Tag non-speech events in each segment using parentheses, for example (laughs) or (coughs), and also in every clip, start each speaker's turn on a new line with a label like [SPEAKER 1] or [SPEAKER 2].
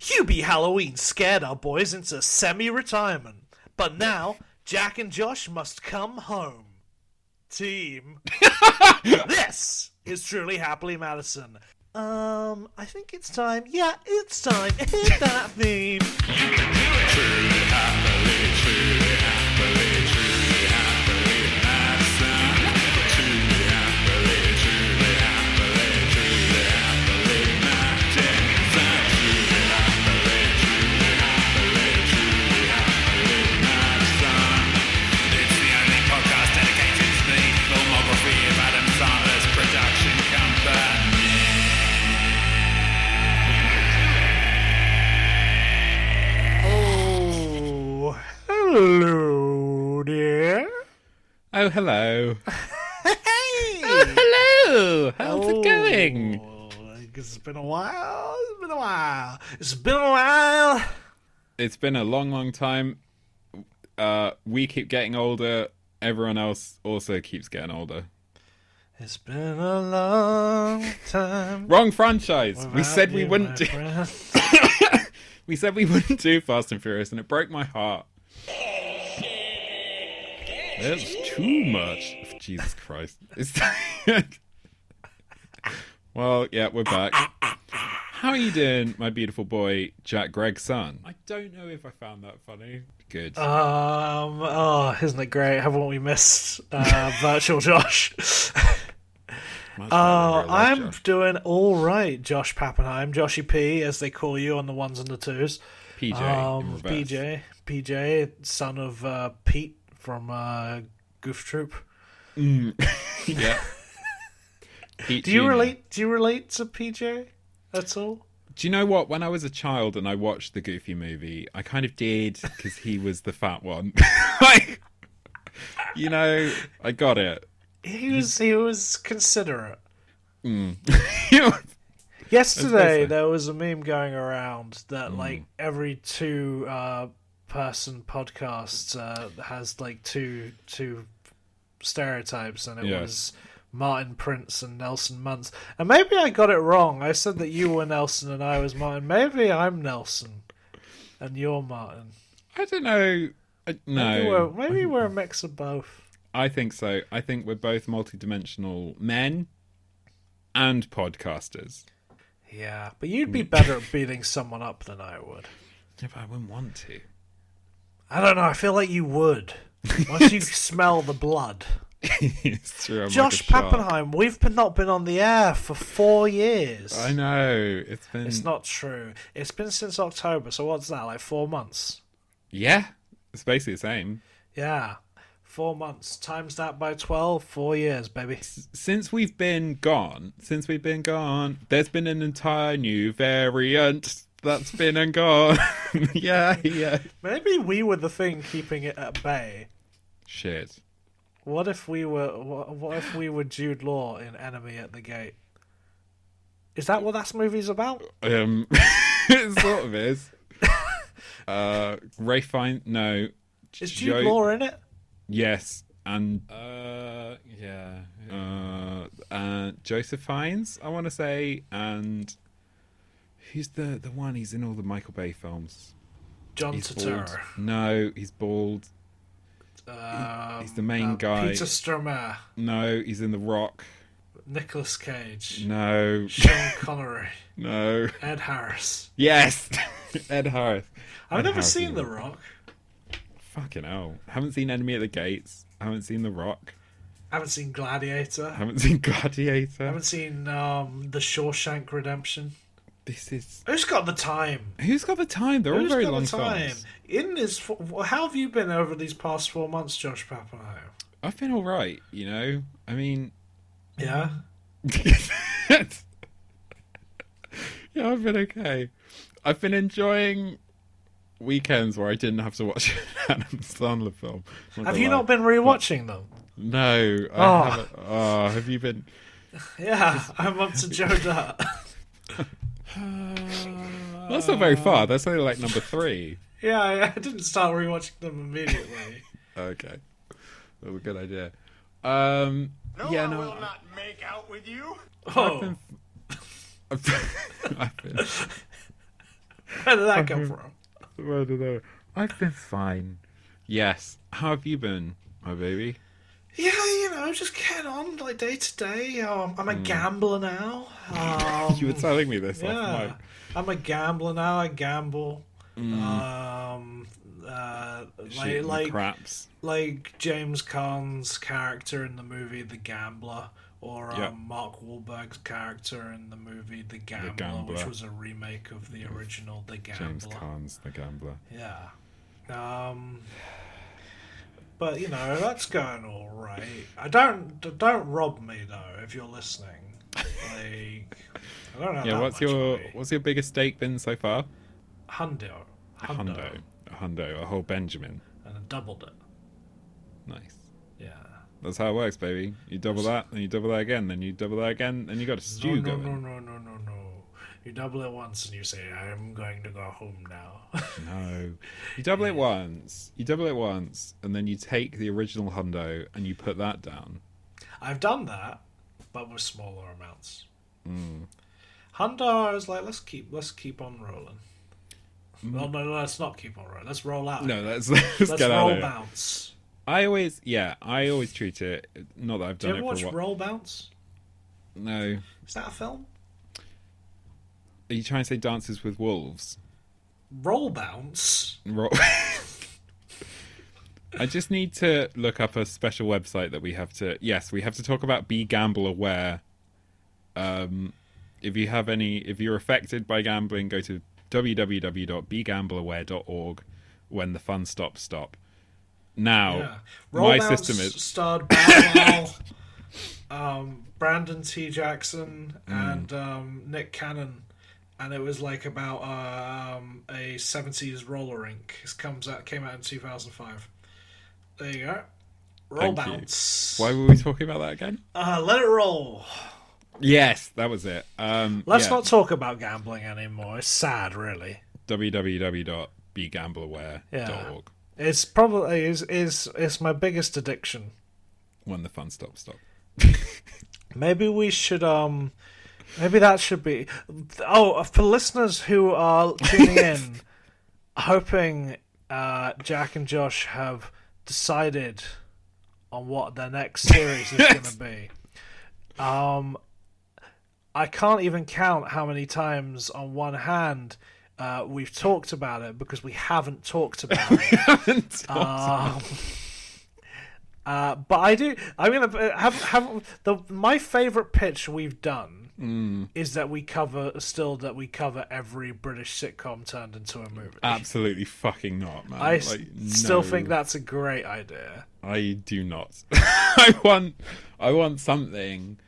[SPEAKER 1] Newbie Halloween scared our boys into semi retirement, but now Jack and Josh must come home. Team. this is truly Happily Madison. Um, I think it's time. Yeah, it's time. (laughs) Hit that theme.
[SPEAKER 2] It's the only podcast dedicated to the filmography of Adam Sandler's production company.
[SPEAKER 1] Oh, hello, dear.
[SPEAKER 3] Oh, hello.
[SPEAKER 1] Hey.
[SPEAKER 3] Hello. How's
[SPEAKER 1] Oh,
[SPEAKER 3] it going?
[SPEAKER 1] It's been a while. It's been a while. It's been a while.
[SPEAKER 3] It's been a long, long time. Uh, we keep getting older. Everyone else also keeps getting older.
[SPEAKER 1] It's been a long time.
[SPEAKER 3] Wrong franchise. we
[SPEAKER 1] without
[SPEAKER 3] said we
[SPEAKER 1] you, my
[SPEAKER 3] wouldn't do.
[SPEAKER 1] friend.
[SPEAKER 3] We said we (laughs) wouldn't do Fast and Furious, and it broke my heart. That's too much. Jesus Christ. It's (laughs) well, yeah, we're back. How are you doing, my beautiful boy, Jack Gregg's son? I don't know if I found that funny. Good.
[SPEAKER 1] Um, oh, isn't it great? Haven't we missed (laughs) uh, Virtual Josh?
[SPEAKER 3] Much better
[SPEAKER 1] Uh,
[SPEAKER 3] than real life,
[SPEAKER 1] I'm
[SPEAKER 3] Jack.
[SPEAKER 1] doing all right, Josh Pappenheim, Joshy P, as they call you on the ones and the twos.
[SPEAKER 3] PJ. in
[SPEAKER 1] Um,
[SPEAKER 3] reverse.
[SPEAKER 1] PJ, PJ, son of uh, Pete from uh, Goof Troop.
[SPEAKER 3] yeah.
[SPEAKER 1] (laughs)
[SPEAKER 3] Pete
[SPEAKER 1] Do you
[SPEAKER 3] Jr.
[SPEAKER 1] relate? Do you relate to PJ? That's all.
[SPEAKER 3] Do you know what? When I was a child and I watched the Goofy movie, I kind of did because he was the fat one. (laughs) like, you know, I got it. (laughs)
[SPEAKER 1] He was he was considerate.
[SPEAKER 3] You know,
[SPEAKER 1] Yesterday
[SPEAKER 3] Especially.
[SPEAKER 1] there was a meme going around that
[SPEAKER 3] Mm.
[SPEAKER 1] like every two uh, person podcast uh, has like two two stereotypes, and it
[SPEAKER 3] Yeah.
[SPEAKER 1] was Martin Prince and Nelson Muntz. And maybe I got it wrong. I said that you were Nelson and I was Martin. Maybe I'm Nelson and you're Martin.
[SPEAKER 3] I don't know. I,
[SPEAKER 1] Maybe we're,
[SPEAKER 3] no,
[SPEAKER 1] maybe we're a mix of both.
[SPEAKER 3] I think so. I think we're both multidimensional men and podcasters.
[SPEAKER 1] Yeah, but you'd
[SPEAKER 3] Mm.
[SPEAKER 1] be better at beating someone up than I would.
[SPEAKER 3] Yeah, but I wouldn't want to.
[SPEAKER 1] I don't know. I feel like you would once
[SPEAKER 3] (laughs)
[SPEAKER 1] you smell the blood.
[SPEAKER 3] (laughs) it's true. I'm like a
[SPEAKER 1] Josh
[SPEAKER 3] shark.
[SPEAKER 1] Pappenheim, we've been not been on the air for four years.
[SPEAKER 3] I know. It's been.
[SPEAKER 1] It's not true. It's been since October, so what's that? Like four months?
[SPEAKER 3] Yeah. It's basically the same.
[SPEAKER 1] Yeah, four months. Times that by twelve. Four years, baby.
[SPEAKER 3] since we've been gone, since we've been gone, there's been an entire new variant that's been and gone. (laughs) yeah, yeah.
[SPEAKER 1] Maybe we were the thing keeping it at bay.
[SPEAKER 3] Shit.
[SPEAKER 1] What if we were? What, what if we were Jude Law in Enemy at the Gate? Is that what that movie's about?
[SPEAKER 3] Um, (laughs) it sort of is. Uh, Ray Fine, no.
[SPEAKER 1] Is Jude Law in it?
[SPEAKER 3] Yes, and uh, yeah. Uh, uh, Joseph Fiennes, I want to say, and who's the the one? He's in all the Michael Bay films.
[SPEAKER 1] John
[SPEAKER 3] He's bald.
[SPEAKER 1] Turturro.
[SPEAKER 3] No, he's bald.
[SPEAKER 1] Um,
[SPEAKER 3] He's the main
[SPEAKER 1] uh,
[SPEAKER 3] guy.
[SPEAKER 1] Peter Stormare.
[SPEAKER 3] No, he's in The Rock.
[SPEAKER 1] Nicolas
[SPEAKER 3] (laughs)
[SPEAKER 1] Cage. (laughs)
[SPEAKER 3] No,
[SPEAKER 1] Sean Connery.
[SPEAKER 3] no.
[SPEAKER 1] Ed Harris.
[SPEAKER 3] Yes, (laughs) Ed Harris.
[SPEAKER 1] I've
[SPEAKER 3] Ed
[SPEAKER 1] never
[SPEAKER 3] Harris
[SPEAKER 1] seen
[SPEAKER 3] is-
[SPEAKER 1] The Rock.
[SPEAKER 3] Fucking hell! Haven't seen Enemy at the Gates. Haven't seen The Rock.
[SPEAKER 1] haven't seen Gladiator.
[SPEAKER 3] Haven't seen (laughs) Gladiator.
[SPEAKER 1] haven't seen um, The Shawshank Redemption.
[SPEAKER 3] This is
[SPEAKER 1] Who's got the time?
[SPEAKER 3] who's got the time? They're all
[SPEAKER 1] Who's
[SPEAKER 3] very
[SPEAKER 1] got
[SPEAKER 3] long
[SPEAKER 1] the time?
[SPEAKER 3] films.
[SPEAKER 1] In this, fo- how have you been over these past four months, Josh Pappenheim?
[SPEAKER 3] I've been all right, you know. I mean,
[SPEAKER 1] Yeah.
[SPEAKER 3] Mm. yeah, (laughs) I've been okay. I've been enjoying weekends where I didn't have to watch (laughs) an Adam Sandler film.
[SPEAKER 1] Have
[SPEAKER 3] Not gonna
[SPEAKER 1] you
[SPEAKER 3] lie.
[SPEAKER 1] not been rewatching them?
[SPEAKER 3] No, I
[SPEAKER 1] Oh.
[SPEAKER 3] haven't. Oh, have you been?
[SPEAKER 1] Yeah, (laughs) I'm up
[SPEAKER 3] (laughs)
[SPEAKER 1] to Joe Dirt.
[SPEAKER 3] That's not very far. That's only like number three.
[SPEAKER 1] (laughs) yeah, I, I didn't start rewatching them immediately.
[SPEAKER 3] (laughs) Okay, that was a good idea. Um, yeah, no, I-
[SPEAKER 2] make out with you.
[SPEAKER 1] Oh,
[SPEAKER 3] (laughs) I've been, I've been,
[SPEAKER 1] Where did that come from?
[SPEAKER 3] I don't know. I've been fine. Yes. How have you been, my baby? (laughs)
[SPEAKER 1] Yeah, you know, just getting on like day to day. Um, I'm a gambler now. Um,
[SPEAKER 3] Mm. (laughs) You were telling me this
[SPEAKER 1] yeah,
[SPEAKER 3] off
[SPEAKER 1] I'm a gambler now. I gamble.
[SPEAKER 3] Mm.
[SPEAKER 1] Um, uh,
[SPEAKER 3] mic.
[SPEAKER 1] like like
[SPEAKER 3] craps.
[SPEAKER 1] like James Caan's character in the movie The Gambler, or um,
[SPEAKER 3] Yeah.
[SPEAKER 1] Mark Wahlberg's character in the movie The Gambler, which
[SPEAKER 3] Gambler.
[SPEAKER 1] was a remake of the original The Gambler.
[SPEAKER 3] James Carnes, the gambler.
[SPEAKER 1] Yeah. Um. But you know that's going all right. I don't d- don't rob me though if you're listening. Like I don't know.
[SPEAKER 3] Yeah,
[SPEAKER 1] that much
[SPEAKER 3] what's your
[SPEAKER 1] money.
[SPEAKER 3] what's your biggest stake been so far?
[SPEAKER 1] hundo?
[SPEAKER 3] A hundo. A hundo, a whole Benjamin.
[SPEAKER 1] and I doubled it.
[SPEAKER 3] Nice.
[SPEAKER 1] Yeah.
[SPEAKER 3] That's how it works, baby. You double that, then you double that again, then you double that again, and you got a stew
[SPEAKER 1] no,
[SPEAKER 3] going.
[SPEAKER 1] no, no, no, no, no. You double it once and you say, "I'm going to go home now." (laughs)
[SPEAKER 3] No. You double it once, you double it once, and then you take the original hundo and you put that down.
[SPEAKER 1] I've done that, but with smaller amounts. Mm. Hundo, I was like, let's keep let's keep on rolling. Well, no, no, let's not keep on rolling. Let's roll out.
[SPEAKER 3] Mm. No, that's let's, (laughs)
[SPEAKER 1] let's
[SPEAKER 3] get out
[SPEAKER 1] roll
[SPEAKER 3] of here.
[SPEAKER 1] bounce.
[SPEAKER 3] I always, yeah, I always treat it. Not that I've
[SPEAKER 1] Do you
[SPEAKER 3] done
[SPEAKER 1] ever watch
[SPEAKER 3] it for a while.
[SPEAKER 1] Roll Bounce?
[SPEAKER 3] No,
[SPEAKER 1] Is that a film?
[SPEAKER 3] are you trying to say Dances with Wolves?
[SPEAKER 1] Roll Bounce.
[SPEAKER 3] Ro- (laughs) I just need to look up a special website that we have to. Yes, we have to talk about be gamble aware. Um, if you have any, if you're affected by gambling, go to www.begambleaware.org. When the fun stops, stop. Now,
[SPEAKER 1] Yeah. Roll
[SPEAKER 3] my
[SPEAKER 1] Bounce
[SPEAKER 3] system is
[SPEAKER 1] starred
[SPEAKER 3] (coughs)
[SPEAKER 1] Bow Wow, um, Brandon T. Jackson, and
[SPEAKER 3] Hmm.
[SPEAKER 1] um, Nick Cannon. And it was like about um, a seventies roller rink. It comes out came out in two thousand five. There you go. Roll
[SPEAKER 3] Thank you.
[SPEAKER 1] bounce.
[SPEAKER 3] why were we talking about that again?
[SPEAKER 1] Uh, let it roll.
[SPEAKER 3] Yes, that was it. Um,
[SPEAKER 1] Let's
[SPEAKER 3] yeah.
[SPEAKER 1] not talk about gambling anymore. It's sad, really.
[SPEAKER 3] www.begambleaware.org.
[SPEAKER 1] Yeah. It's probably is is it's my biggest addiction.
[SPEAKER 3] When the fun stops,
[SPEAKER 1] (laughs)
[SPEAKER 3] stop.
[SPEAKER 1] Maybe we should um maybe that should be oh for listeners who are tuning in hoping uh Jack and Josh have decided on what their next series is going to be. Um I can't even count how many times on one hand uh, we've talked about it because we haven't talked about it. Um, uh, but I do. I'm gonna uh, have have the my favorite pitch we've done
[SPEAKER 3] Mm.
[SPEAKER 1] is that we cover still that we cover every British sitcom turned into a movie.
[SPEAKER 3] Absolutely fucking not, man.
[SPEAKER 1] I s-
[SPEAKER 3] Ah, Like,
[SPEAKER 1] still
[SPEAKER 3] no,
[SPEAKER 1] think that's a great idea.
[SPEAKER 3] I do not. (laughs) I want. I want something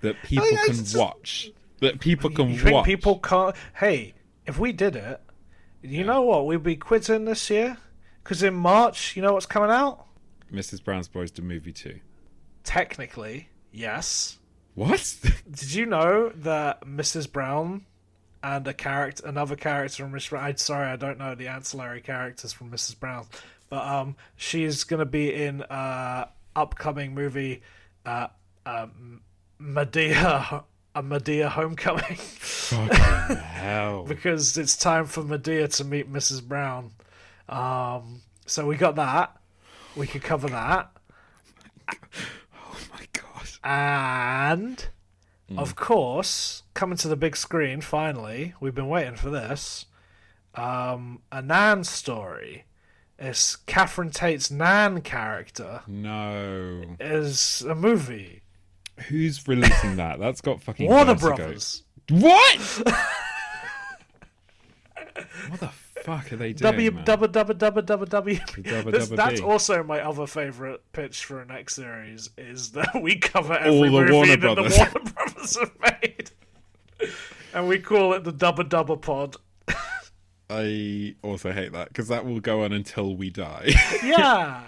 [SPEAKER 3] that people
[SPEAKER 1] I
[SPEAKER 3] can
[SPEAKER 1] just-
[SPEAKER 3] watch. That people can
[SPEAKER 1] You think
[SPEAKER 3] watch.
[SPEAKER 1] people can't? Hey, if we did it, you know what? We'd be quitting this year because in March, you know what's coming out?
[SPEAKER 3] Mrs. Brown's Boys to movie too.
[SPEAKER 1] Technically, yes.
[SPEAKER 3] What? (laughs)
[SPEAKER 1] Did you know that Mrs. Brown and a character, another character from Mrs. Brown? I'm sorry, I don't know the ancillary characters from Mrs. Brown, but um, she is going to be in uh upcoming movie, uh, um, Medea, (laughs) a Medea Homecoming, (laughs)
[SPEAKER 3] Fucking hell.
[SPEAKER 1] because it's time for Medea to meet Mrs. Brown. Um, so we got that. We could cover that.
[SPEAKER 3] Oh my god.
[SPEAKER 1] And
[SPEAKER 3] Hmm.
[SPEAKER 1] of course, coming to the big screen finally, we've been waiting for this. Um, a Nan story. It's Catherine Tate's Nan character
[SPEAKER 3] No.
[SPEAKER 1] is a movie.
[SPEAKER 3] Who's releasing that? That's got fucking
[SPEAKER 1] Warner
[SPEAKER 3] Vertigo.
[SPEAKER 1] Brothers.
[SPEAKER 3] What?
[SPEAKER 1] (laughs)
[SPEAKER 3] what the fuck are they doing?
[SPEAKER 1] W
[SPEAKER 3] man?
[SPEAKER 1] W W W W W.
[SPEAKER 3] Dubba
[SPEAKER 1] This-
[SPEAKER 3] dubba
[SPEAKER 1] That's
[SPEAKER 3] dee.
[SPEAKER 1] also my other favorite pitch for a next series is that we cover
[SPEAKER 3] All
[SPEAKER 1] every
[SPEAKER 3] the
[SPEAKER 1] movie
[SPEAKER 3] Warner
[SPEAKER 1] that
[SPEAKER 3] Brothers.
[SPEAKER 1] the Warner Brothers have made, (laughs) and we call it the Dubba Dubba Pod.
[SPEAKER 3] (laughs) I also hate that because that will go on until we die,
[SPEAKER 1] Yeah.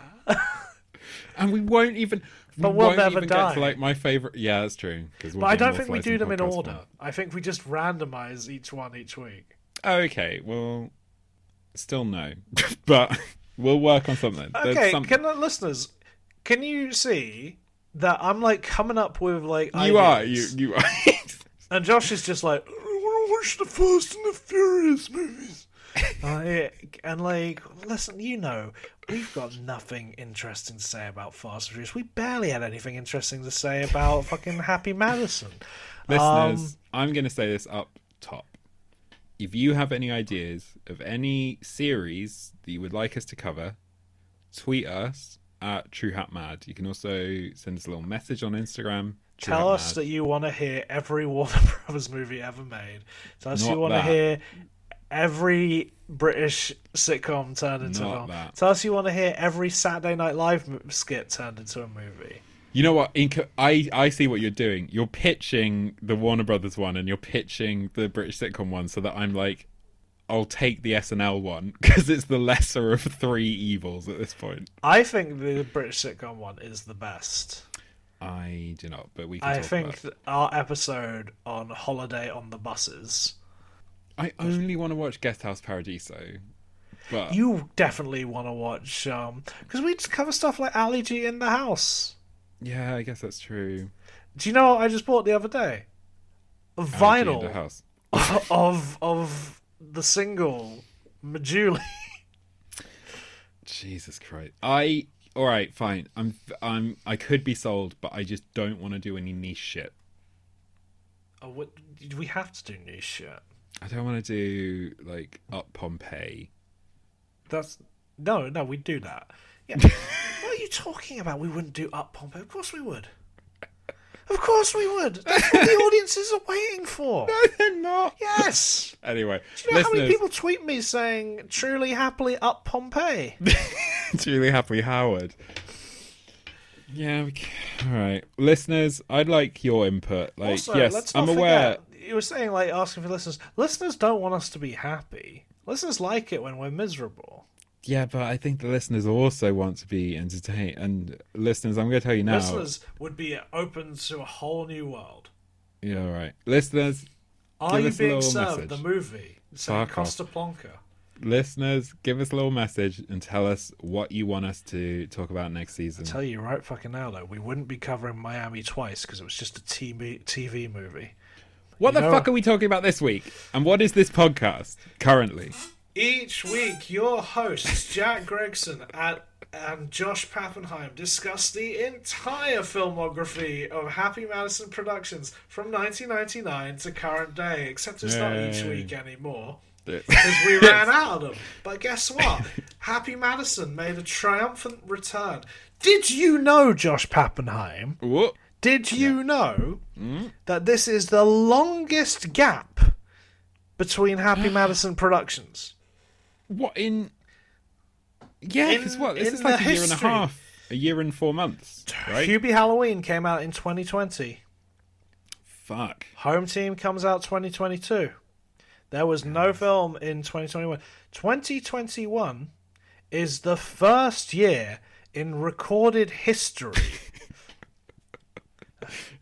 [SPEAKER 3] and we won't even. We
[SPEAKER 1] we'll
[SPEAKER 3] won't
[SPEAKER 1] never
[SPEAKER 3] even Get
[SPEAKER 1] die.
[SPEAKER 3] to, like my favorite. Yeah, that's true. 'cause we'll
[SPEAKER 1] But I
[SPEAKER 3] be
[SPEAKER 1] don't think we
[SPEAKER 3] immortalised
[SPEAKER 1] do them in
[SPEAKER 3] podcast
[SPEAKER 1] order.
[SPEAKER 3] form.
[SPEAKER 1] I think we just randomize each one each week.
[SPEAKER 3] Okay, well, still no, (laughs) but we'll work on something. There's
[SPEAKER 1] Okay,
[SPEAKER 3] some-
[SPEAKER 1] can the listeners, can you see that I'm like coming up with like
[SPEAKER 3] you are (laughs) you
[SPEAKER 1] ideas,
[SPEAKER 3] you are.
[SPEAKER 1] and Josh is just like "Oh, watched the Fast and the Furious (laughs) movies. Like, and like, listen, you know, we've got nothing interesting to say about Fast and Furious. We barely had anything interesting to say about fucking Happy Madison. Um,
[SPEAKER 3] Listeners, I'm going to say this up top. If you have any ideas of any series that you would like us to cover, tweet us at True Hat Mad. You can also send us a little message on Instagram. True
[SPEAKER 1] Tell
[SPEAKER 3] Hat
[SPEAKER 1] us
[SPEAKER 3] Mad.
[SPEAKER 1] that you want to hear every (laughs) Warner Brothers movie ever made. Tell us
[SPEAKER 3] Not
[SPEAKER 1] you want to
[SPEAKER 3] that.
[SPEAKER 1] hear every British sitcom turned into
[SPEAKER 3] Not
[SPEAKER 1] a film.
[SPEAKER 3] that.
[SPEAKER 1] Tell us you want to hear every Saturday Night Live mo- skit turned into a movie.
[SPEAKER 3] You know what? Inco- I I see what you're doing. You're pitching the Warner Brothers one, and you're pitching the British sitcom one, so that I'm like, I'll take the SNL one (laughs) because it's the lesser of three evils at this point.
[SPEAKER 1] I think the British sitcom one is the best.
[SPEAKER 3] I do not, but we. Can
[SPEAKER 1] I
[SPEAKER 3] talk
[SPEAKER 1] think
[SPEAKER 3] about it.
[SPEAKER 1] th- our episode on holiday on the buses.
[SPEAKER 3] I only want to watch Guest House Paradiso, but
[SPEAKER 1] You definitely want to watch um because we just cover stuff like Ali G in the house.
[SPEAKER 3] yeah, I guess that's true.
[SPEAKER 1] Do you know what I just bought the other day? A
[SPEAKER 3] Allergy E in
[SPEAKER 1] Vinyl.
[SPEAKER 3] the house.
[SPEAKER 1] (laughs) of of the single Majuli. (laughs)
[SPEAKER 3] Jesus Christ. I all right, fine. I'm I'm I could be sold, but I just don't want to do any niche shit.
[SPEAKER 1] Oh, what, we have to do new shit.
[SPEAKER 3] I don't want to do like up Pompeii.
[SPEAKER 1] That's no, no, we'd do that. Yeah. what are you talking about? We wouldn't do Up Pompeii. Of course we would. Of course we would. That's what the audiences are waiting for.
[SPEAKER 3] (laughs) They're not.
[SPEAKER 1] Yes.
[SPEAKER 3] Anyway,
[SPEAKER 1] You know how many
[SPEAKER 3] listeners,
[SPEAKER 1] people tweet me saying "Truly happily up
[SPEAKER 3] (laughs)
[SPEAKER 1] Pompeii"?
[SPEAKER 3] Julie Happily Howard. Yeah. we c- All right, listeners. I'd like your input. Like,
[SPEAKER 1] Also,
[SPEAKER 3] yes,
[SPEAKER 1] let's not
[SPEAKER 3] I'm aware.
[SPEAKER 1] Forget, you were saying like asking for listeners. Listeners don't want us to be happy. Listeners like it when we're miserable.
[SPEAKER 3] Yeah, but I think the listeners also want to be entertained. And listeners, I'm going to tell you now.
[SPEAKER 1] Listeners would be open to a whole new world.
[SPEAKER 3] Yeah, all right. Listeners,
[SPEAKER 1] Are
[SPEAKER 3] Give
[SPEAKER 1] you
[SPEAKER 3] us a
[SPEAKER 1] being
[SPEAKER 3] little
[SPEAKER 1] served
[SPEAKER 3] message.
[SPEAKER 1] the movie? Saying
[SPEAKER 3] Fuck off.
[SPEAKER 1] Costa Plonka.
[SPEAKER 3] listeners, give us a little message and tell us what you want us to talk about next season.
[SPEAKER 1] Tell you right fucking now though, we wouldn't be covering Miami twice because it was just a TV TV movie.
[SPEAKER 3] what the
[SPEAKER 1] you know-
[SPEAKER 3] fuck are we talking about this week? And what is this podcast
[SPEAKER 1] (laughs)
[SPEAKER 3] currently?
[SPEAKER 1] Each week, your hosts Jack Gregson at, and Josh Pappenheim discuss the entire filmography of Happy Madison Productions from 1999 to current day. Except it's not each
[SPEAKER 3] Yay.
[SPEAKER 1] week anymore.
[SPEAKER 3] It's-
[SPEAKER 1] because we ran out of them. But guess what? Happy Madison made a triumphant return. Did you know, Josh Pappenheim?
[SPEAKER 3] Whoa.
[SPEAKER 1] Did you know that this is the longest gap between Happy Madison Productions?
[SPEAKER 3] What in? Yeah,
[SPEAKER 1] In-
[SPEAKER 3] because what? This
[SPEAKER 1] in
[SPEAKER 3] is like a
[SPEAKER 1] the
[SPEAKER 3] year and a
[SPEAKER 1] history.
[SPEAKER 3] half, a year and four months, right?
[SPEAKER 1] Hubie Halloween came out in 2020.
[SPEAKER 3] Fuck.
[SPEAKER 1] Home Team comes out 2022. There was no film in 2021. 2021 is the first year in recorded history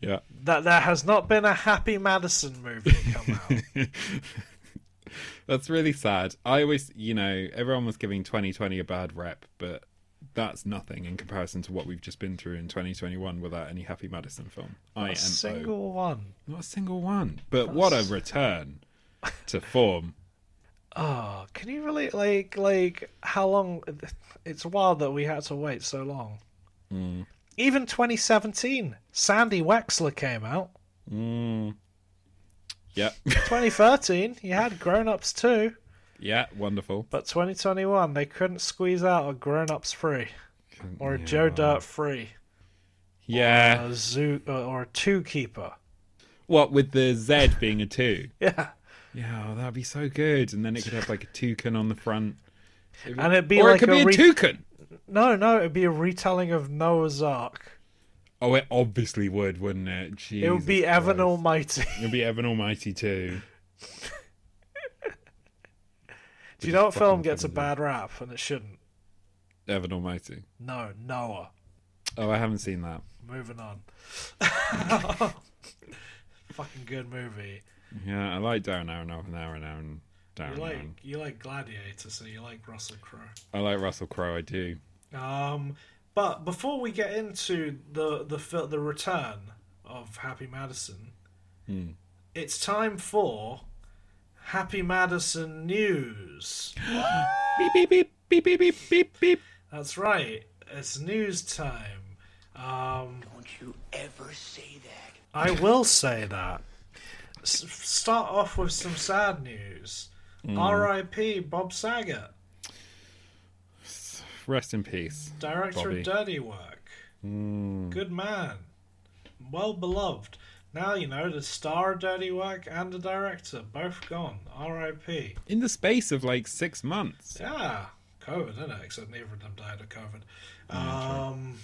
[SPEAKER 3] Yeah.
[SPEAKER 1] that there has not been a Happy Madison
[SPEAKER 3] (laughs)
[SPEAKER 1] movie come out.
[SPEAKER 3] That's really sad. I always, you know, everyone was giving 2020 a bad rep, but that's nothing in comparison to what we've just been through in 2021 without any Happy Madison film. I am
[SPEAKER 1] a single one.
[SPEAKER 3] not a single one. But what a return to form. (laughs)
[SPEAKER 1] Oh, can you really like like how long? It's wild that we had to wait so long.
[SPEAKER 3] Mm.
[SPEAKER 1] Even 2017, Sandy Wexler came out.
[SPEAKER 3] Yeah, (laughs)
[SPEAKER 1] 2013, you had Grown Ups too,
[SPEAKER 3] yeah, wonderful.
[SPEAKER 1] but 2021 they couldn't squeeze out a Grown Ups free or a
[SPEAKER 3] Yeah.
[SPEAKER 1] Joe Dirt free,
[SPEAKER 3] Yeah.
[SPEAKER 1] a zoo or- or a Two Keeper.
[SPEAKER 3] What with the Z being a two?
[SPEAKER 1] (laughs) Yeah,
[SPEAKER 3] Yeah, oh, that'd be so good. And then it could have like a toucan on the front,
[SPEAKER 1] and it'd (laughs) be
[SPEAKER 3] or
[SPEAKER 1] like
[SPEAKER 3] it could
[SPEAKER 1] a,
[SPEAKER 3] be a
[SPEAKER 1] re-
[SPEAKER 3] toucan.
[SPEAKER 1] no, no, it'd be a retelling of Noah's Ark.
[SPEAKER 3] Oh, it obviously would, wouldn't it? Jesus
[SPEAKER 1] It would be Evan
[SPEAKER 3] Christ.
[SPEAKER 1] Almighty. (laughs)
[SPEAKER 3] It'll be Evan Almighty too.
[SPEAKER 1] Do you know what
[SPEAKER 3] fucking
[SPEAKER 1] film gets a
[SPEAKER 3] Evan Almighty.
[SPEAKER 1] bad rap and it shouldn't?
[SPEAKER 3] Evan Almighty.
[SPEAKER 1] No, Noah.
[SPEAKER 3] Oh, I haven't seen that.
[SPEAKER 1] Moving on. (laughs) Fucking good movie.
[SPEAKER 3] Yeah, I like Darren Aaron and Aaron Aaron
[SPEAKER 1] You
[SPEAKER 3] Darren
[SPEAKER 1] like
[SPEAKER 3] Aron.
[SPEAKER 1] you like Gladiator, so you like Russell Crowe.
[SPEAKER 3] I like Russell Crowe. I do.
[SPEAKER 1] Um, but before we get into the the fil- the
[SPEAKER 3] Hmm.
[SPEAKER 1] return of Happy Madison, it's time for Happy Madison News.
[SPEAKER 3] Beep beep beep beep beep beep beep beep.
[SPEAKER 1] That's right. It's news time. Um,
[SPEAKER 4] Don't you ever say that.
[SPEAKER 1] I will say that. S- start off with some sad news. R.I.P. Bob Saget,
[SPEAKER 3] Rest in peace.
[SPEAKER 1] director
[SPEAKER 3] Bobby.
[SPEAKER 1] of Dirty Work. Good man. Well beloved. Now you know the star of Dirty Work and the director, both gone. R.I.P.
[SPEAKER 3] In the space of like six months.
[SPEAKER 1] Yeah, COVID, isn't it? Except neither of them died of COVID. Um,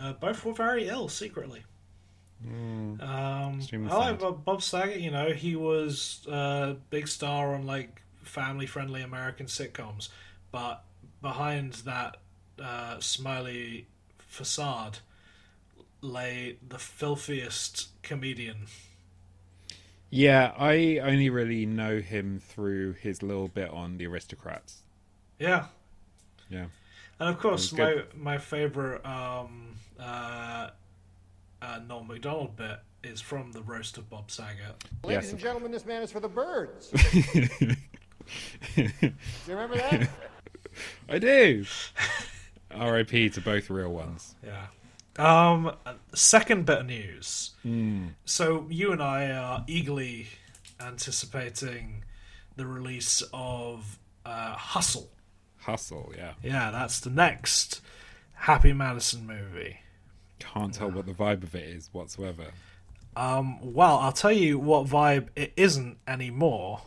[SPEAKER 1] uh, both were very ill secretly. Um,
[SPEAKER 3] Extremely
[SPEAKER 1] I like
[SPEAKER 3] sad.
[SPEAKER 1] Bob, Bob Saget. You know, he was uh, big star on like family-friendly American sitcoms, but behind that uh, smiley facade lay the filthiest comedian.
[SPEAKER 3] Yeah, I only really know him through his little bit on The Aristocrats.
[SPEAKER 1] Yeah,
[SPEAKER 3] Yeah. (laughs)
[SPEAKER 1] And of course,
[SPEAKER 3] That
[SPEAKER 1] my
[SPEAKER 3] was
[SPEAKER 1] my favorite um, uh, uh, Noel McDonald bit is from the roast of Bob Saget.
[SPEAKER 5] Ladies
[SPEAKER 3] Yes.
[SPEAKER 5] and gentlemen, this man is for the birds. Do you remember that?
[SPEAKER 3] I do. (laughs) R.I.P. to both real ones.
[SPEAKER 1] Yeah. Um, second bit of news. So you and I are eagerly anticipating the release of uh, Hustle.
[SPEAKER 3] Hustle, yeah.
[SPEAKER 1] Yeah, that's the next Happy Madison movie.
[SPEAKER 3] Can't tell what the vibe of it is whatsoever.
[SPEAKER 1] Um, well, I'll tell you what vibe it isn't anymore.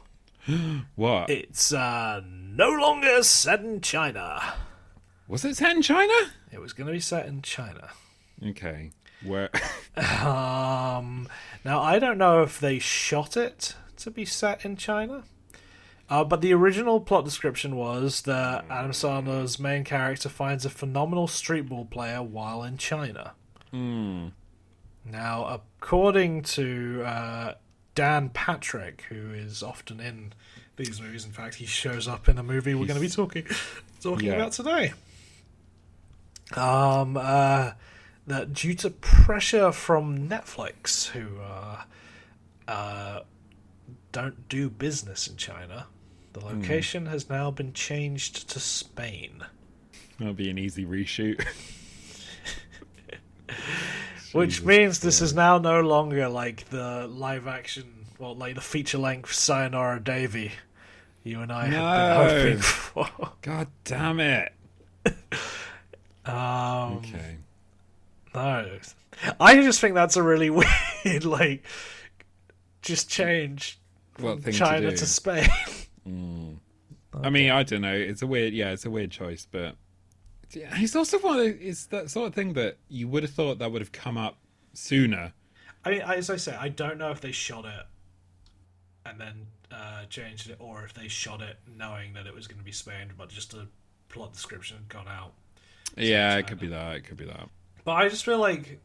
[SPEAKER 3] What?
[SPEAKER 1] It's uh, no longer set in China.
[SPEAKER 3] Was it set in China?
[SPEAKER 1] It was going to be set in China.
[SPEAKER 3] Okay. Where (laughs)
[SPEAKER 1] Um, now I don't know if they shot it to be set in China, uh, but the original plot description was that Adam Sandler's main character finds a phenomenal streetball player while in China. Now, according to uh, Dan Patrick, who is often in these movies, in fact, he shows up in a movie we're going to be talking (laughs) talking
[SPEAKER 3] Yeah.
[SPEAKER 1] about today. Um, uh, that due to pressure from Netflix, who uh, uh, don't do business in China, the location has now been changed to Spain.
[SPEAKER 3] that'll be an easy reshoot.
[SPEAKER 1] Which
[SPEAKER 3] Jesus
[SPEAKER 1] means this is now no longer like the live action, well, like the feature length Sayonara Davy you and I had been
[SPEAKER 3] No.
[SPEAKER 1] hoping (laughs) for.
[SPEAKER 3] God damn it.
[SPEAKER 1] (laughs) Um,
[SPEAKER 3] Okay.
[SPEAKER 1] no. I just think that's a really (laughs) weird, like, just change
[SPEAKER 3] What thing
[SPEAKER 1] China
[SPEAKER 3] to do?
[SPEAKER 1] to Spain. (laughs)
[SPEAKER 3] I mean, I don't know. It's a weird, yeah, it's a weird choice, but yeah, it's also one. Of, the- it's that sort of thing that you would have thought that would have come up sooner.
[SPEAKER 1] I mean, as I say, I don't know if they shot it and then uh, changed it, or if they shot it knowing that it was going to be Spain, but just a plot description had gone out.
[SPEAKER 3] yeah, it could be that. It could be that.
[SPEAKER 1] But I just feel like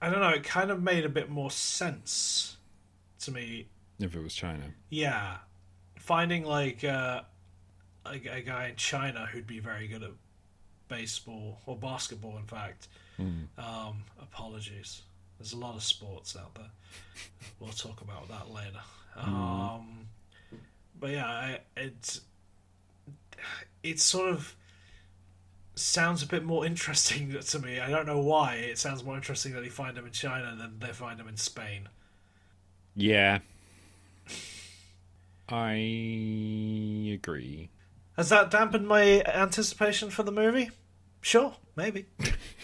[SPEAKER 1] I don't know. It kind of made a bit more sense to me.
[SPEAKER 3] If it was China,
[SPEAKER 1] Yeah, finding like uh, a, a guy in China who'd be very good at baseball or basketball. In fact, um, apologies. There's a lot of sports out there. We'll talk about that later. Um, but yeah, I, it's it sort of sounds a bit more interesting (laughs) to me. I don't know why. It sounds more interesting that they find him in China than they find him in Spain.
[SPEAKER 3] yeah, I agree.
[SPEAKER 1] Has that dampened my anticipation for the movie? Sure,
[SPEAKER 3] (laughs)
[SPEAKER 1] maybe.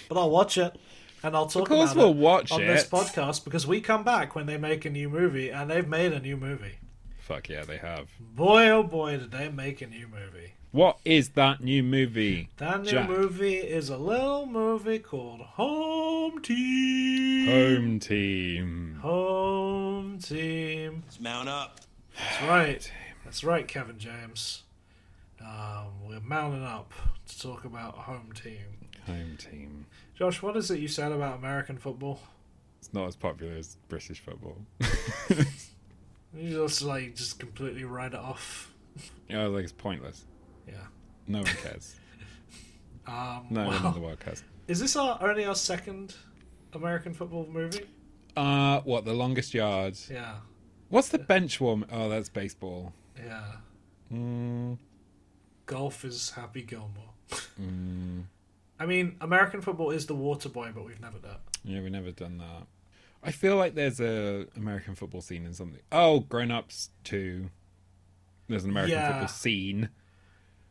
[SPEAKER 1] but I'll watch it. And I'll talk
[SPEAKER 3] Of course,
[SPEAKER 1] about
[SPEAKER 3] we'll
[SPEAKER 1] it
[SPEAKER 3] watch
[SPEAKER 1] on
[SPEAKER 3] it.
[SPEAKER 1] this podcast because we come back when they make a new movie, and they've made a new movie.
[SPEAKER 3] Fuck yeah, they have.
[SPEAKER 1] Boy, oh boy, did they make a new movie.
[SPEAKER 3] What is that new movie?
[SPEAKER 1] That new
[SPEAKER 3] Jack?
[SPEAKER 1] movie is a little movie called Home Team.
[SPEAKER 3] Home Team.
[SPEAKER 1] Home Team.
[SPEAKER 4] Let's mount up.
[SPEAKER 1] That's right. That's right, Kevin James. Um, we're mounting up to talk about Home Team.
[SPEAKER 3] Home Team.
[SPEAKER 1] Josh, what is it you said about American football?
[SPEAKER 3] It's not as popular as British football. (laughs)
[SPEAKER 1] You just like just completely write it off.
[SPEAKER 3] yeah, like it's pointless.
[SPEAKER 1] Yeah.
[SPEAKER 3] No one cares.
[SPEAKER 1] (laughs) Um,
[SPEAKER 3] No one in
[SPEAKER 1] well,
[SPEAKER 3] the world cares.
[SPEAKER 1] is this our only our second American football movie?
[SPEAKER 3] Uh, what the longest yard?
[SPEAKER 1] Yeah.
[SPEAKER 3] What's the bench warm? Oh, that's baseball.
[SPEAKER 1] Yeah. Golf is Happy Gilmore. (laughs) I mean, American football is the water boy, but we've never done.
[SPEAKER 3] Yeah, we never done that. I feel like there's a American football scene in something. Oh, Grown Ups too. There's an American
[SPEAKER 1] Yeah.
[SPEAKER 3] football scene.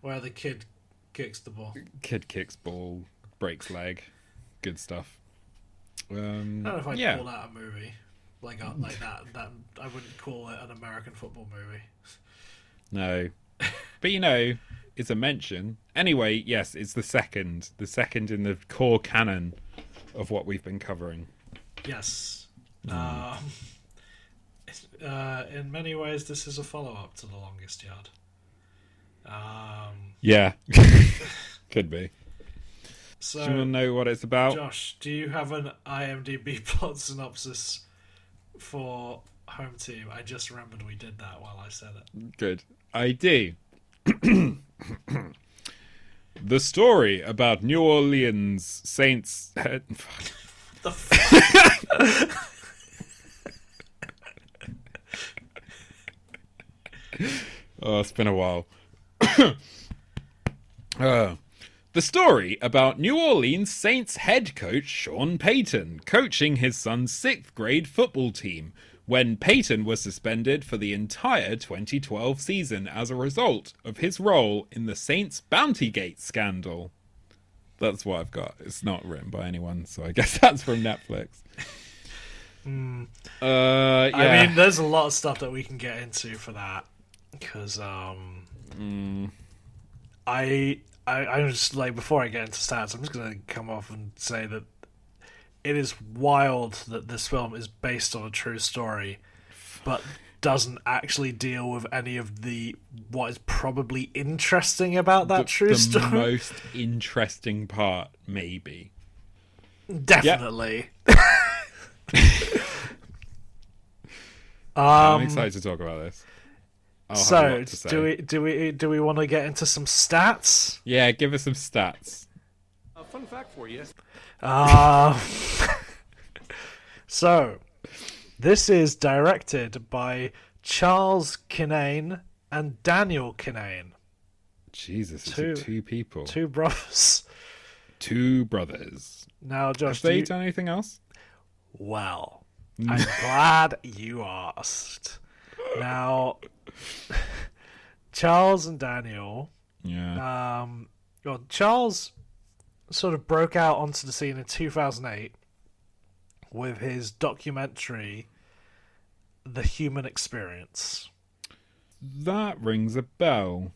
[SPEAKER 1] Where the kid kicks the ball.
[SPEAKER 3] Kid kicks ball, breaks leg. Good stuff. Um,
[SPEAKER 1] I don't know if I'd
[SPEAKER 3] yeah.
[SPEAKER 1] call that a movie. Like uh, like that, that I wouldn't call it an American football movie.
[SPEAKER 3] No. But you know, it's a mention. Anyway, yes, it's the second. The second in the core canon of what we've been covering.
[SPEAKER 1] Yes. Um, it's- uh, in many ways, this is a follow up to The Longest Yard. Um,
[SPEAKER 3] Yeah. (laughs) Could be.
[SPEAKER 1] so,
[SPEAKER 3] Do you want to know what it's about?
[SPEAKER 1] Josh, do you have an IMDb (laughs) plot synopsis for Home Team? I just remembered we did that while I said it.
[SPEAKER 3] Good. I do. the story about New Orleans Saints. (laughs) Fuck.
[SPEAKER 1] The f-
[SPEAKER 3] oh, it's been a while. (coughs) Uh, the story about New Orleans Saints head coach Sean Payton coaching his son's sixth grade football team when Payton was suspended for the entire 2012 season as a result of his role in the Saints Bounty Gate scandal. That's what I've got. It's not written by anyone, so I guess (laughs) that's from Netflix. Uh, yeah.
[SPEAKER 1] Hmm. I mean, there's a lot of stuff that we can get into for that because um, I, I I'm just like before I get into stats, I'm just gonna come off and say that it is wild that this film is based on a true story, but doesn't actually deal with any of the what is probably interesting about that true
[SPEAKER 3] the
[SPEAKER 1] story. (laughs)
[SPEAKER 3] most interesting part, maybe.
[SPEAKER 1] Definitely.
[SPEAKER 3] Oh, I'm excited to talk about this. I'll
[SPEAKER 1] Um,
[SPEAKER 3] have a
[SPEAKER 1] So
[SPEAKER 3] lot to say.
[SPEAKER 1] do we do we do we want to get into some stats?
[SPEAKER 3] Yeah, give us some stats.
[SPEAKER 1] Uh, (laughs) so, this is directed by Charles Kinane and Daniel Kinane,
[SPEAKER 3] Jesus, it's
[SPEAKER 1] Two-
[SPEAKER 3] two, two people, two,
[SPEAKER 1] two brothers.
[SPEAKER 3] brothers.
[SPEAKER 1] Now, Josh,
[SPEAKER 3] Have they
[SPEAKER 1] do you-
[SPEAKER 3] done anything else?
[SPEAKER 1] well, I'm glad you asked. Now, (laughs) Charles and Daniel
[SPEAKER 3] Yeah,
[SPEAKER 1] um, well, Charles sort of broke out onto the scene in 2008 with his documentary, The Human Experience.
[SPEAKER 3] that rings a bell.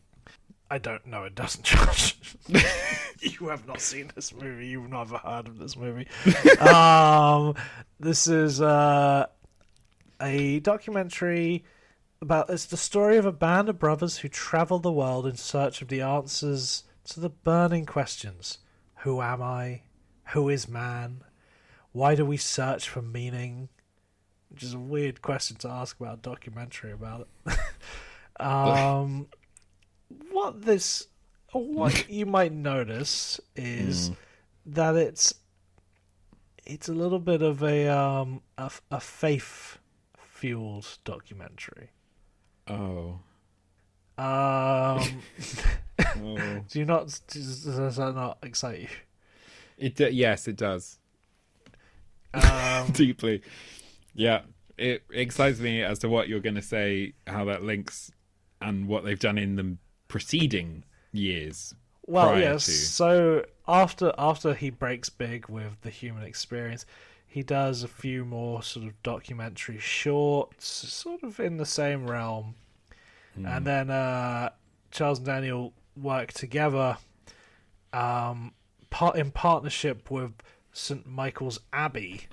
[SPEAKER 1] I don't know, it doesn't, (laughs) Josh. you have not seen this movie, you've never heard of this movie. um, this is uh, a documentary about it's the story of a band of brothers who travel the world in search of the answers to the burning questions who am i who is man why do we search for meaning which is a weird question to ask about a documentary about (laughs) it um what this what you might notice is that it's it's a little bit of a um a, a faith fueled documentary (sighs)
[SPEAKER 3] Oh,
[SPEAKER 1] um,
[SPEAKER 3] oh.
[SPEAKER 1] do you not? Does, does that not excite you?
[SPEAKER 3] it do- yes, it does
[SPEAKER 1] Um,
[SPEAKER 3] (laughs) deeply. Yeah, it excites me as to what you're going to say, how that links, and what they've done in the preceding years.
[SPEAKER 1] well,
[SPEAKER 3] prior
[SPEAKER 1] yes.
[SPEAKER 3] to.
[SPEAKER 1] So after after he breaks big with the human experience, he does a few more sort of documentary shorts, sort of in the same realm,
[SPEAKER 3] Hmm.
[SPEAKER 1] and then uh, Charles and Daniel work together, um, part in partnership with St Michael's Abbey.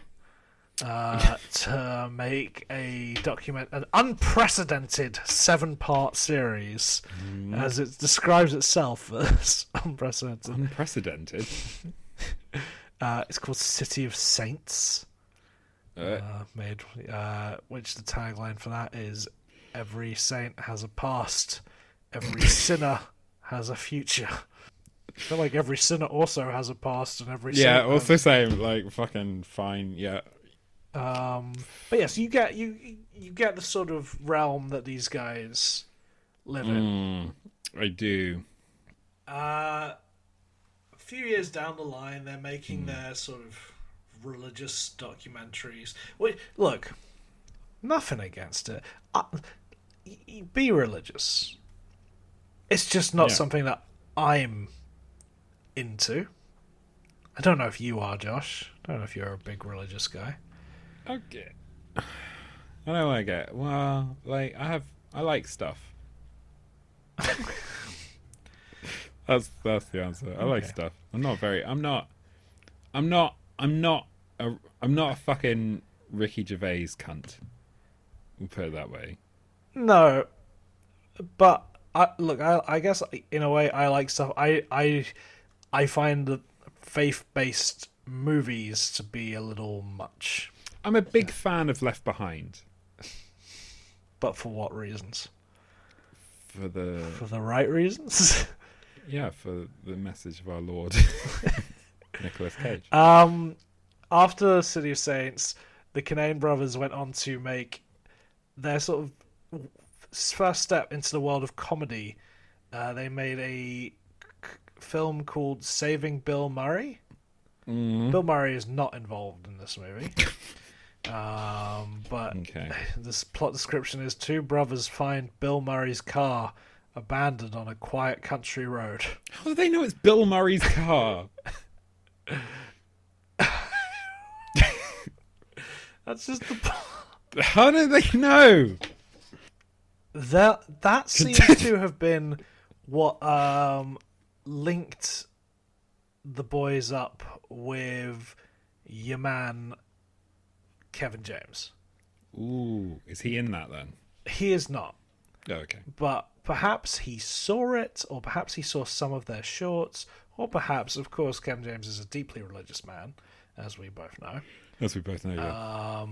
[SPEAKER 3] (laughs)
[SPEAKER 1] uh, to make a document an unprecedented seven part series
[SPEAKER 3] Hmm.
[SPEAKER 1] as it describes itself (laughs) as unprecedented
[SPEAKER 3] Unprecedented.
[SPEAKER 1] uh, it's called city of saints
[SPEAKER 3] Uh,
[SPEAKER 1] uh, made uh, which the tagline for that is every saint has a past
[SPEAKER 3] (laughs)
[SPEAKER 1] every sinner has a future I feel like every sinner also has a past and every
[SPEAKER 3] yeah,
[SPEAKER 1] saint
[SPEAKER 3] also same like fucking fine. Yeah,
[SPEAKER 1] Um, but yes, you get you you get the sort of realm that these guys live in.
[SPEAKER 3] I do.
[SPEAKER 1] A few years down the line, they're making their sort of religious documentaries. Wait, look, nothing against it. I, y- y- be religious. It's just not
[SPEAKER 3] Yeah.
[SPEAKER 1] something that I'm into. I don't know if you are, Josh. I don't know if you're a big religious guy.
[SPEAKER 3] Okay. I know what I get. Well, like I have, I like stuff. that's that's the answer. I like
[SPEAKER 1] Okay.
[SPEAKER 3] stuff. I'm not very. I'm not. I'm not. I'm not. A, I'm not a fucking Ricky Gervais cunt. We'll put it that way.
[SPEAKER 1] No, but I look. I, I guess in a way I like stuff. I I I find the faith-based movies to be a little much.
[SPEAKER 3] I'm a big fan of Left Behind
[SPEAKER 1] But for what reasons?
[SPEAKER 3] for the
[SPEAKER 1] For the right reasons. (laughs)
[SPEAKER 3] yeah for the message of our Lord Nicholas Cage.
[SPEAKER 1] After City of Saints, the Canaan brothers went on to make their sort of first step into the world of comedy. Uh, they made a c- film called Saving Bill Murray. Bill Murray is not involved in this movie. um, but
[SPEAKER 3] Okay.
[SPEAKER 1] (sighs) this plot description is two brothers find Bill Murray's car abandoned on a quiet country road.
[SPEAKER 3] How do they know it's Bill Murray's car?
[SPEAKER 1] That's just the plot.
[SPEAKER 3] How do they know?
[SPEAKER 1] That that seems to have been what um linked the boys up with your man Kevin James.
[SPEAKER 3] Ooh, is he in that then?
[SPEAKER 1] He is not,
[SPEAKER 3] Oh, okay.
[SPEAKER 1] but perhaps he saw it, or perhaps he saw some of their shorts, or perhaps, of course, Kevin James is a deeply religious man, as we both know,
[SPEAKER 3] As we both know,
[SPEAKER 1] Uh,
[SPEAKER 3] yeah.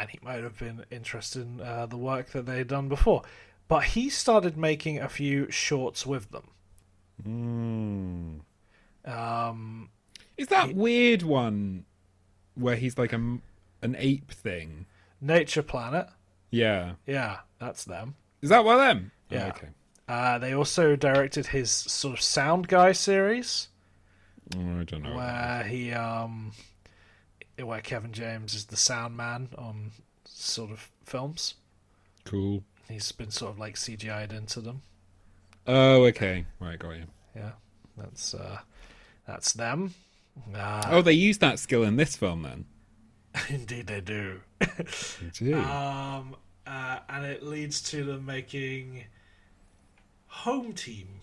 [SPEAKER 1] and he might have been interested in uh, the work that they had done before. But he started making a few shorts with them.
[SPEAKER 3] Is that weird one where he's like a m an ape thing?
[SPEAKER 1] Nature Planet.
[SPEAKER 3] Yeah.
[SPEAKER 1] Yeah, that's them.
[SPEAKER 3] Is that one of them? Oh,
[SPEAKER 1] Yeah.
[SPEAKER 3] okay.
[SPEAKER 1] Uh, they also directed his sort of Sound Guy series,
[SPEAKER 3] Oh, I don't know.
[SPEAKER 1] where he, um, where Kevin James is the sound man on sort of films.
[SPEAKER 3] Cool.
[SPEAKER 1] He's been sort of like CGI'd into them.
[SPEAKER 3] Oh, okay. Right, got you.
[SPEAKER 1] Yeah, that's uh, that's them. Uh,
[SPEAKER 3] Oh, they used that skill in this film then. Oh.
[SPEAKER 1] indeed, they do. (coughs)
[SPEAKER 3] They do.
[SPEAKER 1] um, uh, and it leads to them making Home Team.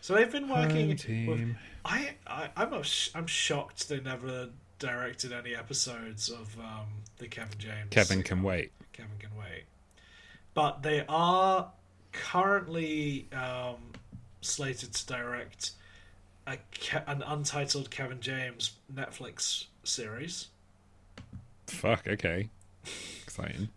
[SPEAKER 1] So they've been working
[SPEAKER 3] Home
[SPEAKER 1] with-
[SPEAKER 3] team.
[SPEAKER 1] I, I I'm a sh- I'm shocked they never directed any episodes of um, the Kevin James.
[SPEAKER 3] Kevin can wait.
[SPEAKER 1] Kevin can wait. But they are currently um, slated to direct a Ke- an untitled Kevin James Netflix series.
[SPEAKER 3] Fuck, okay. Exciting.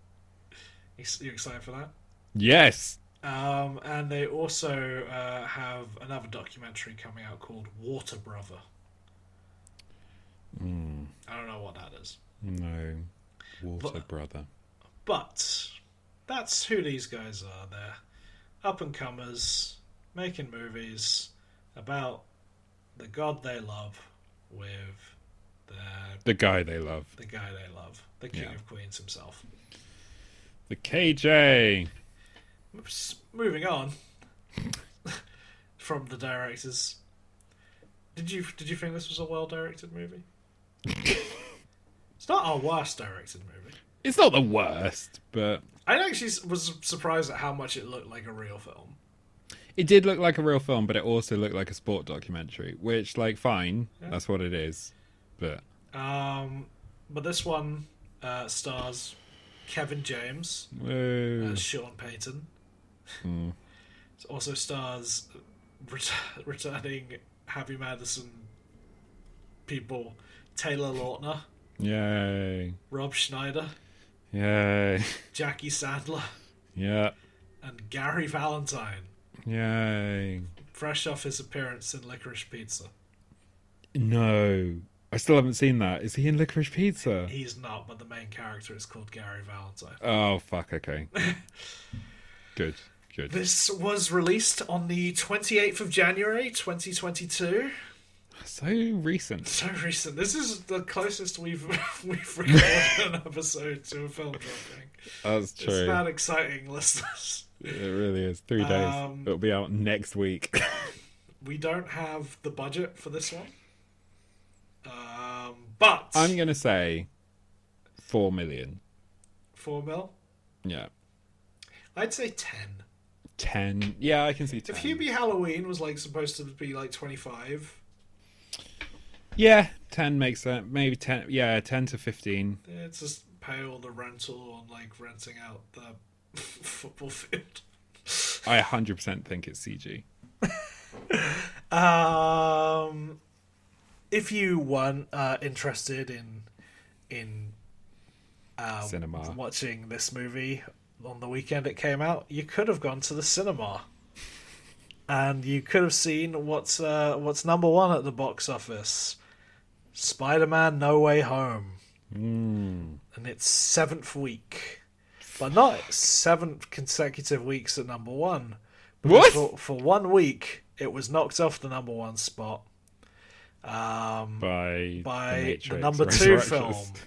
[SPEAKER 1] You s- you excited for that?
[SPEAKER 3] Yes.
[SPEAKER 1] Um, and they also uh, have another documentary coming out called Water Brother. I don't know what that is.
[SPEAKER 3] No. Water
[SPEAKER 1] But-
[SPEAKER 3] brother.
[SPEAKER 1] But that's who these guys are. They're up and comers making movies about the god they love with their,
[SPEAKER 3] The guy they love.
[SPEAKER 1] the guy they love, the King
[SPEAKER 3] Yeah.
[SPEAKER 1] of Queens himself.
[SPEAKER 3] The KJ.
[SPEAKER 1] Oops, Moving on from the directors. Did you did you think this was a well directed movie? it's not our worst directed movie.
[SPEAKER 3] It's not the worst, but
[SPEAKER 1] I actually s- was surprised at how much it looked like a real film.
[SPEAKER 3] It did look like a real film, but it also looked like a sport documentary, which, like, fine, that's what it is. But
[SPEAKER 1] Um, but this one uh, stars Kevin James
[SPEAKER 3] whoa,
[SPEAKER 1] as Sean Payton. it also stars ret- (laughs) returning Happy Madison people Taylor Lautner,
[SPEAKER 3] yay,
[SPEAKER 1] Rob Schneider,
[SPEAKER 3] yay, (laughs)
[SPEAKER 1] Jackie Sandler,
[SPEAKER 3] yeah,
[SPEAKER 1] and Gary Valentine,
[SPEAKER 3] yay.
[SPEAKER 1] fresh off his appearance in Licorice Pizza.
[SPEAKER 3] No, I still haven't seen that. Is he in Licorice Pizza?
[SPEAKER 1] He's not, (laughs) but the main character is called Gary Valentine.
[SPEAKER 3] Oh fuck, okay, Oh, good, Good.
[SPEAKER 1] This was released on the 28th of January 2022.
[SPEAKER 3] So recent.
[SPEAKER 1] So recent. This is the closest we've (laughs) we've recorded an episode to a film dropping.
[SPEAKER 3] That's
[SPEAKER 1] It's
[SPEAKER 3] true.
[SPEAKER 1] that exciting, listeners.
[SPEAKER 3] It really is. Three days.
[SPEAKER 1] Um,
[SPEAKER 3] It'll be out next week. (laughs)
[SPEAKER 1] We don't have the budget for this one. Um, but
[SPEAKER 3] I'm gonna say four million.
[SPEAKER 1] four mil.
[SPEAKER 3] Yeah.
[SPEAKER 1] I'd say ten.
[SPEAKER 3] Ten. Yeah, I can see ten.
[SPEAKER 1] If Hubie Halloween was like supposed to be like twenty five,
[SPEAKER 3] Yeah, ten makes that maybe ten. Yeah, ten to fifteen.
[SPEAKER 1] it's just pay all the rental on like renting out the (laughs) football field.
[SPEAKER 3] I 100 percent think it's CG.
[SPEAKER 1] Um, if you weren't uh, interested in in Uh,
[SPEAKER 3] Cinema.
[SPEAKER 1] watching this movie on the weekend it came out, you could have gone to the cinema, and you could have seen what's uh, what's number one at the box office: Spider-Man: No Way Home,
[SPEAKER 3] Hmm.
[SPEAKER 1] mm. and its seventh week, but not seventh consecutive weeks at number one.
[SPEAKER 3] What?
[SPEAKER 1] For, for one week, it was knocked off the number one spot
[SPEAKER 3] By
[SPEAKER 1] by the,
[SPEAKER 3] Matrix
[SPEAKER 1] number two film.
[SPEAKER 3] Resurrections.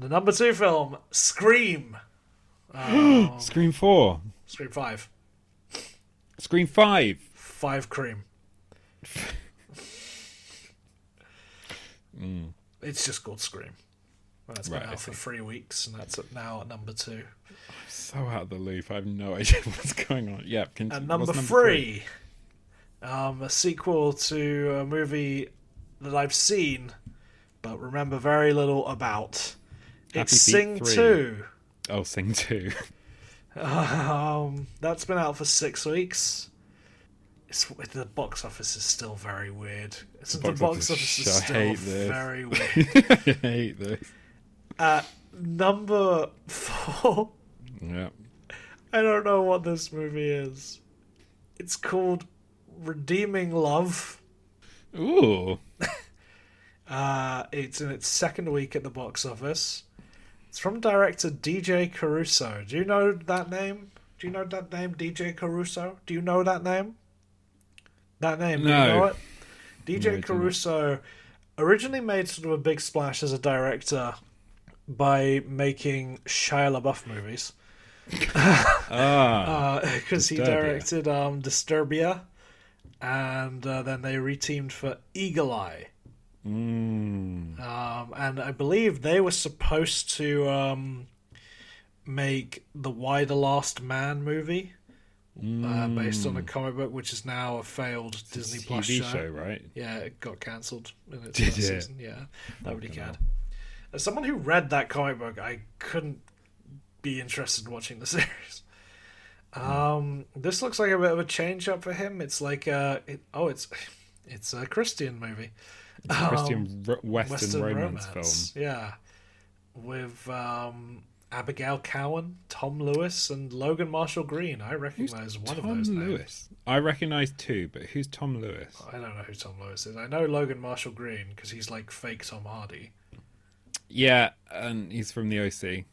[SPEAKER 1] The number two film, Scream.
[SPEAKER 3] Scream four.
[SPEAKER 1] Scream 5.
[SPEAKER 3] Scream five.
[SPEAKER 1] 5 cream. It's just called Scream. That's been
[SPEAKER 3] Mm. Right, I
[SPEAKER 1] out for three weeks, and that's at now at number two.
[SPEAKER 3] So out of the loop. I have no (laughs) idea what's going on. Yeah. Can,
[SPEAKER 1] And
[SPEAKER 3] what's
[SPEAKER 1] number, three, Um, a sequel to a movie that I've seen, but remember very little about.
[SPEAKER 3] Happy
[SPEAKER 1] It's
[SPEAKER 3] Feet
[SPEAKER 1] Sing
[SPEAKER 3] 3.
[SPEAKER 1] 2.
[SPEAKER 3] Oh, Sing two.
[SPEAKER 1] Um, that's been out for six weeks. It's the box office is still very weird. It's, the
[SPEAKER 3] (laughs) box
[SPEAKER 1] box,
[SPEAKER 3] office
[SPEAKER 1] office
[SPEAKER 3] is-
[SPEAKER 1] is
[SPEAKER 3] I
[SPEAKER 1] still
[SPEAKER 3] hate this.
[SPEAKER 1] very weird.
[SPEAKER 3] (laughs) I hate this.
[SPEAKER 1] Number four. (laughs)
[SPEAKER 3] Yeah.
[SPEAKER 1] I don't know what this movie is. It's called Redeeming Love.
[SPEAKER 3] Ooh.
[SPEAKER 1] Uh, it's in its second week at the box office. It's from director DJ Caruso. Do you know that name? Do you know that name, DJ Caruso? Do you know that name? That name, do you
[SPEAKER 3] No.
[SPEAKER 1] know it? DJ
[SPEAKER 3] not.
[SPEAKER 1] Caruso originally made sort of a big splash as a director by making Shia LaBeouf movies.
[SPEAKER 3] Ah.
[SPEAKER 1] (laughs) because Uh, he
[SPEAKER 3] Disturbia.
[SPEAKER 1] directed um, Disturbia, and uh, then they reteamed for Eagle Eye.
[SPEAKER 3] Hmm.
[SPEAKER 1] Um, and I believe they were supposed to um, make the Why the Last Man movie. Uh, based
[SPEAKER 3] Hmm.
[SPEAKER 1] on a comic book, which is now a failed Disney Plus
[SPEAKER 3] TV show, right?
[SPEAKER 1] yeah, it got cancelled in its
[SPEAKER 3] (laughs) Did
[SPEAKER 1] first
[SPEAKER 3] it?
[SPEAKER 1] season. Yeah, nobody cared. As someone who read that comic book, I couldn't be interested in watching the (laughs) series.
[SPEAKER 3] Hmm.
[SPEAKER 1] Um, this looks like a bit of a change up for him. It's like uh, it, oh, it's it's a Christian movie,
[SPEAKER 3] Christian Ro-
[SPEAKER 1] Um,
[SPEAKER 3] Western,
[SPEAKER 1] Western
[SPEAKER 3] romance,
[SPEAKER 1] romance,
[SPEAKER 3] film.
[SPEAKER 1] yeah, with um, Abigail Cowan, Tom Lewis, and Logan Marshall Green. I recognize one of
[SPEAKER 3] Tom
[SPEAKER 1] those names. Uh,
[SPEAKER 3] Lewis. I recognise two, but who's Tom Lewis?
[SPEAKER 1] I don't know who Tom Lewis is. I know Logan Marshall Green because he's like fake Tom Hardy.
[SPEAKER 3] Yeah, and he's from the OC.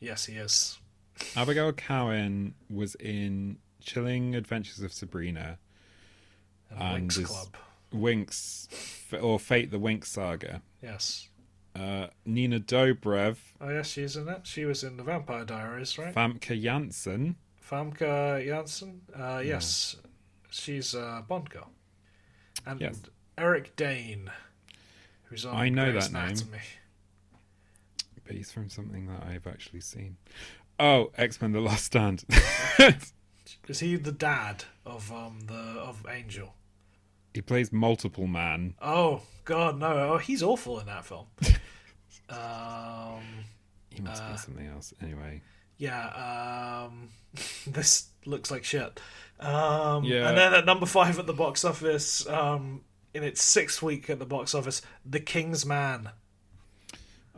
[SPEAKER 1] Yes, he is.
[SPEAKER 3] Abigail Cowan was in Chilling Adventures of Sabrina,
[SPEAKER 1] and Winx
[SPEAKER 3] is-
[SPEAKER 1] Club.
[SPEAKER 3] Winx, f- or Fate the Winx Saga.
[SPEAKER 1] Yes.
[SPEAKER 3] Uh, Nina Dobrev,
[SPEAKER 1] Oh, yes, she's in it. She was in The Vampire Diaries, right?
[SPEAKER 3] Famke Janssen.
[SPEAKER 1] Famke Janssen. Uh, yes. She's a Bond girl. And
[SPEAKER 3] Yes.
[SPEAKER 1] Eric Dane, who's on
[SPEAKER 3] I know
[SPEAKER 1] Grey's
[SPEAKER 3] that name.
[SPEAKER 1] Anatomy.
[SPEAKER 3] But he's from something that I've actually seen. Oh, X Men: The Last Stand. (laughs)
[SPEAKER 1] Is he the dad of um the of Angel?
[SPEAKER 3] he plays multiple man.
[SPEAKER 1] Oh God, no! Oh, he's awful in that
[SPEAKER 3] (laughs)
[SPEAKER 1] film. um,
[SPEAKER 3] He must be something else. Anyway,
[SPEAKER 1] yeah, um, (laughs) this looks like shit. Um,
[SPEAKER 3] Yeah.
[SPEAKER 1] And then at number five at the box office, um, in its sixth week at the box office, The King's Man.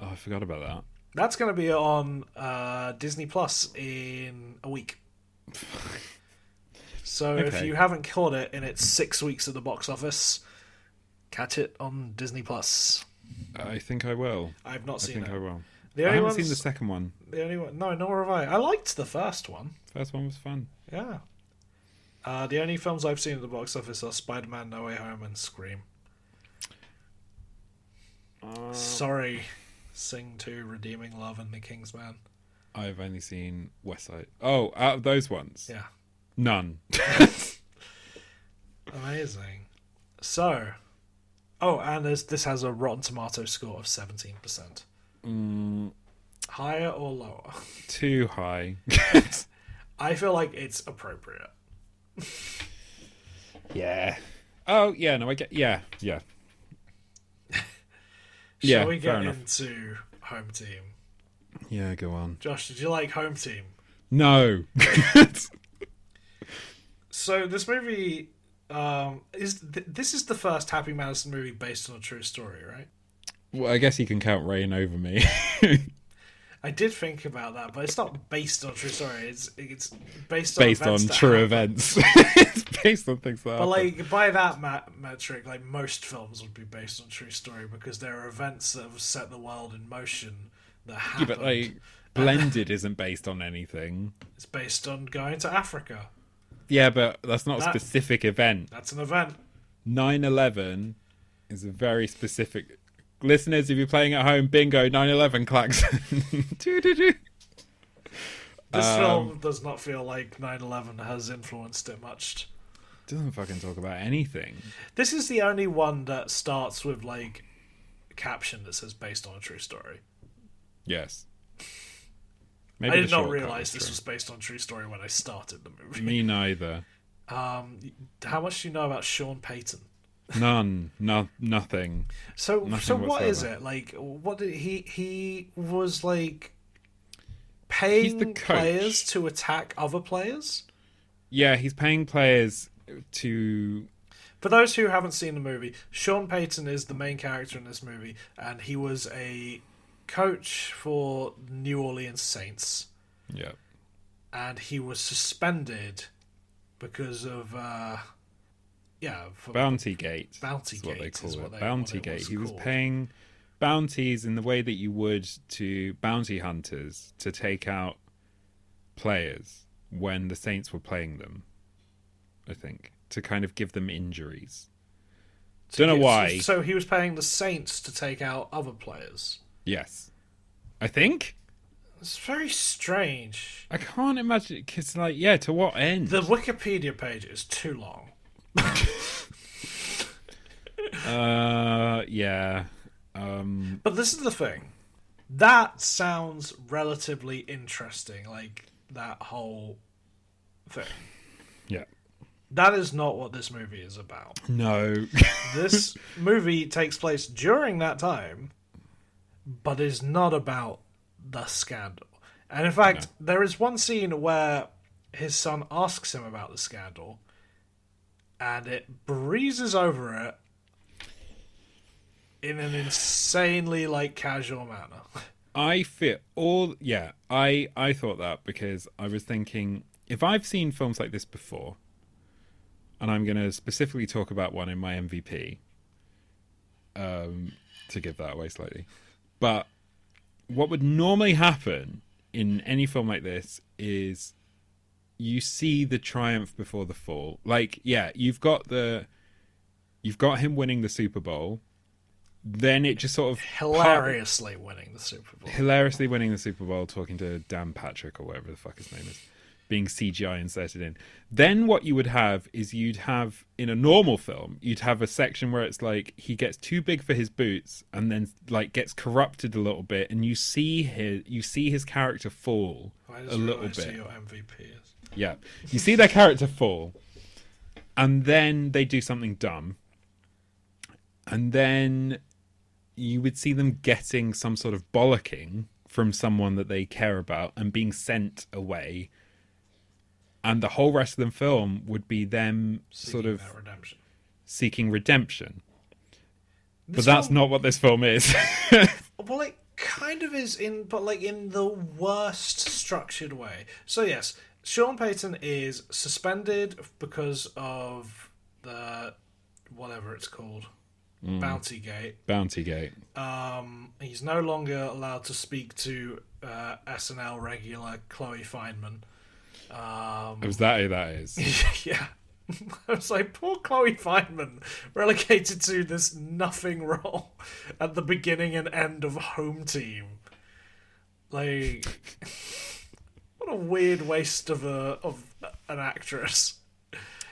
[SPEAKER 3] oh, I forgot about that.
[SPEAKER 1] That's going to be on uh, Disney Plus in a
[SPEAKER 3] (laughs)
[SPEAKER 1] week. so if
[SPEAKER 3] Okay.
[SPEAKER 1] you haven't caught it in its six weeks at the box office, catch it on Disney Plus.
[SPEAKER 3] I think I will.
[SPEAKER 1] I've not
[SPEAKER 3] I
[SPEAKER 1] seen
[SPEAKER 3] think
[SPEAKER 1] it.
[SPEAKER 3] I will.
[SPEAKER 1] The
[SPEAKER 3] I
[SPEAKER 1] only
[SPEAKER 3] haven't
[SPEAKER 1] ones,
[SPEAKER 3] seen the second one.
[SPEAKER 1] the only one. No, nor have I. I liked the first one.
[SPEAKER 3] First one was fun.
[SPEAKER 1] Yeah. Uh, the only films I've seen at the box office are Spider Man, No Way Home, and Scream.
[SPEAKER 3] Uh,
[SPEAKER 1] Sorry, Sing 2, Redeeming Love, and The Kingsman.
[SPEAKER 3] I've only seen West Side. Oh, out of those ones,
[SPEAKER 1] Yeah,
[SPEAKER 3] none. (laughs)
[SPEAKER 1] amazing. So, oh, and this, this has a Rotten Tomato score of 17%.
[SPEAKER 3] Mm.
[SPEAKER 1] Higher or lower?
[SPEAKER 3] Too
[SPEAKER 1] (laughs)
[SPEAKER 3] high.
[SPEAKER 1] I feel like it's appropriate.
[SPEAKER 3] yeah. Oh yeah, no, I get. Yeah, yeah.
[SPEAKER 1] (laughs) Shall
[SPEAKER 3] yeah,
[SPEAKER 1] we
[SPEAKER 3] fair
[SPEAKER 1] get
[SPEAKER 3] enough.
[SPEAKER 1] into Home Team?
[SPEAKER 3] Yeah, go on.
[SPEAKER 1] Josh, did you like Home Team?
[SPEAKER 3] No. (laughs)
[SPEAKER 1] So this movie um, is th- this is the first Happy Madison movie based on a true story, right?
[SPEAKER 3] well, I guess you can count rain over me.
[SPEAKER 1] I did think about that, but it's not based on a true story. It's it's based on
[SPEAKER 3] based on
[SPEAKER 1] events that
[SPEAKER 3] true
[SPEAKER 1] happened.
[SPEAKER 3] events. (laughs) it's based on things that.
[SPEAKER 1] But
[SPEAKER 3] happen.
[SPEAKER 1] like by that ma- metric, like most films would be based on true story because there are events that have set the world in motion that
[SPEAKER 3] Yeah,
[SPEAKER 1] happened.
[SPEAKER 3] but like blended isn't based on anything.
[SPEAKER 1] It's based on going to Africa.
[SPEAKER 3] Yeah, but that's not a
[SPEAKER 1] That-
[SPEAKER 3] specific event.
[SPEAKER 1] That's an event.
[SPEAKER 3] 9/11 is a very specific. Listeners, if you're playing at home, bingo
[SPEAKER 1] (laughs)
[SPEAKER 3] 9/11 klaxon. Doo-doo-doo.
[SPEAKER 1] This
[SPEAKER 3] Um,
[SPEAKER 1] film does not feel like 9/11 has influenced it much.
[SPEAKER 3] Doesn't fucking talk about anything.
[SPEAKER 1] This is the only one that starts with like a caption that says based on a true story.
[SPEAKER 3] Yes. Maybe
[SPEAKER 1] I
[SPEAKER 3] the
[SPEAKER 1] did not
[SPEAKER 3] shortcut
[SPEAKER 1] realize this
[SPEAKER 3] true.
[SPEAKER 1] was based on true story when I started the movie.
[SPEAKER 3] Me neither.
[SPEAKER 1] (laughs) How much do you know about Sean Payton?
[SPEAKER 3] None. No. Nothing.
[SPEAKER 1] So so what is
[SPEAKER 3] whatsoever.
[SPEAKER 1] it? Like what did he he was like paying
[SPEAKER 3] coach.
[SPEAKER 1] players to attack other players?
[SPEAKER 3] Yeah, he's paying players to.
[SPEAKER 1] For those who haven't seen the movie, Sean Payton is the main character in this movie, and he was a coach for New Orleans Saints.
[SPEAKER 3] Yeah.
[SPEAKER 1] and he was suspended because of uh yeah for
[SPEAKER 3] Bounty Gate.
[SPEAKER 1] Bounty
[SPEAKER 3] is what they
[SPEAKER 1] Gate
[SPEAKER 3] call
[SPEAKER 1] is
[SPEAKER 3] it.
[SPEAKER 1] what they-
[SPEAKER 3] bounty
[SPEAKER 1] what it
[SPEAKER 3] Gate.
[SPEAKER 1] was
[SPEAKER 3] he was
[SPEAKER 1] called.
[SPEAKER 3] paying bounties in the way that you would to bounty hunters to take out players when the Saints were playing them. I think to kind of give them injuries. Don't know why.
[SPEAKER 1] so he was paying the saints to take out other players
[SPEAKER 3] Yes, I think
[SPEAKER 1] it's very strange
[SPEAKER 3] I can't imagine because, like, yeah, to what end?
[SPEAKER 1] the wikipedia page is too long
[SPEAKER 3] Uh, yeah. Um,
[SPEAKER 1] but this is the thing that sounds relatively interesting like that whole thing
[SPEAKER 3] yeah.
[SPEAKER 1] that is not what this movie is about
[SPEAKER 3] No. (laughs)
[SPEAKER 1] this movie takes place during that time, but is not about the scandal. And in fact, there is one scene where his son asks him about the scandal, and it breezes over it in an insanely like casual manner. (laughs)
[SPEAKER 3] I feel all yeah, I I thought that because I was thinking if I've seen films like this before and I'm going to specifically talk about one in my MVP um to give that away slightly. But what would normally happen in any film like this is you see the triumph before the fall. Like yeah, you've got the you've got him winning the Super Bowl. Then it just sort of part-
[SPEAKER 1] Hilariously winning the Super Bowl.
[SPEAKER 3] hilariously winning the Super Bowl, talking to Dan Patrick or whatever the fuck his name is, being CGI inserted in. Then what you would have is you'd have in a normal film, you'd have a section where it's like he gets too big for his boots and then like gets corrupted a little bit, and you see his you see his character fall
[SPEAKER 1] I
[SPEAKER 3] a
[SPEAKER 1] just
[SPEAKER 3] little
[SPEAKER 1] realised who
[SPEAKER 3] bit.
[SPEAKER 1] Your MVP is.
[SPEAKER 3] Yeah. You see their character fall, and then they do something dumb, and then you would see them getting some sort of bollocking from someone that they care about and being sent away. And the whole rest of the film would be them sort
[SPEAKER 1] Seeking
[SPEAKER 3] of
[SPEAKER 1] that redemption.
[SPEAKER 3] seeking redemption. But
[SPEAKER 1] This
[SPEAKER 3] that's
[SPEAKER 1] film-
[SPEAKER 3] not what this
[SPEAKER 1] (laughs)
[SPEAKER 3] film is.
[SPEAKER 1] Well, it kind of is in, but like in the worst structured way. So yes, Sean Payton is suspended because of the whatever it's called, Bounty Gate.
[SPEAKER 3] Bounty Gate.
[SPEAKER 1] Um, he's no longer allowed to speak to uh, SNL regular Chloe Feynman. Um,
[SPEAKER 3] It was that who that is.
[SPEAKER 1] yeah. (laughs) I was like, poor Chloe Feynman, relegated to this nothing role at the beginning and end of Home Team. Like, what a weird waste of a of an actress.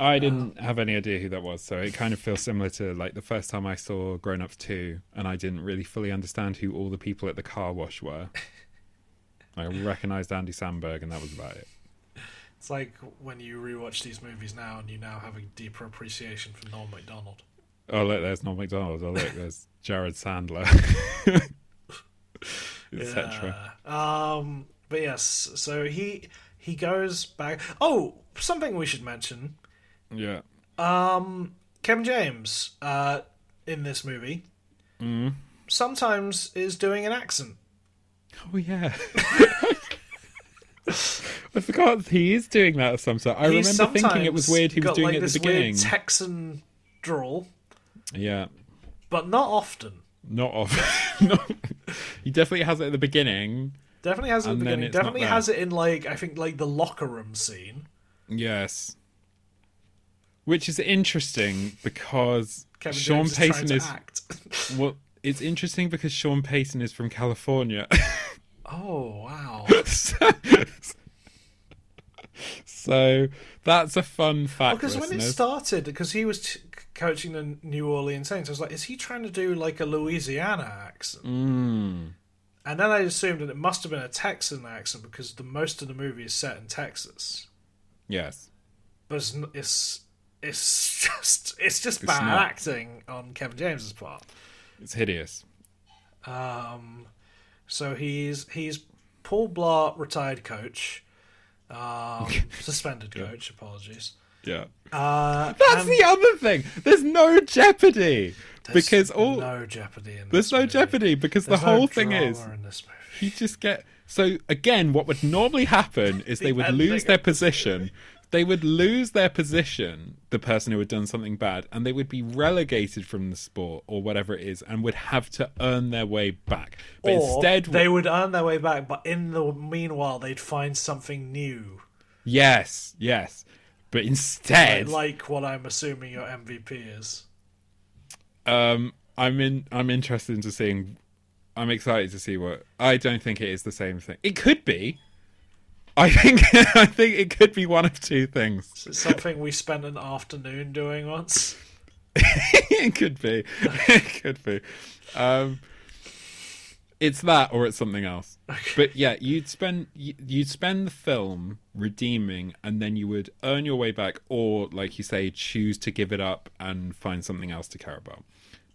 [SPEAKER 3] I didn't have any idea who that was, so it kind of feels similar to like the first time I saw Grown Ups 2 and I didn't really fully understand who all the people at the car wash were. I recognized Andy Sandberg and that was about it.
[SPEAKER 1] It's like when you rewatch these movies now and you now have a deeper appreciation for Norm Macdonald.
[SPEAKER 3] Oh, look, there's Norm MacDonald. Oh, look, there's Jared Sandler. (laughs) Etc.
[SPEAKER 1] Um, but yes, so he he goes back. Oh, something we should mention:
[SPEAKER 3] Yeah.
[SPEAKER 1] Kevin James uh, in this movie
[SPEAKER 3] Mm.
[SPEAKER 1] sometimes is doing an accent.
[SPEAKER 3] Oh, yeah. (laughs) I forgot he is doing that of some sort. I
[SPEAKER 1] He's
[SPEAKER 3] remember thinking it was
[SPEAKER 1] sometimes
[SPEAKER 3] weird he was
[SPEAKER 1] got,
[SPEAKER 3] doing
[SPEAKER 1] like,
[SPEAKER 3] it at
[SPEAKER 1] this
[SPEAKER 3] the beginning.
[SPEAKER 1] Weird Texan drawl,
[SPEAKER 3] yeah.
[SPEAKER 1] but not often.
[SPEAKER 3] (laughs) Not off. no. He definitely has it at the beginning.
[SPEAKER 1] Definitely has it at
[SPEAKER 3] And
[SPEAKER 1] the
[SPEAKER 3] then
[SPEAKER 1] beginning.
[SPEAKER 3] it's not
[SPEAKER 1] Definitely
[SPEAKER 3] there.
[SPEAKER 1] has it in like I think like the locker room scene.
[SPEAKER 3] Yes. Which is interesting because
[SPEAKER 1] Kevin
[SPEAKER 3] Sean
[SPEAKER 1] James is
[SPEAKER 3] Payson
[SPEAKER 1] trying
[SPEAKER 3] is,
[SPEAKER 1] to act. (laughs)
[SPEAKER 3] well it's interesting because Sean Payson is from California. (laughs)
[SPEAKER 1] oh wow!
[SPEAKER 3] so, so that's a fun fact.
[SPEAKER 1] Because Oh, when it
[SPEAKER 3] listeners.
[SPEAKER 1] started, because he was t- coaching the New Orleans Saints, I was like, is he trying to do like a Louisiana accent?
[SPEAKER 3] Mm.
[SPEAKER 1] And then I assumed that it must have been a Texan accent because the most of the movie is set in Texas.
[SPEAKER 3] yes.
[SPEAKER 1] But it's n- it's it's (laughs) just it's just bad
[SPEAKER 3] not.
[SPEAKER 1] acting on Kevin James's part.
[SPEAKER 3] It's hideous.
[SPEAKER 1] So he's he's Paul Blart retired coach,
[SPEAKER 3] (laughs)
[SPEAKER 1] um, suspended coach. Apologies.
[SPEAKER 3] Yeah.
[SPEAKER 1] Uh,
[SPEAKER 3] That's
[SPEAKER 1] and
[SPEAKER 3] the other thing. There's no jeopardy.
[SPEAKER 1] there's
[SPEAKER 3] Because all
[SPEAKER 1] no jeopardy in
[SPEAKER 3] there's
[SPEAKER 1] this
[SPEAKER 3] no
[SPEAKER 1] movie.
[SPEAKER 3] jeopardy because
[SPEAKER 1] There's
[SPEAKER 3] the
[SPEAKER 1] no
[SPEAKER 3] whole thing
[SPEAKER 1] drama
[SPEAKER 3] is
[SPEAKER 1] in this movie.
[SPEAKER 3] You just get so again. What would normally happen is
[SPEAKER 1] (laughs)
[SPEAKER 3] they would
[SPEAKER 1] ending.
[SPEAKER 3] lose their position. They would lose their position, the person who had done something bad, and they would be relegated from the sport or whatever it is, and would have to earn their way back. But
[SPEAKER 1] Or
[SPEAKER 3] instead,
[SPEAKER 1] they would earn their way back, but in the meanwhile, they'd find something new,
[SPEAKER 3] yes, yes. But instead,
[SPEAKER 1] like what I'm assuming your MVP is.
[SPEAKER 3] um, I'm in. I'm interested into seeing. I'm excited to see what. I don't think it is the same thing. It could be. I think. (laughs) I think it could be one of two things.
[SPEAKER 1] It's something we spent an afternoon doing once.
[SPEAKER 3] (laughs) it could be. It could be. Um, it's that, or it's something else. But yeah, you'd spend you- you'd spend the film redeeming, and then you would earn your way back, or like you say, choose to give it up and find something else to care about.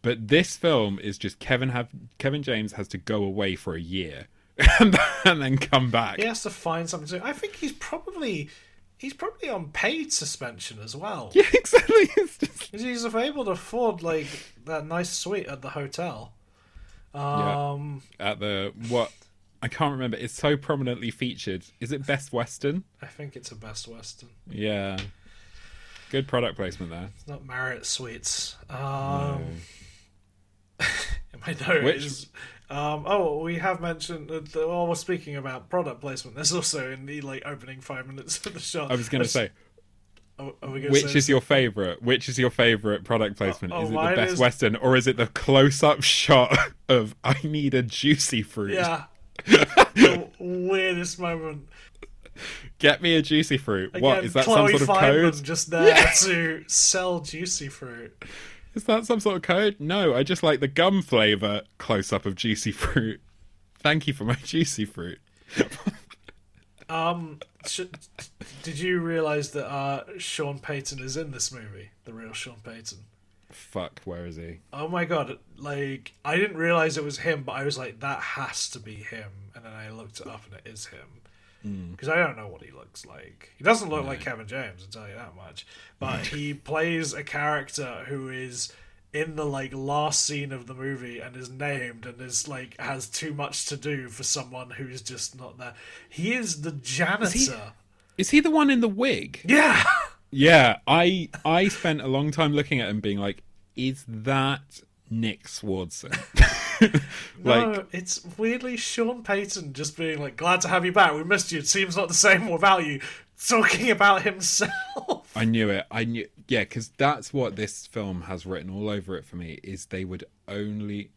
[SPEAKER 3] But this film is just Kevin have Kevin James has to go away for a year (laughs) and, then come back.
[SPEAKER 1] He has to find something to. I think he's probably he's probably on paid suspension as well.
[SPEAKER 3] (laughs) Yeah, exactly. It's just
[SPEAKER 1] 'Cause He's able to afford like that nice suite at the hotel.
[SPEAKER 3] yeah.
[SPEAKER 1] Um,
[SPEAKER 3] at the what I can't remember. It's so prominently featured. Is it Best Western?
[SPEAKER 1] I think it's a Best Western.
[SPEAKER 3] Yeah. Good product placement there.
[SPEAKER 1] It's not Marriott Suites. Um, (laughs) in my notes.
[SPEAKER 3] Which-
[SPEAKER 1] Um, oh, we have mentioned that. The, while we're speaking about product placement, there's also in the like opening five minutes of the shot.
[SPEAKER 3] I was going to say,
[SPEAKER 1] are, are we gonna
[SPEAKER 3] which
[SPEAKER 1] say
[SPEAKER 3] is your favorite? Which is your favorite product placement?
[SPEAKER 1] oh,
[SPEAKER 3] is it
[SPEAKER 1] mine
[SPEAKER 3] the Best
[SPEAKER 1] is-
[SPEAKER 3] Western or is it the close-up shot of "I need a juicy fruit"? (laughs)
[SPEAKER 1] yeah? the weirdest moment.
[SPEAKER 3] Get me a juicy fruit.
[SPEAKER 1] Again,
[SPEAKER 3] what is that?
[SPEAKER 1] Chloe
[SPEAKER 3] some sort of
[SPEAKER 1] Fineman
[SPEAKER 3] code?
[SPEAKER 1] just there to sell juicy fruit.
[SPEAKER 3] Is that some sort of code? No, I just like the gum flavor close-up of juicy (laughs) fruit. Thank you for my juicy fruit.
[SPEAKER 1] Sh- did you realize that uh, Sean Payton is in this movie? The real Sean Payton.
[SPEAKER 3] Fuck, where is he?
[SPEAKER 1] Oh my god! Like I didn't realize it was him, but I was like, that has to be him. And then I looked it up, and it is him. Because I don't know what he looks like. He doesn't look like Kevin James, I'll tell you that (laughs) much. But he plays a character who is in the like last scene of the movie and is named and is like has too much to do for someone who's just not there. He is the janitor.
[SPEAKER 3] Is he the one in the wig?
[SPEAKER 1] Yeah. (laughs)
[SPEAKER 3] Yeah, I I spent a long time looking at him, being like, "Is that Nick (laughs) Swardson?" like,
[SPEAKER 1] no, it's weirdly Sean Payton just (laughs) being like, glad to have you back. We missed you. It seems not the same without you. Talking about himself.
[SPEAKER 3] I knew it. I knew, yeah, because that's what this film has written all over it for me. Is they would only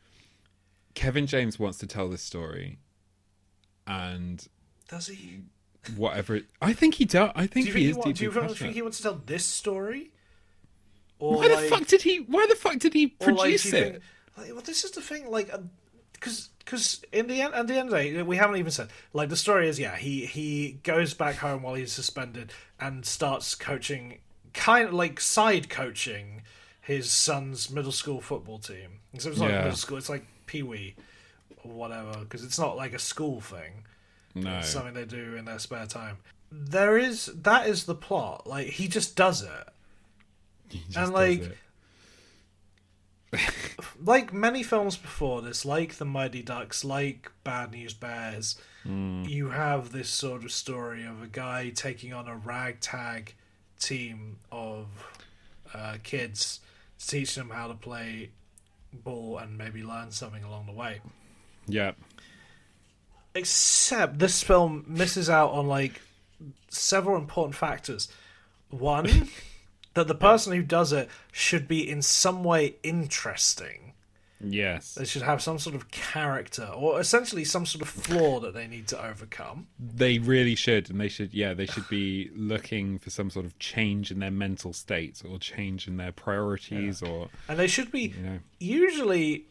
[SPEAKER 3] Kevin James wants to tell this story, and
[SPEAKER 1] Does he?
[SPEAKER 3] whatever. I think he does. I think
[SPEAKER 1] Do you
[SPEAKER 3] he
[SPEAKER 1] think he,
[SPEAKER 3] is
[SPEAKER 1] want, do
[SPEAKER 3] deeply
[SPEAKER 1] you think
[SPEAKER 3] passionate.
[SPEAKER 1] he wants to tell this story? Or
[SPEAKER 3] Why the fuck did he? Why the fuck did he
[SPEAKER 1] or, like,
[SPEAKER 3] produce
[SPEAKER 1] do you
[SPEAKER 3] it?
[SPEAKER 1] think- like, well, this is the thing, like, because because in the end, at the end of the day, we haven't even said like the story is yeah he he goes back home while he's suspended and starts coaching kind of like side coaching his son's middle school football team. So it's not
[SPEAKER 3] Yeah.
[SPEAKER 1] middle school; it's like pee wee or whatever because it's not like a school thing.
[SPEAKER 3] no,
[SPEAKER 1] It's something they do in their spare time. There is that is the plot. Like he just does it.
[SPEAKER 3] he just
[SPEAKER 1] and,
[SPEAKER 3] does
[SPEAKER 1] like,
[SPEAKER 3] it.
[SPEAKER 1] (laughs) like many films before this, like The Mighty Ducks, like Bad News Bears,
[SPEAKER 3] Hmm.
[SPEAKER 1] you have this sort of story of a guy taking on a ragtag team of uh, kids to teach them how to play ball and maybe learn something along the way.
[SPEAKER 3] yeah,
[SPEAKER 1] Except this film misses out on like several important factors. One, that the person who does it should be in some way interesting.
[SPEAKER 3] yes.
[SPEAKER 1] They should have some sort of character, or essentially some sort of flaw that they need to overcome.
[SPEAKER 3] They really should, and they should. Yeah, they should be looking for some sort of change in their mental states or change in their priorities or
[SPEAKER 1] And they should be
[SPEAKER 3] know.
[SPEAKER 1] usually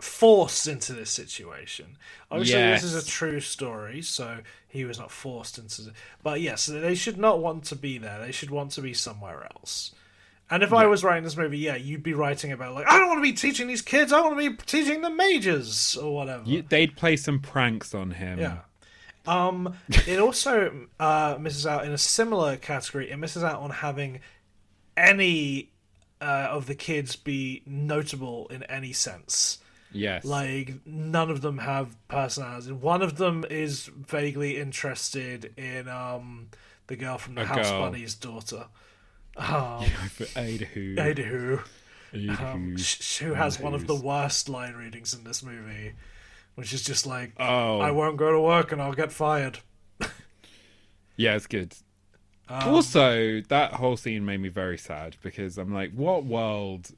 [SPEAKER 1] forced into this situation. Obviously, this is
[SPEAKER 3] Yes.
[SPEAKER 1] a true story, so he was not forced into it. But yes, they should not want to be there. They should want to be somewhere else. And if I was writing this movie, yeah, you'd be writing about, like, I don't want to be teaching these kids, I want to be teaching the majors, or whatever.
[SPEAKER 3] You- (laughs) they'd play some pranks on him.
[SPEAKER 1] Yeah. Um, it also uh, misses out in a similar category. It misses out on having any uh, of the kids be notable in any sense.
[SPEAKER 3] Yes.
[SPEAKER 1] Like none of them have personality. One of them is vaguely interested in um, the girl from the
[SPEAKER 3] A
[SPEAKER 1] House
[SPEAKER 3] girl.
[SPEAKER 1] Bunny's daughter. Um,
[SPEAKER 3] for Ada Who.
[SPEAKER 1] I do.
[SPEAKER 3] Ada
[SPEAKER 1] Um,
[SPEAKER 3] Who.
[SPEAKER 1] sh- who has one of the
[SPEAKER 3] Who's-
[SPEAKER 1] worst line readings in this movie, which is just like,
[SPEAKER 3] Oh.
[SPEAKER 1] "I won't go to work and I'll get fired."
[SPEAKER 3] Yeah, it's good.
[SPEAKER 1] um,
[SPEAKER 3] also, that whole scene made me very sad because I'm like, what world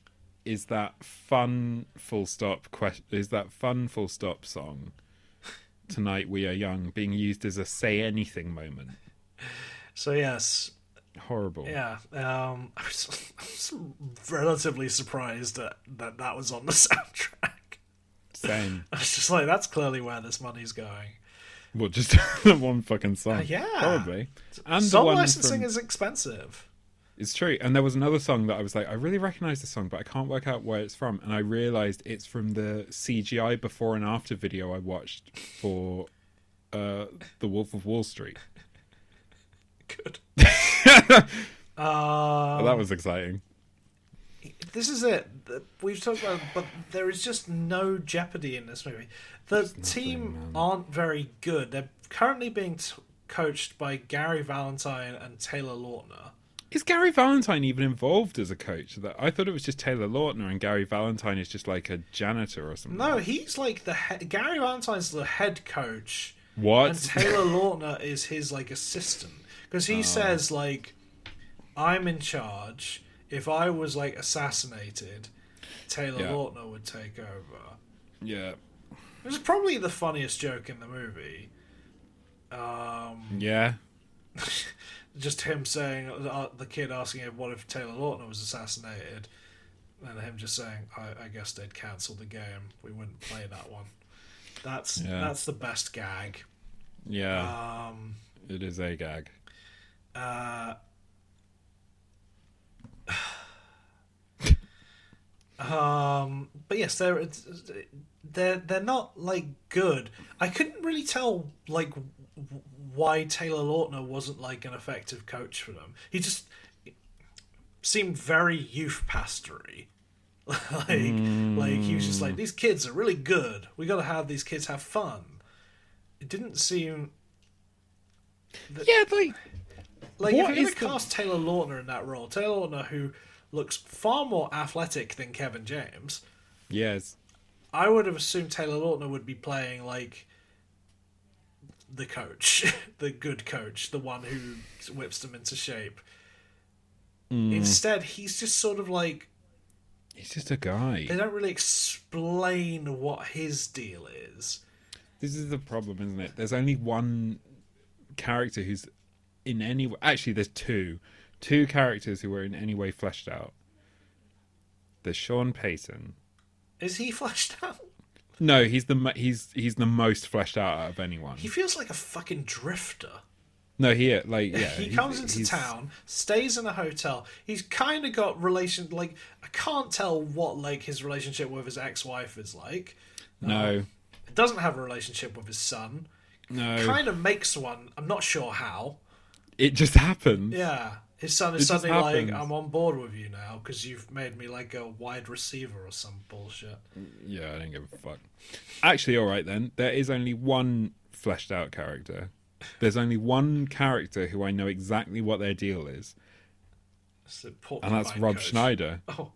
[SPEAKER 3] is that fun full stop question? Is that fun full stop song? Tonight we are young being used as a say anything moment.
[SPEAKER 1] So yes,
[SPEAKER 3] Horrible.
[SPEAKER 1] yeah, um, (laughs) I was, I was relatively surprised that, that that was on the (laughs) soundtrack. (laughs)
[SPEAKER 3] Same.
[SPEAKER 1] I was just like, that's clearly where this money's going.
[SPEAKER 3] Well, just (laughs) the one fucking song.
[SPEAKER 1] Uh, yeah.
[SPEAKER 3] Probably. And the
[SPEAKER 1] Song
[SPEAKER 3] one
[SPEAKER 1] licensing
[SPEAKER 3] from-
[SPEAKER 1] is expensive.
[SPEAKER 3] It's true. And there was another song that I was like, I really recognize this song, but I can't work out where it's from. And I realized it's from the CGI before and after video I watched for uh, The Wolf of Wall Street.
[SPEAKER 1] Good.
[SPEAKER 3] Oh, that was exciting.
[SPEAKER 1] This is it. The- We've talked about, it, but there is just no jeopardy in this movie. The team aren't very good. They're currently being t- coached by Gary Valentine and Taylor Lautner.
[SPEAKER 3] Is Gary Valentine even involved as a coach? That I thought it was just Taylor Lautner and Gary Valentine is just like a janitor or something.
[SPEAKER 1] No, he's like the he- Gary Valentine's the head coach. and
[SPEAKER 3] What?
[SPEAKER 1] Taylor Lautner is his like assistant because he says like, "I'm in charge. If I was like assassinated, Taylor
[SPEAKER 3] Yeah.
[SPEAKER 1] Lautner would take over."
[SPEAKER 3] (laughs) yeah.
[SPEAKER 1] It was probably the funniest joke in the movie.
[SPEAKER 3] Yeah.
[SPEAKER 1] Just him saying uh, the kid asking him, "What if Taylor Lautner was assassinated?" And him just saying, "I, I guess they'd cancel the game. We wouldn't play that one." That's
[SPEAKER 3] Yeah.
[SPEAKER 1] that's the best gag.
[SPEAKER 3] Yeah.
[SPEAKER 1] Um.
[SPEAKER 3] it is a gag.
[SPEAKER 1] Um, but yes, they're it's- they're they're not like good. I couldn't really tell like w- w- why Taylor Lautner wasn't like an effective coach for them. He just seemed very youth pastory. (laughs) like
[SPEAKER 3] Hmm.
[SPEAKER 1] like he was just like these kids are really good. We got to have these kids have fun. It didn't seem
[SPEAKER 3] Yeah, like
[SPEAKER 1] like if
[SPEAKER 3] What
[SPEAKER 1] you're going
[SPEAKER 3] is
[SPEAKER 1] to
[SPEAKER 3] the-
[SPEAKER 1] cast Taylor Lautner in that role, Taylor Lautner who looks far more athletic than Kevin James.
[SPEAKER 3] yes.
[SPEAKER 1] I would have assumed Taylor Lautner would be playing like (laughs) the coach, the good coach, the one who whips them into shape.
[SPEAKER 3] Mm.
[SPEAKER 1] Instead, he's just sort of like
[SPEAKER 3] He's just a guy.
[SPEAKER 1] they don't really explain what his deal is.
[SPEAKER 3] This is the problem, isn't it? There's only one character who's in any way. Actually, there's two. Two characters who are in any way fleshed out. There's Sean Payton.
[SPEAKER 1] Is he (laughs) fleshed out?
[SPEAKER 3] No, he's the mo- he's he's the most fleshed out out of anyone.
[SPEAKER 1] He feels like a fucking drifter.
[SPEAKER 3] No, he like yeah.
[SPEAKER 1] he
[SPEAKER 3] he's-
[SPEAKER 1] comes into
[SPEAKER 3] he's-
[SPEAKER 1] town, stays in a hotel. He's kind of got relation like I can't tell what like his relationship with his ex-wife is like.
[SPEAKER 3] No,
[SPEAKER 1] Doesn't have a relationship with his son.
[SPEAKER 3] no.
[SPEAKER 1] Kind of makes one. I'm not sure how.
[SPEAKER 3] It just happens.
[SPEAKER 1] Yeah, his son
[SPEAKER 3] It
[SPEAKER 1] is
[SPEAKER 3] just
[SPEAKER 1] suddenly like,
[SPEAKER 3] happens.
[SPEAKER 1] "I'm on board with you now because you've made me like a wide receiver or some bullshit."
[SPEAKER 3] Yeah, I don't give a fuck. Actually, all right then. There is only one fleshed out character. There's only one character who I know exactly what their deal is,
[SPEAKER 1] It's the porcupine
[SPEAKER 3] and that's Rob
[SPEAKER 1] coach.
[SPEAKER 3] Schneider.
[SPEAKER 1] (laughs) Oh.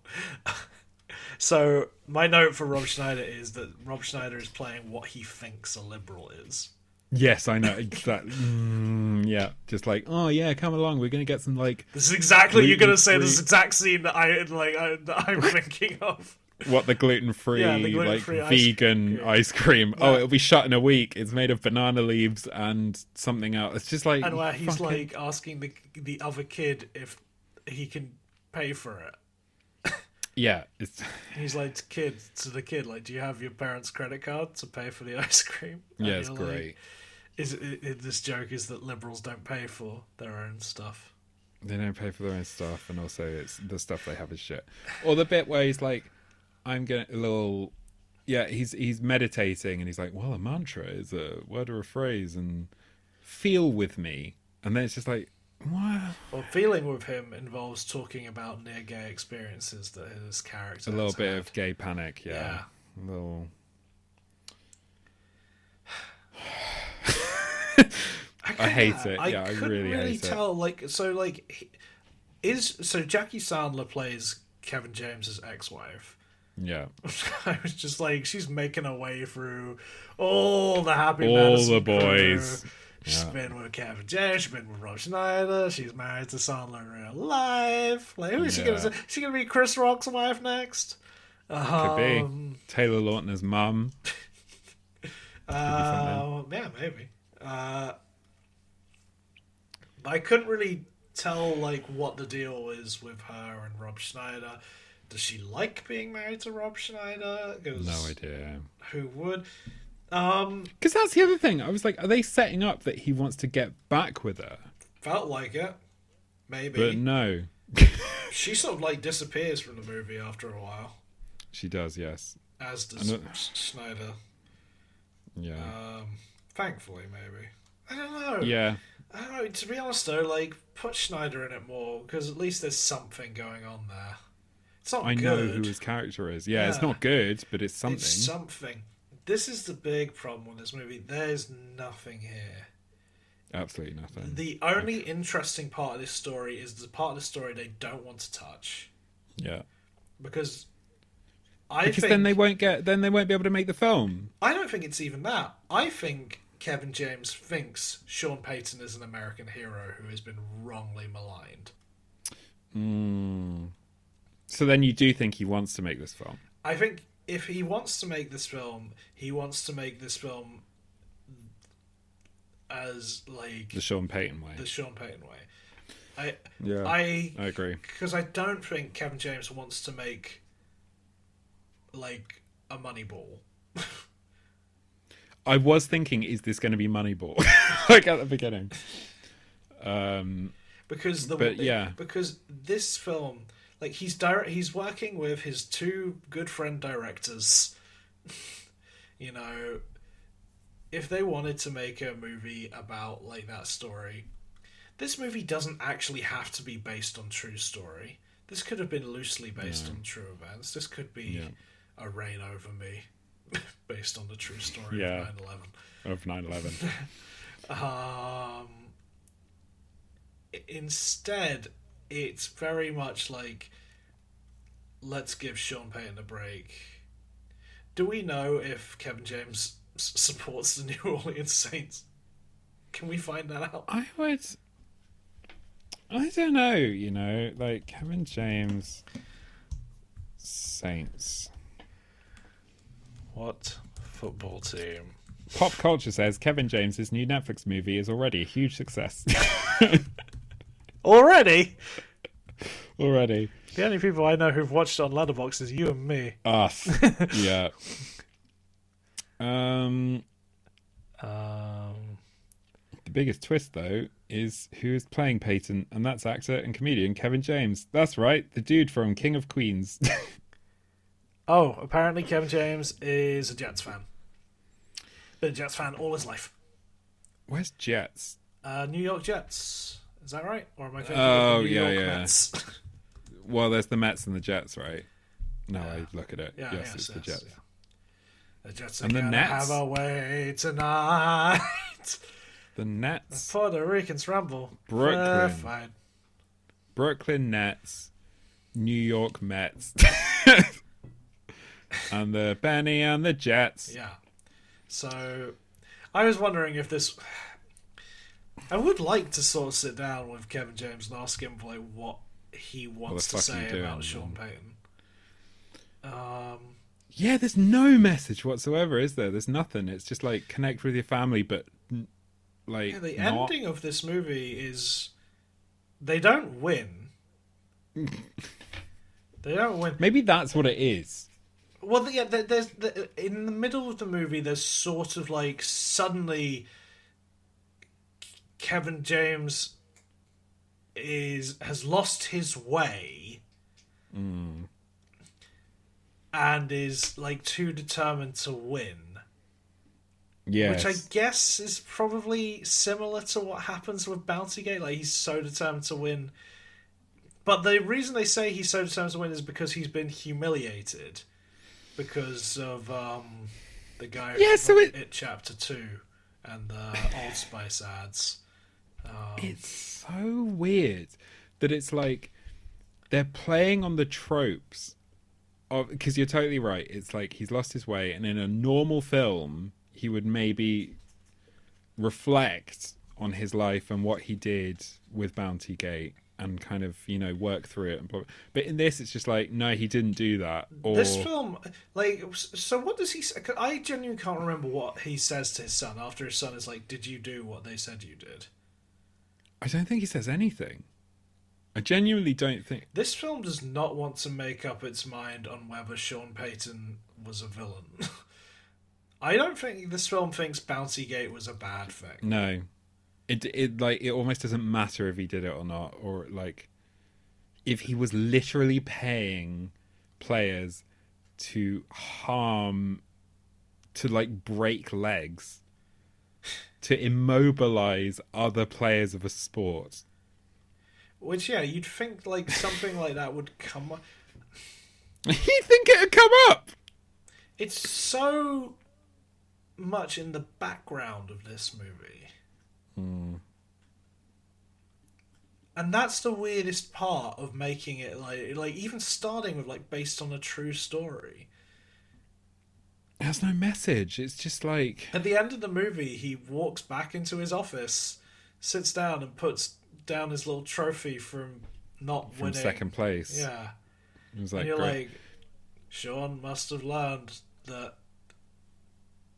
[SPEAKER 1] so my note for Rob Schneider is that Rob Schneider is playing what he thinks a liberal is.
[SPEAKER 3] Yes, I know exactly. mm, yeah, just like oh yeah, come along. We're gonna get some like
[SPEAKER 1] This is exactly you're gonna
[SPEAKER 3] Gluten
[SPEAKER 1] say this
[SPEAKER 3] free.
[SPEAKER 1] exact scene that I like I, that
[SPEAKER 3] (laughs)
[SPEAKER 1] I'm thinking of.
[SPEAKER 3] what the gluten free
[SPEAKER 1] Yeah, the
[SPEAKER 3] like
[SPEAKER 1] gluten-free ice
[SPEAKER 3] vegan
[SPEAKER 1] cream.
[SPEAKER 3] ice cream. Oh, it'll be shut in a week. It's made of banana leaves and something else. It's just like
[SPEAKER 1] And where he's
[SPEAKER 3] fucking-
[SPEAKER 1] like asking the the other kid if he can pay for it.
[SPEAKER 3] yeah, it's
[SPEAKER 1] He's like kid to the kid, like, do you have your parents' credit card to pay for the (laughs) ice cream? And
[SPEAKER 3] yeah, it's
[SPEAKER 1] you're like,
[SPEAKER 3] great.
[SPEAKER 1] is it, it- this joke is that liberals don't pay for their own stuff.
[SPEAKER 3] They don't pay for their own stuff, and also it's the stuff they have is shit. Or the bit where he's like, "I'm gonna a little." Yeah, he's he's meditating, and he's like, "Well, a mantra is a word or a phrase, and feel with me." And then it's just like, "What?"
[SPEAKER 1] Well, feeling with him involves talking about near gay experiences that his character
[SPEAKER 3] a little
[SPEAKER 1] has
[SPEAKER 3] bit
[SPEAKER 1] had.
[SPEAKER 3] of gay panic. Yeah, a little. I hate it. Yeah, I
[SPEAKER 1] couldn't
[SPEAKER 3] really hate it.
[SPEAKER 1] tell. Like, so, like, he- is so Jackie Sandler plays Kevin James's ex-wife.
[SPEAKER 3] Yeah,
[SPEAKER 1] (laughs) I was just like, she's making her way through all the happy
[SPEAKER 3] All
[SPEAKER 1] Madison
[SPEAKER 3] the boys.
[SPEAKER 1] crew. She's been with Kevin James. She's been with Rob Schneider. She's married to Sandler in real life. Like, who is she
[SPEAKER 3] Yeah.
[SPEAKER 1] gonna? Is she gonna be Chris Rock's wife next?
[SPEAKER 3] could be Taylor Lautner's mum. Could be something.
[SPEAKER 1] Uh, yeah, maybe. Uh, but I couldn't really tell like what the deal is with her and Rob Schneider. Does she like being married to Rob Schneider? 'Cause
[SPEAKER 3] no idea.
[SPEAKER 1] Who would? Um,
[SPEAKER 3] Because that's the other thing. I was like, are they setting up that he wants to get back with her?
[SPEAKER 1] felt like it. Maybe
[SPEAKER 3] But no,
[SPEAKER 1] she sort of like disappears from the movie after a while,
[SPEAKER 3] she does. Yes.
[SPEAKER 1] as does
[SPEAKER 3] I don't-
[SPEAKER 1] Schneider.
[SPEAKER 3] Yeah.
[SPEAKER 1] Um, thankfully, maybe. I don't know.
[SPEAKER 3] yeah.
[SPEAKER 1] I don't know. To be honest, though, like put Schneider in it more because at least there's something going on there. It's not
[SPEAKER 3] I
[SPEAKER 1] good.
[SPEAKER 3] know who his character is. Yeah, it's
[SPEAKER 1] Yeah.
[SPEAKER 3] not good, but it's something.
[SPEAKER 1] It's something. This is the big problem with this movie. There's nothing here.
[SPEAKER 3] Absolutely nothing.
[SPEAKER 1] The only interesting part of this story is the part of the story they don't want to touch
[SPEAKER 3] yeah.
[SPEAKER 1] because I
[SPEAKER 3] Because
[SPEAKER 1] think
[SPEAKER 3] then they won't get. Then they won't be able to make the film.
[SPEAKER 1] I don't think it's even that. I think Kevin James thinks Sean Payton is an American hero who has been wrongly maligned.
[SPEAKER 3] Hmm. So then you do think he wants to make this film?
[SPEAKER 1] I think if he wants to make this film, he wants to make this film as like
[SPEAKER 3] The Sean Payton way.
[SPEAKER 1] the Sean Payton way. I
[SPEAKER 3] Yeah.
[SPEAKER 1] I
[SPEAKER 3] I agree.
[SPEAKER 1] because I don't think Kevin James wants to make like a money ball.
[SPEAKER 3] I was thinking, is this going to be Moneyball? (laughs) like at the beginning.
[SPEAKER 1] because the
[SPEAKER 3] But, yeah.
[SPEAKER 1] because this film like he's direct he's working with his two good friend directors (laughs) you know if they wanted to make a movie about like that story this movie doesn't actually have to be based on true story this could have been loosely based on true events this could be a rain over me (laughs) based on the true story
[SPEAKER 3] Yeah.
[SPEAKER 1] of 9-11
[SPEAKER 3] Of 9-11.
[SPEAKER 1] um, i- instead, it's very much like, let's give Sean Payton a break. Do we know if Kevin James s- supports the New Orleans Saints? Can we find that out?
[SPEAKER 3] I would. I don't know, you know, like Kevin James Saints.
[SPEAKER 1] What football team?
[SPEAKER 3] Pop culture says Kevin James's new Netflix movie is already a huge success. (laughs)
[SPEAKER 1] Already?
[SPEAKER 3] already.
[SPEAKER 1] The only people I know who've watched on Letterboxd is you and me.
[SPEAKER 3] Us.
[SPEAKER 1] (laughs)
[SPEAKER 3] yeah. Um
[SPEAKER 1] Um,
[SPEAKER 3] the biggest twist though is who is playing Peyton, and that's actor and comedian Kevin James. That's right, the dude from King of Queens. (laughs)
[SPEAKER 1] oh, apparently Kevin James is a Jets fan. Been a Jets fan all his life.
[SPEAKER 3] Where's Jets?
[SPEAKER 1] Uh, New York Jets. Is that right? Or am I thinking
[SPEAKER 3] Oh,
[SPEAKER 1] of the New
[SPEAKER 3] yeah,
[SPEAKER 1] York
[SPEAKER 3] yeah.
[SPEAKER 1] Mets? (laughs)
[SPEAKER 3] Well, there's the Mets and the Jets, right? No, I look at it.
[SPEAKER 1] Yeah,
[SPEAKER 3] yes,
[SPEAKER 1] yes,
[SPEAKER 3] it's the
[SPEAKER 1] yes,
[SPEAKER 3] Jets.
[SPEAKER 1] yeah. the Jets are
[SPEAKER 3] And the
[SPEAKER 1] gonna
[SPEAKER 3] Nets?
[SPEAKER 1] have a way tonight. (laughs)
[SPEAKER 3] The Nets,
[SPEAKER 1] Puerto Ricans ramble.
[SPEAKER 3] Brooklyn.
[SPEAKER 1] Uh, fine.
[SPEAKER 3] Brooklyn Nets, New
[SPEAKER 1] (laughs)
[SPEAKER 3] York Mets, (laughs) and the Benny and the Jets.
[SPEAKER 1] Yeah. So, I was wondering if this. I would like to sort of sit down with Kevin James and ask him like what he wants
[SPEAKER 3] fuck
[SPEAKER 1] to
[SPEAKER 3] are you
[SPEAKER 1] say
[SPEAKER 3] doing,
[SPEAKER 1] about Sean Payton.
[SPEAKER 3] Yeah, there's no message whatsoever, is there? There's nothing. It's just like connect with your family, but n- like
[SPEAKER 1] Yeah, the
[SPEAKER 3] not-
[SPEAKER 1] ending of this movie is they don't win.
[SPEAKER 3] (laughs)
[SPEAKER 1] they don't win.
[SPEAKER 3] Maybe that's what it is.
[SPEAKER 1] Well, yeah, there, there's the, in the middle of the movie. There's sort of like suddenly Kevin James is has lost his way and is like too determined to win,
[SPEAKER 3] Yes.
[SPEAKER 1] which I guess is probably similar to what happens with Bounty Gate. Like he's so determined to win, but the reason they say he's so determined to win is because he's been humiliated because of um, the guy
[SPEAKER 3] Yeah, so
[SPEAKER 1] from
[SPEAKER 3] it-
[SPEAKER 1] chapter two and
[SPEAKER 3] (sighs)
[SPEAKER 1] the Old Spice ads.
[SPEAKER 3] It's so weird that it's like they're playing on the tropes of because you're totally right. It's like he's lost his way, and in a normal film, he would maybe reflect on his life and what he did with Bounty Gate and kind of you know work through it. And blah, but in this, it's just like no, he didn't do that. Or
[SPEAKER 1] This film, like, so what does he? say? 'Cause I genuinely can't remember what he says to his son after his son is like, "Did you do what they said you did?"
[SPEAKER 3] I don't think he says anything. I genuinely don't think.
[SPEAKER 1] This film does not want to make up its mind on whether Sean Payton was a villain. (laughs) I don't think this film thinks Bounty Gate was a bad thing.
[SPEAKER 3] No, it it like it almost doesn't matter if he did it or not, or like if he was literally paying players to harm, to like break legs, to immobilize other players of a sport. (laughs)
[SPEAKER 1] Which, yeah, you'd think like something like that would come. up.
[SPEAKER 3] you think it would come up?
[SPEAKER 1] It's so much in the background of this movie. And that's the weirdest part of making it like like even starting with like based on a true story.
[SPEAKER 3] It has no message. It's just like
[SPEAKER 1] At the end of the movie, he walks back into his office, sits down, and puts down his little trophy from not
[SPEAKER 3] from
[SPEAKER 1] winning.
[SPEAKER 3] second place.
[SPEAKER 1] Yeah,
[SPEAKER 3] it was
[SPEAKER 1] and
[SPEAKER 3] like,
[SPEAKER 1] you're
[SPEAKER 3] great.
[SPEAKER 1] like, Sean must have learned that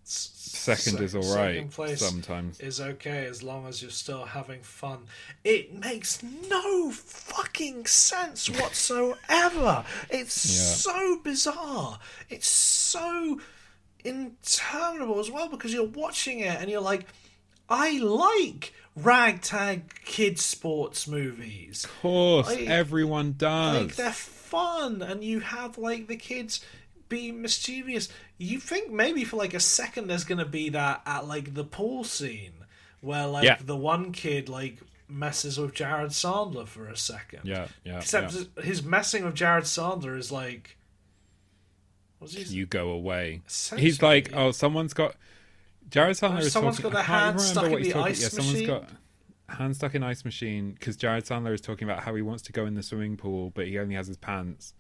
[SPEAKER 3] second is all right sometimes.
[SPEAKER 1] is okay as long as you're still having fun. It makes no fucking
[SPEAKER 3] (laughs)
[SPEAKER 1] sense whatsoever. It's
[SPEAKER 3] Yeah.
[SPEAKER 1] so bizarre. It's so interminable as well because you're watching it and you're like, I like ragtag kid sports movies.
[SPEAKER 3] Of course,
[SPEAKER 1] Like-
[SPEAKER 3] everyone does.
[SPEAKER 1] Like they're fun, and you have like the kids be mischievous. You think maybe for like a second there's gonna be that at like the pool scene where like
[SPEAKER 3] Yeah.
[SPEAKER 1] the one kid like messes with Jared Sandler for a second.
[SPEAKER 3] yeah, yeah.
[SPEAKER 1] Except
[SPEAKER 3] yeah.
[SPEAKER 1] his messing with Jared Sandler is like, what's he?
[SPEAKER 3] you go away.
[SPEAKER 1] Essentially.
[SPEAKER 3] He's like, oh, someone's got. Jared Sandler is
[SPEAKER 1] someone's
[SPEAKER 3] talking.
[SPEAKER 1] got their
[SPEAKER 3] I can't
[SPEAKER 1] hand
[SPEAKER 3] remember
[SPEAKER 1] stuck
[SPEAKER 3] what
[SPEAKER 1] in
[SPEAKER 3] he's
[SPEAKER 1] the
[SPEAKER 3] talking-
[SPEAKER 1] ice
[SPEAKER 3] yeah,
[SPEAKER 1] machine.
[SPEAKER 3] Someone's got hand stuck in ice machine because Jared Sandler is talking about how he wants to go in the swimming pool, but he only has his pants.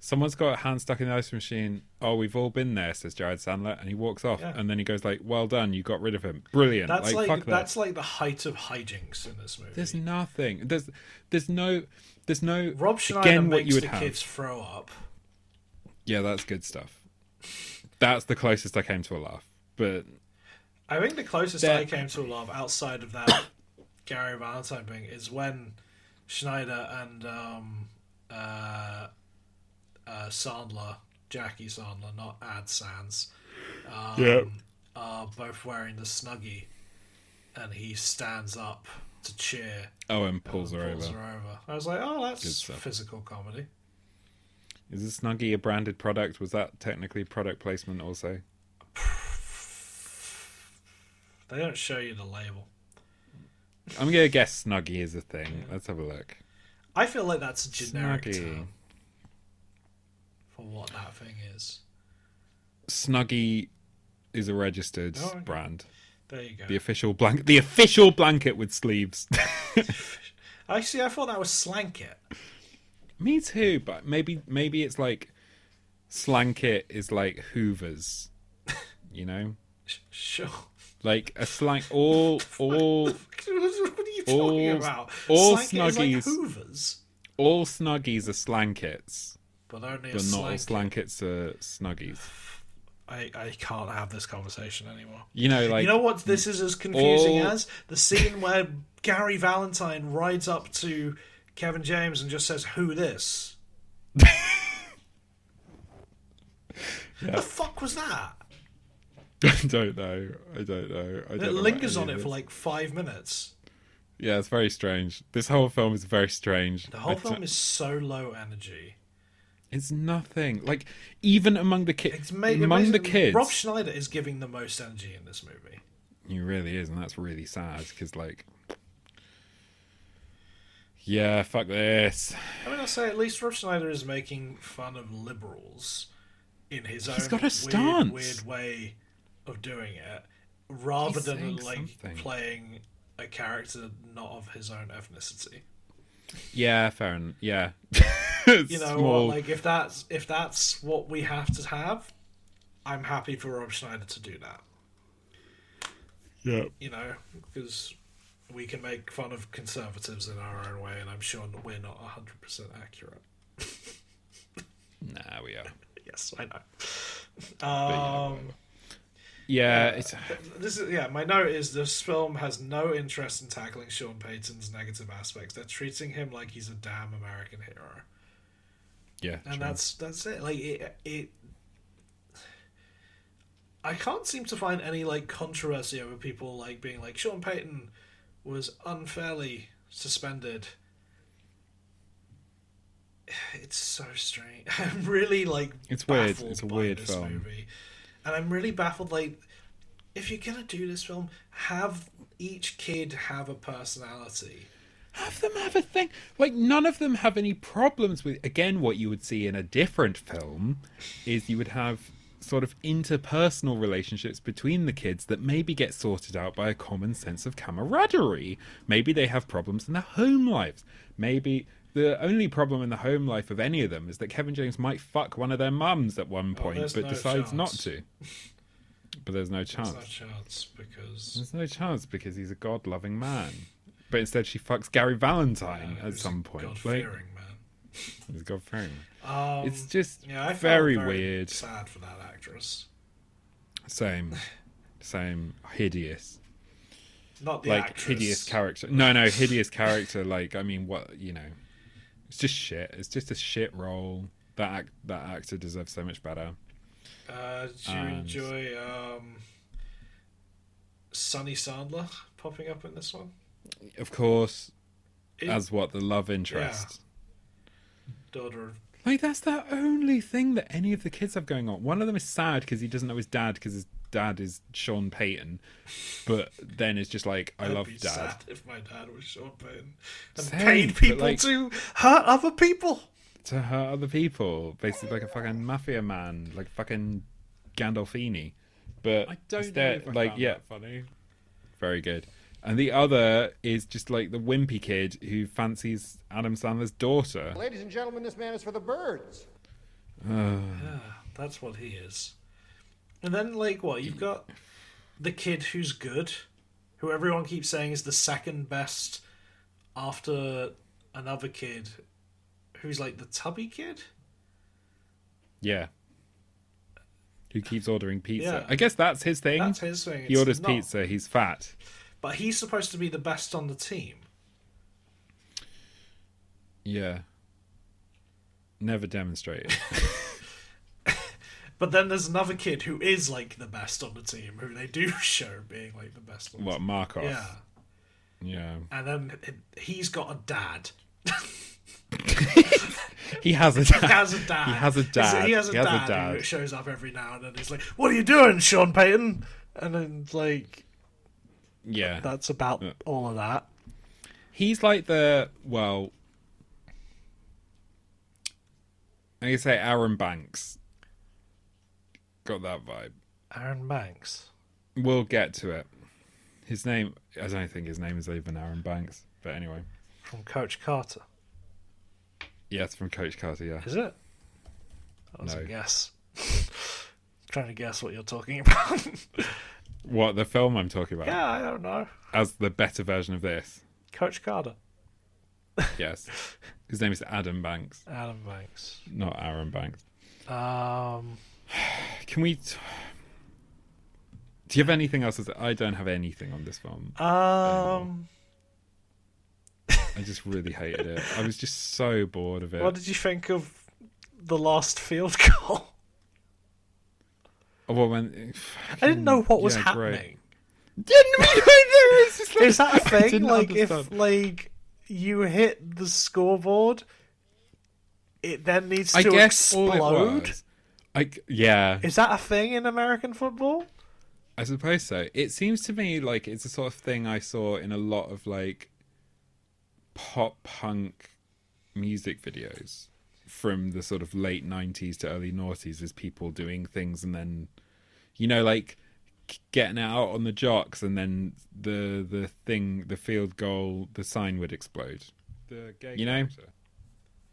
[SPEAKER 3] Someone's got a hand stuck in the ice machine. Oh, we've all been there, says Jared Sandler, and he walks off.
[SPEAKER 6] Yeah.
[SPEAKER 3] And then he goes like, "Well done, you got rid of him. Brilliant."
[SPEAKER 1] That's
[SPEAKER 3] like,
[SPEAKER 1] like,
[SPEAKER 3] fuck that.
[SPEAKER 1] that's like the height of hijinks in this movie.
[SPEAKER 3] There's nothing. There's there's no there's no
[SPEAKER 1] Rob Schneider
[SPEAKER 3] again
[SPEAKER 1] makes
[SPEAKER 3] what you would
[SPEAKER 1] the
[SPEAKER 3] have.
[SPEAKER 1] kids throw up.
[SPEAKER 3] Yeah, that's good stuff. That's the closest I came to a laugh. But
[SPEAKER 1] I think the closest
[SPEAKER 3] That-
[SPEAKER 1] I came to a love outside of that (coughs) Gary Valentine thing is when Schneider and um, uh, uh, Sandler, Jackie Sandler, not Ad Sands,
[SPEAKER 3] yeah,
[SPEAKER 1] are both wearing the snuggie, and he stands up to cheer.
[SPEAKER 3] oh, and pulls her
[SPEAKER 1] Pulls
[SPEAKER 3] over.
[SPEAKER 1] her over. I was like, oh, that's
[SPEAKER 3] stuff.
[SPEAKER 1] physical comedy.
[SPEAKER 3] Is this Snuggie a branded product? Was that technically product placement also?
[SPEAKER 1] They don't show you the label.
[SPEAKER 3] I'm gonna guess Snuggie is a thing. Let's have a look.
[SPEAKER 1] I feel like that's a generic
[SPEAKER 3] Snuggie.
[SPEAKER 1] term for what that thing is.
[SPEAKER 3] Snuggie is a registered
[SPEAKER 1] Oh, okay.
[SPEAKER 3] brand.
[SPEAKER 1] There you go.
[SPEAKER 3] The official blanket. The official blanket with sleeves. (laughs)
[SPEAKER 1] Actually, I thought that was Slanket.
[SPEAKER 3] Me too, but maybe maybe it's like slanket is like Hoovers, you know,
[SPEAKER 1] Sure.
[SPEAKER 3] like a slank. All all
[SPEAKER 1] what are you talking
[SPEAKER 3] All-
[SPEAKER 1] about?
[SPEAKER 3] all
[SPEAKER 1] Slanket is like
[SPEAKER 3] Snuggies.
[SPEAKER 1] Hoovers,
[SPEAKER 3] all snuggies are slankets,
[SPEAKER 1] but only a
[SPEAKER 3] but not all
[SPEAKER 1] slanket.
[SPEAKER 3] slankets are snuggies.
[SPEAKER 1] I, I can't have this conversation anymore.
[SPEAKER 3] You know, like
[SPEAKER 1] you know what this is as confusing
[SPEAKER 3] all-
[SPEAKER 1] as? The scene where Gary Valentine rides up to Kevin James and just says, Who this? The fuck was that?
[SPEAKER 3] (laughs) I don't know. I don't know. I
[SPEAKER 1] It
[SPEAKER 3] don't know
[SPEAKER 1] lingers
[SPEAKER 3] about
[SPEAKER 1] on it
[SPEAKER 3] any of
[SPEAKER 1] for like five minutes.
[SPEAKER 3] Yeah, it's very strange. This whole film is very strange.
[SPEAKER 1] The whole film is so low energy.
[SPEAKER 3] It's nothing. Like even among the kids,
[SPEAKER 1] It's made,
[SPEAKER 3] among the
[SPEAKER 1] amazing-
[SPEAKER 3] kids,
[SPEAKER 1] Rob Schneider is giving the most energy in this movie.
[SPEAKER 3] He really is, and that's really sad because, like, yeah, fuck this.
[SPEAKER 1] I mean, I'll say at least Rob Schneider is making fun of liberals in his own
[SPEAKER 3] got a
[SPEAKER 1] weird,
[SPEAKER 3] stance.
[SPEAKER 1] weird way of doing it, rather
[SPEAKER 3] He's
[SPEAKER 1] than
[SPEAKER 3] saying
[SPEAKER 1] like
[SPEAKER 3] something.
[SPEAKER 1] playing a character not of his own ethnicity.
[SPEAKER 3] Yeah, fair enough. Yeah, (laughs)
[SPEAKER 1] You know,
[SPEAKER 3] Small-
[SPEAKER 1] what, like if that's if that's what we have to have, I'm happy for Rob Schneider to do that.
[SPEAKER 3] yeah,
[SPEAKER 1] You know, because we can make fun of conservatives in our own way, and I'm sure that we're not 100 percent accurate.
[SPEAKER 3] nah, we are.
[SPEAKER 1] Yes, I know.
[SPEAKER 3] But, you know,
[SPEAKER 1] Um,
[SPEAKER 3] whatever. yeah, it's
[SPEAKER 1] This is yeah. My note is this film has no interest in tackling Sean Payton's negative aspects. They're treating him like he's a damn American hero,
[SPEAKER 3] yeah,
[SPEAKER 1] and
[SPEAKER 3] true.
[SPEAKER 1] that's that's it. Like it, it. I can't seem to find any like controversy over people like being like Sean Payton was unfairly suspended. (sighs) It's so strange. (laughs) I'm really like
[SPEAKER 3] It's weird.
[SPEAKER 1] baffled
[SPEAKER 3] It's a
[SPEAKER 1] by
[SPEAKER 3] weird
[SPEAKER 1] this
[SPEAKER 3] film.
[SPEAKER 1] movie. and I'm really baffled. Like, if you're gonna do this film, have each kid have a personality.
[SPEAKER 3] have them have a thing. Like none of them have any problems with. Again, what you would see in a different film is you would have sort of interpersonal relationships between the kids that maybe get sorted out by a common sense of camaraderie. Maybe they have problems in their home lives. Maybe the only problem in the home life of any of them is that Kevin James might fuck one of their mums at one point,
[SPEAKER 1] there's
[SPEAKER 3] but
[SPEAKER 1] no
[SPEAKER 3] decides not
[SPEAKER 1] chance.
[SPEAKER 3] to. But there's no chance.
[SPEAKER 1] No chance because
[SPEAKER 3] There's no chance because he's a God loving man. But instead, she fucks Gary Valentine
[SPEAKER 1] Uh,
[SPEAKER 3] at some point.
[SPEAKER 1] God
[SPEAKER 3] Like,
[SPEAKER 1] fearing man.
[SPEAKER 3] he's God fearing. it's just
[SPEAKER 1] Um, Yeah, I felt
[SPEAKER 3] very, weird.
[SPEAKER 1] Sad for that actress.
[SPEAKER 3] Same. Same. Hideous.
[SPEAKER 1] Not the
[SPEAKER 3] like,
[SPEAKER 1] actress.
[SPEAKER 3] hideous character. No, no, hideous character. Like, I mean, what, you know. It's just shit. It's just a shit role. That, act, that actor deserves so much better.
[SPEAKER 1] Uh, did you
[SPEAKER 3] And-
[SPEAKER 1] enjoy um, Sonny Sandler popping up in this one?
[SPEAKER 3] Of course,
[SPEAKER 1] It-
[SPEAKER 3] as what? The love interest.
[SPEAKER 1] Daughter of
[SPEAKER 3] Like that's the only thing that any of the kids have going on. One of them is sad because he doesn't know his dad because his dad is Sean Payton, but then it's just like I
[SPEAKER 1] I'd
[SPEAKER 3] love
[SPEAKER 1] be
[SPEAKER 3] dad.
[SPEAKER 1] sad if my dad was Sean Payton and
[SPEAKER 3] Same,
[SPEAKER 1] paid
[SPEAKER 3] but,
[SPEAKER 1] people
[SPEAKER 3] like-
[SPEAKER 1] to hurt other people.
[SPEAKER 3] To hurt other people, basically like a fucking mafia man, like fucking Gandolfini. But
[SPEAKER 7] I don't
[SPEAKER 3] it's
[SPEAKER 7] know.
[SPEAKER 3] there-
[SPEAKER 7] If I
[SPEAKER 3] like
[SPEAKER 7] found
[SPEAKER 3] yeah,
[SPEAKER 7] that funny.
[SPEAKER 3] very good. And the other is just like the wimpy kid who fancies Adam Sandler's daughter.
[SPEAKER 5] Ladies and gentlemen, this man is for the birds.
[SPEAKER 1] That's what he is. And then, like, what? You've got the kid who's good, who everyone keeps saying is the second best after another kid who's like the tubby kid?
[SPEAKER 3] Yeah. Who keeps ordering pizza?
[SPEAKER 1] Yeah.
[SPEAKER 3] I guess that's his thing.
[SPEAKER 1] That's his thing.
[SPEAKER 3] he
[SPEAKER 1] It's
[SPEAKER 3] orders
[SPEAKER 1] not-
[SPEAKER 3] pizza. He's fat.
[SPEAKER 1] But he's supposed to be the best on the team.
[SPEAKER 3] Yeah. Never demonstrated. (laughs)
[SPEAKER 1] But then there's another kid who is like the best on the team, who they do (laughs) show being like the best on the
[SPEAKER 3] what
[SPEAKER 1] team.
[SPEAKER 3] Markov?
[SPEAKER 1] Yeah.
[SPEAKER 3] Yeah.
[SPEAKER 1] And then he's got a dad.
[SPEAKER 3] He has a dad.
[SPEAKER 1] (laughs) He has a dad.
[SPEAKER 3] (laughs) He has a dad.
[SPEAKER 1] He has a dad, who
[SPEAKER 3] dad.
[SPEAKER 1] shows up every now and then. He's like, "What are you doing, Sean Payton?" And then like (laughs)
[SPEAKER 3] Yeah.
[SPEAKER 1] that's about all of that.
[SPEAKER 3] He's like the well. I can say Aaron Banks. Got that vibe.
[SPEAKER 1] Aaron Banks.
[SPEAKER 3] We'll get to it. His name. I don't think his name is even Aaron Banks. But anyway.
[SPEAKER 1] from Coach Carter.
[SPEAKER 3] Yes, from Coach Carter. Yeah.
[SPEAKER 1] Is it? That was a
[SPEAKER 3] No.
[SPEAKER 1] guess. (laughs) Trying to guess what you're talking (laughs) about.
[SPEAKER 3] What the film I'm talking about
[SPEAKER 1] yeah, I don't know.
[SPEAKER 3] as the better version of this.
[SPEAKER 1] Coach Carter.
[SPEAKER 3] Yes. His name is Adam Banks,
[SPEAKER 1] Adam Banks.
[SPEAKER 3] not Aaron Banks.
[SPEAKER 1] Um,
[SPEAKER 3] Can we? T- Do you have anything else? to say? I don't have anything on this film.
[SPEAKER 1] Uh, um,
[SPEAKER 3] I just really hated it. I was just so bored of it.
[SPEAKER 1] what did you think of the last field (laughs) goal?
[SPEAKER 3] Oh, well, when
[SPEAKER 1] I didn't know what was
[SPEAKER 3] Yeah, great. (laughs)
[SPEAKER 1] happening.
[SPEAKER 3] didn't we know this? (laughs) It's like-
[SPEAKER 1] Is that a
[SPEAKER 3] I
[SPEAKER 1] thing?
[SPEAKER 3] didn't
[SPEAKER 1] Like if
[SPEAKER 3] understand.
[SPEAKER 1] like you hit the scoreboard, it then needs to
[SPEAKER 3] I guess all it
[SPEAKER 1] explode.
[SPEAKER 3] was. I g- yeah,
[SPEAKER 1] Is that a thing in American football?
[SPEAKER 3] I suppose so. It seems to me like it's the sort of thing I saw in a lot of like pop punk music videos from the sort of late 90s to early noughties is people doing things and then you know like k- getting out on the jocks and then the the thing the field goal the sign would explode the gay you know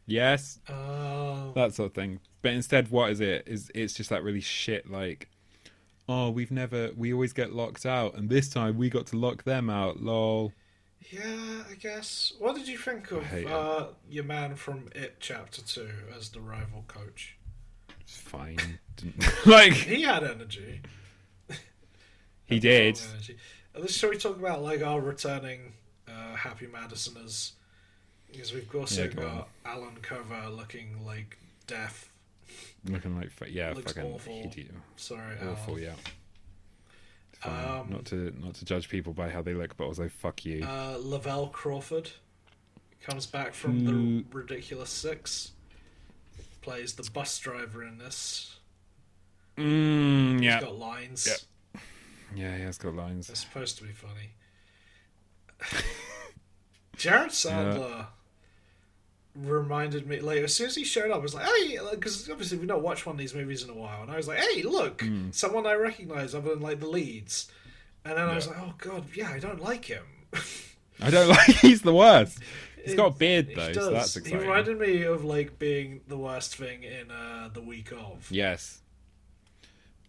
[SPEAKER 3] yes
[SPEAKER 1] Uh,
[SPEAKER 3] that sort of thing but instead what is it is it's just that really shit like oh we've never we always get locked out and this time we got to lock them out lol
[SPEAKER 1] Yeah, I guess. What did you think of
[SPEAKER 3] hate it.
[SPEAKER 1] uh, your man from It Chapter 2 as the rival coach?
[SPEAKER 3] it's fine Didn't- (laughs) like
[SPEAKER 1] He had energy.
[SPEAKER 3] he did
[SPEAKER 1] Strong energy. Uh, Shall we talk about like our returning uh, Happy Madisoners? Because we've also
[SPEAKER 3] Yeah, go
[SPEAKER 1] got Alan Cover looking like deaf.
[SPEAKER 3] looking like fu- yeah
[SPEAKER 1] Looks
[SPEAKER 3] fucking
[SPEAKER 1] awful.
[SPEAKER 3] idiot
[SPEAKER 1] Sorry,
[SPEAKER 3] awful
[SPEAKER 1] Alan.
[SPEAKER 3] yeah It's fine. not to not to judge people by how they look but also fuck you
[SPEAKER 1] Um, Uh, Lavelle Crawford comes back from the
[SPEAKER 3] Hmm.
[SPEAKER 1] Ridiculous Six. Plays the bus driver in this.
[SPEAKER 3] mm, yeah
[SPEAKER 1] Got lines.
[SPEAKER 3] Yeah. yeah he has got lines
[SPEAKER 1] It's supposed to be funny. (laughs) Jared Sandler reminded me like as soon as he showed up, I was like, "Hey," because obviously we've not watched one of these movies in a while, and I was like, "Hey, look,
[SPEAKER 3] Hmm.
[SPEAKER 1] someone I recognize other than like the leads," and then I was like, "Oh God, yeah, I don't like him." (laughs)
[SPEAKER 3] I don't (laughs) like he's the worst he's got a beard
[SPEAKER 1] He
[SPEAKER 3] though so that's
[SPEAKER 1] He
[SPEAKER 3] exciting
[SPEAKER 1] reminded me of like being the worst thing in uh, the week of.
[SPEAKER 3] Yes.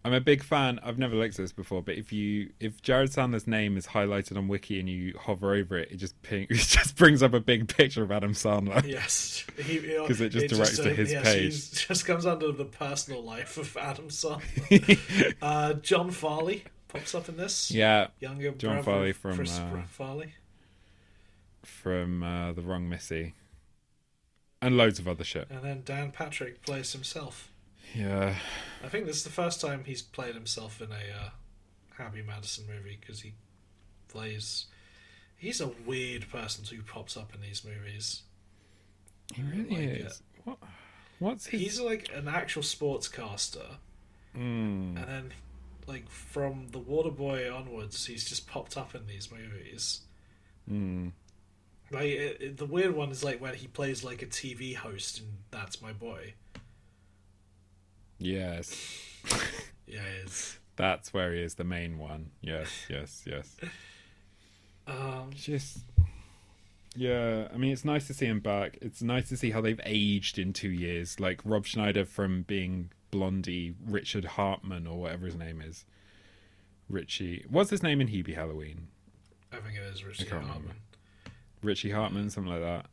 [SPEAKER 3] I'm a big fan. I've never looked at this before, but if you if Jared Sandler's name is highlighted on Wiki and you hover over it, it just ping, (laughs) it just brings up a big picture of Adam Sandler.
[SPEAKER 1] Yes,
[SPEAKER 3] 'Cause it just directs to his page.
[SPEAKER 1] It uh, (laughs) just comes under the personal life of Adam Sandler. Uh, John Farley pops up in this.
[SPEAKER 3] (laughs) yeah,
[SPEAKER 1] Younger
[SPEAKER 3] John
[SPEAKER 1] brother
[SPEAKER 3] Farley
[SPEAKER 1] of
[SPEAKER 3] from,
[SPEAKER 1] Christopher
[SPEAKER 3] uh,
[SPEAKER 1] Farley.
[SPEAKER 3] from uh, the Wrong Missy, and loads of other shit.
[SPEAKER 1] And then Dan Patrick plays himself.
[SPEAKER 3] Yeah,
[SPEAKER 1] I think this is the first time he's played himself in a uh, Happy Madison movie because he plays. He's a weird person who pops up in these movies.
[SPEAKER 3] he really
[SPEAKER 1] like
[SPEAKER 3] is. What? What's his?
[SPEAKER 1] He's like an actual sportscaster.
[SPEAKER 3] Hmm.
[SPEAKER 1] And then, like, from The Waterboy onwards, he's just popped up in these movies.
[SPEAKER 3] Hmm.
[SPEAKER 1] Like, it, it- the weird one is, like, when he plays, like, a TV host in That's My Boy.
[SPEAKER 3] Yes, (laughs)
[SPEAKER 1] Yeah, it's,
[SPEAKER 3] that's where he is, the main one. Yes, yes, yes. Um, just Yeah, I mean, it's nice to see him back. It's nice to see how they've aged in two years. Like Rob Schneider from being Blondie, Richard Hartman, or whatever his name is. Richie. What's his name in Hebe Halloween?
[SPEAKER 1] I think it is Richard
[SPEAKER 3] can't
[SPEAKER 1] Hartman.
[SPEAKER 3] remember. Richie Hartman, something like that.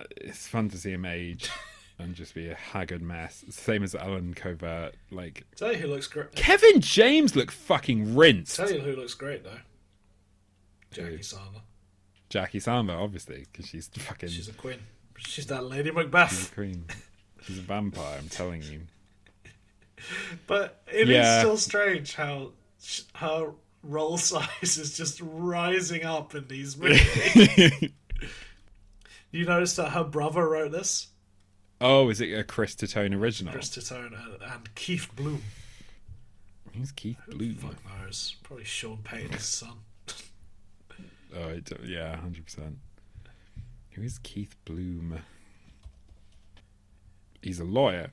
[SPEAKER 3] Uh, It's fun to see him (laughs) age and just be a haggard mess. Same as Alan Covert. Like,
[SPEAKER 1] Tell you who looks great.
[SPEAKER 3] Kevin James looked fucking rinsed.
[SPEAKER 1] Tell you who looks great though. Jackie
[SPEAKER 3] Hmm.
[SPEAKER 1] Sandler.
[SPEAKER 3] Jackie Salmer, obviously, because she's fucking
[SPEAKER 1] She's a queen. She's that Lady Macbeth.
[SPEAKER 3] queen. She's a vampire, I'm telling you.
[SPEAKER 1] But it is
[SPEAKER 3] Yeah.
[SPEAKER 1] still strange how sh- her role size (laughs) is just rising up in
[SPEAKER 3] (laughs)
[SPEAKER 1] these movies. you notice that her brother wrote this,
[SPEAKER 3] Oh, is it a Chris Titone original?
[SPEAKER 1] Chris Titone and- and Keith Bloom.
[SPEAKER 3] Who's Keith Blue?
[SPEAKER 1] Oh, Fuck knows. Probably Sean Payton's son.
[SPEAKER 3] Oh, I don't- yeah, hundred percent. Who is Keith Bloom? He's a lawyer.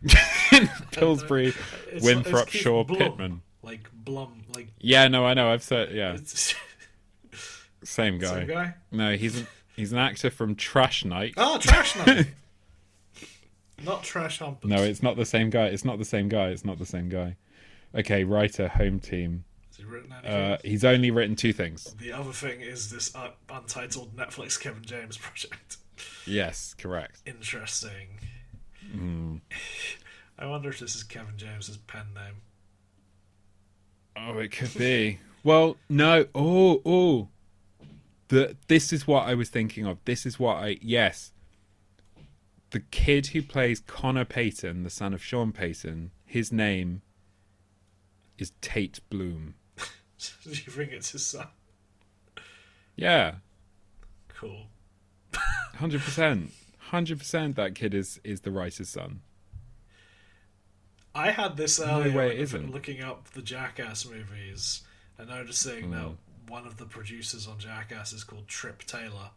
[SPEAKER 3] (laughs) Pillsbury,
[SPEAKER 1] It's-
[SPEAKER 3] Winthrop,
[SPEAKER 1] it's Keith
[SPEAKER 3] Shaw,
[SPEAKER 1] Blum.
[SPEAKER 3] Pittman.
[SPEAKER 1] Like Blum, like
[SPEAKER 3] Yeah, no, I know. I've said yeah,
[SPEAKER 1] it's, (laughs)
[SPEAKER 3] same guy.
[SPEAKER 1] some guy.
[SPEAKER 3] No, he's an, he's an actor from Trash Night.
[SPEAKER 1] Oh, trash
[SPEAKER 3] (laughs)
[SPEAKER 1] night. Not trash humpers.
[SPEAKER 3] No, it's not the same guy. It's not the same guy. It's not the same guy. Okay, writer, home team.
[SPEAKER 1] Has he written anything?
[SPEAKER 3] Uh, he's only written two things.
[SPEAKER 1] the other thing is this uh, untitled Netflix Kevin James (laughs) project.
[SPEAKER 3] Yes, correct.
[SPEAKER 1] Interesting.
[SPEAKER 3] Hmm.
[SPEAKER 1] (laughs) I wonder if this is Kevin James's pen name. (laughs)
[SPEAKER 3] Oh, it could be. (laughs) Well, no. Oh, oh. The this is what I was thinking of. This is what I yes. The kid who plays Connor Payton, the son of Sean Payton, his name is Tate Bloom.
[SPEAKER 1] Do you think it's his son?
[SPEAKER 3] Yeah,
[SPEAKER 1] Cool.
[SPEAKER 3] hundred percent, hundred percent. That kid is is the writer's (laughs) son.
[SPEAKER 1] I had this earlier
[SPEAKER 3] way it
[SPEAKER 1] when I was
[SPEAKER 3] isn't.
[SPEAKER 1] looking up the Jackass movies and noticing that
[SPEAKER 3] Hmm.
[SPEAKER 1] one of the producers on Jackass is called Trip Taylor,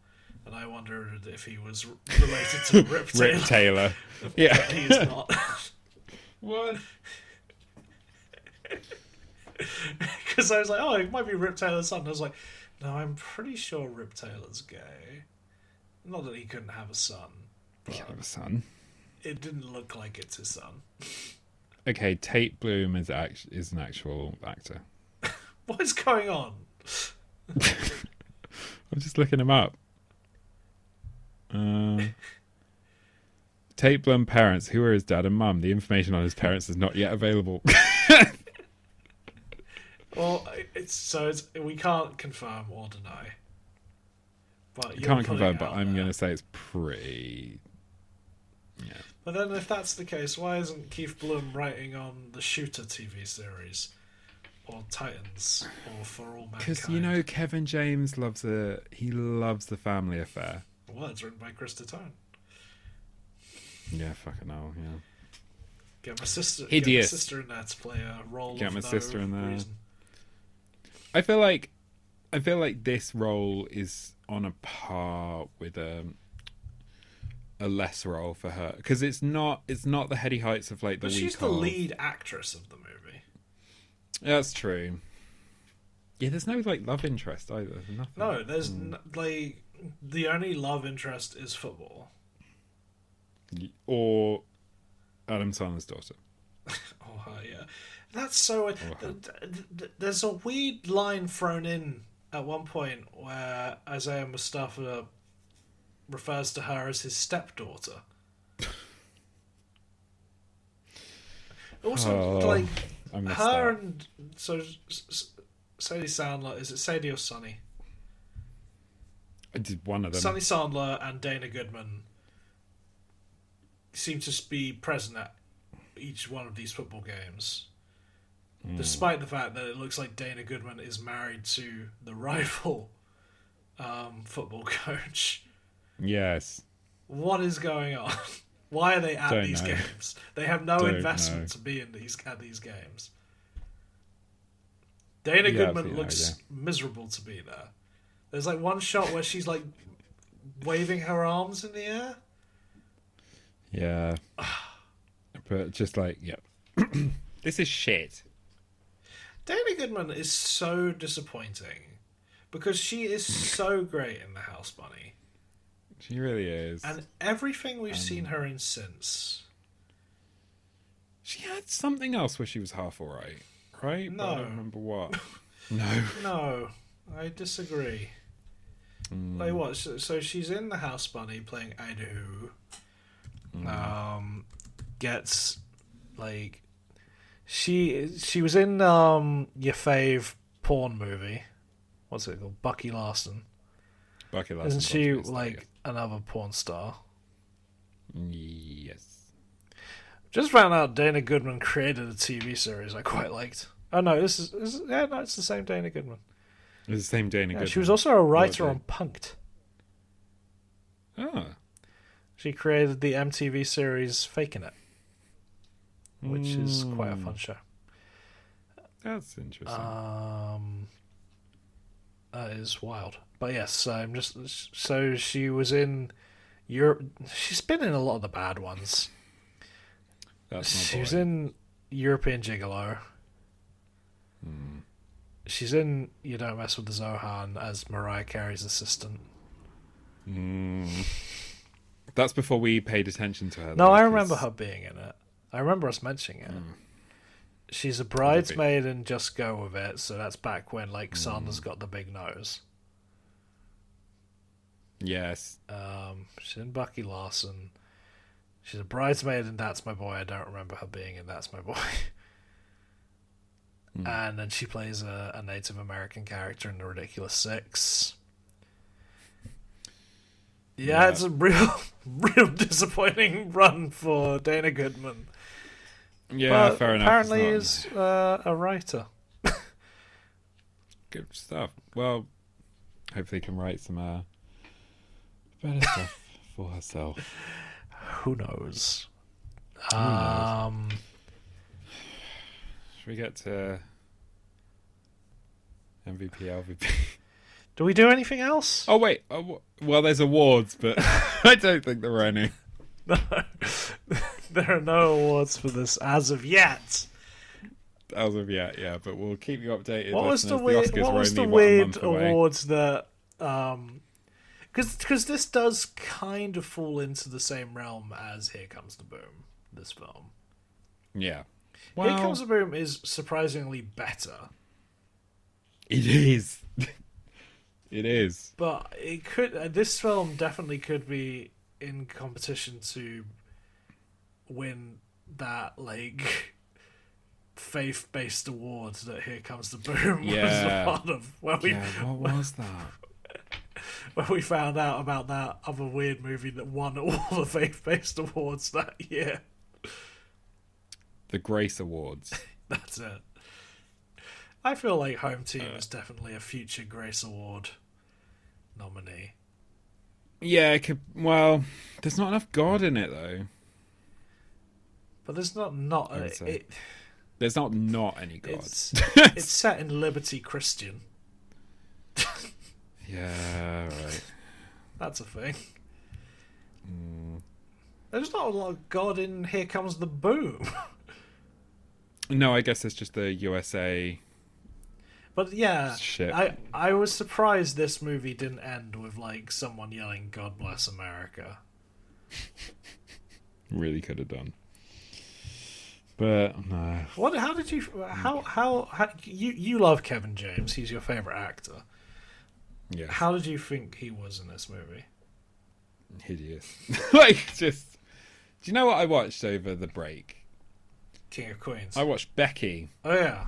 [SPEAKER 1] and I wondered if he was r-
[SPEAKER 3] (laughs)
[SPEAKER 1] related to Rip Taylor.
[SPEAKER 3] Rip Taylor. Yeah. (laughs)
[SPEAKER 1] He's not, (laughs)
[SPEAKER 3] What?
[SPEAKER 1] because I was like, oh, it might be Rip Taylor's son. And I was like, no, I'm pretty sure Rip Taylor's gay. Not that he couldn't have a son.
[SPEAKER 3] son.
[SPEAKER 1] It didn't look like it's his son. (laughs)
[SPEAKER 3] Okay, Tate Bloom is act- is an actual actor.
[SPEAKER 1] What is going on?
[SPEAKER 3] I'm just looking him up. (laughs) Uh, Tate Blum parents. Who are his dad and mum? The information on his parents is not yet (laughs) available.
[SPEAKER 1] Well, it's so it's, we can't confirm or deny. But
[SPEAKER 3] I can't confirm, but I'm going to say it's pretty.
[SPEAKER 1] But then, if that's the case, why isn't Keith Bloom writing on the Shooter TV series, or Titans, or For All Mankind?
[SPEAKER 3] Because you know, Kevin James loves a he loves the family affair.
[SPEAKER 1] well, it's written by Chris Titone.
[SPEAKER 3] Yeah, fucking hell. Yeah,
[SPEAKER 1] Get my sister,
[SPEAKER 3] Hideous.
[SPEAKER 1] get my sister in there to play a role.
[SPEAKER 3] Get
[SPEAKER 1] of
[SPEAKER 3] my
[SPEAKER 1] no
[SPEAKER 3] sister in there.
[SPEAKER 1] Reason.
[SPEAKER 3] I feel like I feel like this role is on a par with a a less role for her because it's not it's not the heady heights of like the
[SPEAKER 1] But she's
[SPEAKER 3] week
[SPEAKER 1] the
[SPEAKER 3] of-
[SPEAKER 1] lead actress of the movie.
[SPEAKER 3] That's true. Yeah, there's no like love interest either. Nothing.
[SPEAKER 1] No, there's
[SPEAKER 3] Mm.
[SPEAKER 1] n- like the only love interest is football.
[SPEAKER 3] Or Adam Sandler's daughter.
[SPEAKER 1] Oh, hi, yeah. That's so. th- th- th- there's a weird line thrown in at one point where Isaiah Mustafa refers to her as his stepdaughter. (laughs) also,
[SPEAKER 3] Oh,
[SPEAKER 1] like
[SPEAKER 3] I missed
[SPEAKER 1] her
[SPEAKER 3] that.
[SPEAKER 1] and so S- S- Sadie Sandler is it Sadie or Sonny?
[SPEAKER 3] I did one of them.
[SPEAKER 1] Sonny Sandler and Dana Goodman seem to s- be present at each one of these football games, despite the fact that it looks like Dana Goodman is married to the rival um, football (laughs) coach.
[SPEAKER 3] Yes.
[SPEAKER 1] What is going on? (laughs) Why are they at
[SPEAKER 3] Don't
[SPEAKER 1] these
[SPEAKER 3] know.
[SPEAKER 1] games? They have no
[SPEAKER 3] Don't
[SPEAKER 1] investment
[SPEAKER 3] know.
[SPEAKER 1] to be in these at these games. Dana
[SPEAKER 3] Yeah, I've seen
[SPEAKER 1] Goodman
[SPEAKER 3] that,
[SPEAKER 1] looks miserable to be there. There's like one shot where she's like waving her arms in the air.
[SPEAKER 3] Yeah.
[SPEAKER 1] Ah.
[SPEAKER 3] but just like, yeah. (clears throat) this is shit.
[SPEAKER 1] Dana Goodman is so disappointing because she is
[SPEAKER 3] Hmm.
[SPEAKER 1] so great in the House Bunny,
[SPEAKER 3] She really is.
[SPEAKER 1] and everything
[SPEAKER 3] Um,
[SPEAKER 1] we've seen her in since.
[SPEAKER 3] she had something else where she was half alright, right? But I
[SPEAKER 1] No.
[SPEAKER 3] don't remember what. no.
[SPEAKER 1] No, I disagree.
[SPEAKER 3] Mm.
[SPEAKER 1] Like what? So, so she's in the House Bunny playing Idaho.
[SPEAKER 3] Mm.
[SPEAKER 1] Um, gets like she she was in um your fave porn movie. What's it called? Bucky Larson.
[SPEAKER 3] Bucky Larson.
[SPEAKER 1] Isn't she
[SPEAKER 3] Bucky Larson,
[SPEAKER 1] like another porn star?
[SPEAKER 3] Yes.
[SPEAKER 1] Just found out Dana Goodman created a TV series I quite liked. Oh no, this is, this is yeah, no, it's the same Dana Goodman.
[SPEAKER 3] It was the same Dana
[SPEAKER 1] Yeah,
[SPEAKER 3] Goodman.
[SPEAKER 1] she was also a writer
[SPEAKER 3] they?
[SPEAKER 1] on Punked.
[SPEAKER 3] Ah.
[SPEAKER 1] She created the MTV series Faking It, which is quite a fun show.
[SPEAKER 3] That's interesting.
[SPEAKER 1] Um, that is wild. But yes, so I'm just so she was in Europe. She's been in a lot of the bad ones.
[SPEAKER 3] That's
[SPEAKER 1] She
[SPEAKER 3] my
[SPEAKER 1] was
[SPEAKER 3] Oh, boy.
[SPEAKER 1] in European Gigolo. She's in You Don't Mess with the Zohan as Mariah Carey's assistant.
[SPEAKER 3] That's before we paid attention to her.
[SPEAKER 1] No,
[SPEAKER 3] though,
[SPEAKER 1] I
[SPEAKER 3] 'cause-
[SPEAKER 1] remember her being in it. I remember us mentioning it. She's a bridesmaid and Just Go With It, so that's back when, like, Sandra's got the big nose.
[SPEAKER 3] Yes.
[SPEAKER 1] Um, she's in Bucky Larson. She's a bridesmaid and That's My Boy. I don't remember her being in That's My Boy. (laughs) And then she plays a, a Native American character in The Ridiculous Six. Yeah,
[SPEAKER 3] Yeah.
[SPEAKER 1] it's a real, (laughs) real disappointing run for Dana Goodman.
[SPEAKER 3] Yeah,
[SPEAKER 1] But
[SPEAKER 3] fair enough. it's
[SPEAKER 1] Apparently,
[SPEAKER 3] not-
[SPEAKER 1] is uh, a writer.
[SPEAKER 3] good stuff. Well, hopefully, can write some uh,
[SPEAKER 1] (laughs)
[SPEAKER 3] better stuff for herself.
[SPEAKER 1] Who knows? Um,
[SPEAKER 3] Should we get to MVP, LVP?
[SPEAKER 1] do we do anything else?
[SPEAKER 3] Oh wait, oh, w- well, there's awards, but (laughs) I don't think there are any. Oh.
[SPEAKER 1] (laughs) There are no awards for this as of yet.
[SPEAKER 3] As of yet, yeah, but we'll keep you updated.
[SPEAKER 1] What was the
[SPEAKER 3] listeners.
[SPEAKER 1] weird?
[SPEAKER 3] Oscars
[SPEAKER 1] What
[SPEAKER 3] were
[SPEAKER 1] was the
[SPEAKER 3] only, what, a
[SPEAKER 1] weird
[SPEAKER 3] month away.
[SPEAKER 1] awards that? Um, because this does kind of fall into the same realm as Here Comes the Boom. This film,
[SPEAKER 3] Yeah,
[SPEAKER 1] Here
[SPEAKER 3] well,
[SPEAKER 1] Comes the Boom, is surprisingly better,
[SPEAKER 3] it is. (laughs) it is.
[SPEAKER 1] but it could. Uh, this film definitely could be in competition to win that like (laughs) faith-based award that Here Comes the Boom (laughs) was a
[SPEAKER 3] Yeah.
[SPEAKER 1] part of, where we
[SPEAKER 3] Yeah, what was that?
[SPEAKER 1] when we found out about that other weird movie that won all (laughs) the faith based awards that year. (laughs)
[SPEAKER 3] The Grace Awards.
[SPEAKER 1] That's it. I feel like Home Team
[SPEAKER 3] Uh.
[SPEAKER 1] is definitely a future Grace Award nominee.
[SPEAKER 3] Yeah, it could, well, there's not enough God in it though.
[SPEAKER 1] But there's not not
[SPEAKER 3] would
[SPEAKER 1] it,
[SPEAKER 3] say There's not not any God. (laughs)
[SPEAKER 1] it's it's set in Liberty Christian.
[SPEAKER 3] Yeah, right.
[SPEAKER 1] That's a thing.
[SPEAKER 3] Mm.
[SPEAKER 1] There's not a lot of God in Here Comes the Boom. (laughs)
[SPEAKER 3] No, I guess it's just the USA.
[SPEAKER 1] But yeah,
[SPEAKER 3] Shit.
[SPEAKER 1] I I was surprised this movie didn't end with like someone yelling "God bless America."
[SPEAKER 3] Really could have done, but no.
[SPEAKER 1] What? How did you?
[SPEAKER 3] Mm.
[SPEAKER 1] How? How? how you? You love Kevin James. He's your favorite actor.
[SPEAKER 3] Yeah,
[SPEAKER 1] How did you think he was in this movie?
[SPEAKER 3] hideous. (laughs) like, just. Do you know what I watched over the break?
[SPEAKER 1] King of Queens.
[SPEAKER 3] I watched Becky.
[SPEAKER 1] oh yeah,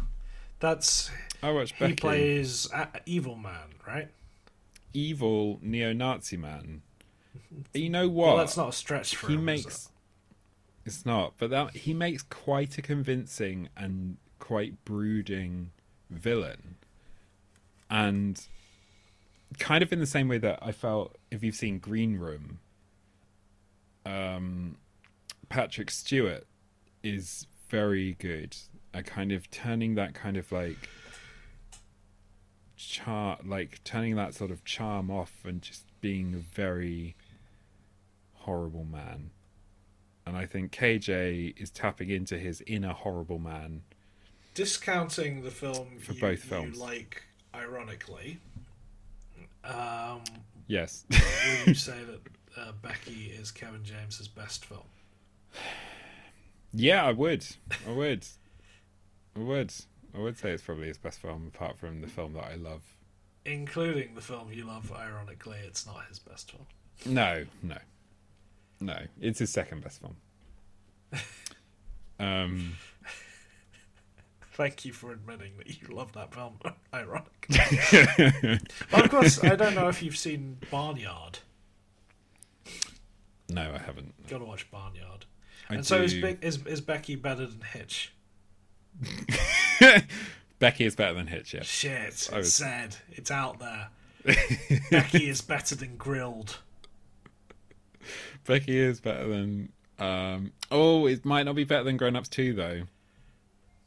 [SPEAKER 1] that's
[SPEAKER 3] I watched
[SPEAKER 1] he
[SPEAKER 3] Becky.
[SPEAKER 1] plays a, evil man, right?
[SPEAKER 3] Evil neo-Nazi man.
[SPEAKER 1] (laughs)
[SPEAKER 3] You know
[SPEAKER 1] Well,
[SPEAKER 3] what?
[SPEAKER 1] that's not a stretch for
[SPEAKER 3] he
[SPEAKER 1] him. is
[SPEAKER 3] makes it's not but that he makes quite a convincing and quite brooding villain and kind of in the same way that i felt if you've seen green room um patrick stewart is very good at kind of turning that kind of like char like turning that sort of charm off and just being a very horrible man and I think KJ is tapping into his inner horrible man.
[SPEAKER 1] it? Discounting the film
[SPEAKER 3] For
[SPEAKER 1] you-
[SPEAKER 3] both
[SPEAKER 1] you
[SPEAKER 3] films.
[SPEAKER 1] like ironically,
[SPEAKER 3] Yes. (laughs)
[SPEAKER 1] Will you say that uh, Becky is Kevin James's best film?
[SPEAKER 3] yeah, I would. I would. I would. I would say it's probably his best film, apart from the film that I love.
[SPEAKER 1] Including the film you love, ironically, it's not his best film.
[SPEAKER 3] No, no, no. It's his second best film. Um,
[SPEAKER 1] Thank you for admitting that you love that film, (laughs) ironically.
[SPEAKER 3] (laughs)
[SPEAKER 1] But of course, I don't know if you've seen Barnyard.
[SPEAKER 3] no, I haven't.
[SPEAKER 1] Gotta watch Barnyard.
[SPEAKER 3] I
[SPEAKER 1] and so is,
[SPEAKER 3] do-
[SPEAKER 1] Big, is is Becky better than Hitch?
[SPEAKER 3] Becky is better than Hitch. Yeah.
[SPEAKER 1] Shit, it's
[SPEAKER 3] would-
[SPEAKER 1] sad. It's out
[SPEAKER 3] (laughs)
[SPEAKER 1] there. Becky is better than Grilled.
[SPEAKER 3] Becky is better than. Um, oh, it might not be better than Grown Ups 2, though.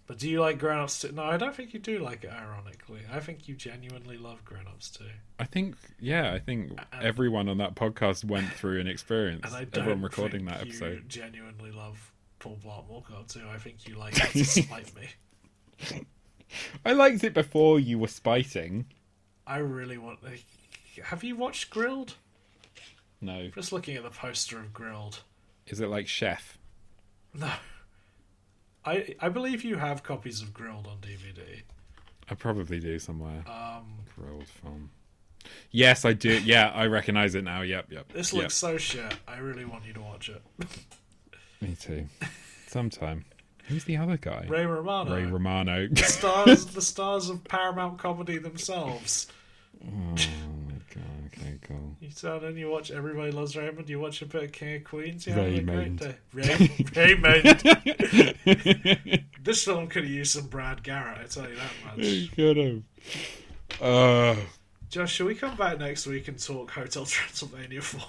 [SPEAKER 1] But do you like Grown Ups too? No, I don't think you do like it, ironically. I think you genuinely love Grown Ups too.
[SPEAKER 3] I think, yeah, I think everyone on that podcast went through an experience.
[SPEAKER 1] And I don't
[SPEAKER 3] Everyone recording
[SPEAKER 1] think
[SPEAKER 3] that
[SPEAKER 1] you
[SPEAKER 3] episode.
[SPEAKER 1] genuinely love Paul Blart Mall Cop too. I think you like it
[SPEAKER 3] (laughs)
[SPEAKER 1] to spite me.
[SPEAKER 3] I liked it before you were spiting.
[SPEAKER 1] I really want. Have you watched Grilled?
[SPEAKER 3] No.
[SPEAKER 1] Just looking at the poster of Grilled.
[SPEAKER 3] Is it like Chef?
[SPEAKER 1] No. I I believe you have copies of Grilled on DVD.
[SPEAKER 3] I probably do somewhere. Um, Grilled film. Yes, I do. Yeah, I recognize it now. Yep, yep.
[SPEAKER 1] This
[SPEAKER 3] yep.
[SPEAKER 1] looks so shit. I really want you to watch it.
[SPEAKER 3] Me too. Sometime. Who's the other guy?
[SPEAKER 1] Ray Romano.
[SPEAKER 3] Ray
[SPEAKER 1] (laughs)
[SPEAKER 3] Romano. Oh,
[SPEAKER 1] stars the stars of Paramount comedy themselves.
[SPEAKER 3] oh my god. Okay, cool.
[SPEAKER 1] You turn in, you watch Everybody Loves Raymond, you watch a bit of King of Queens, you have a great
[SPEAKER 3] Raymond.
[SPEAKER 1] day. Ray, Raymond.
[SPEAKER 3] (laughs)
[SPEAKER 1] this film could have used some Brad Garrett, I tell you that much.
[SPEAKER 3] Good him. Uh,
[SPEAKER 1] Josh, shall we come back next week and talk Hotel (laughs) Transylvania 4?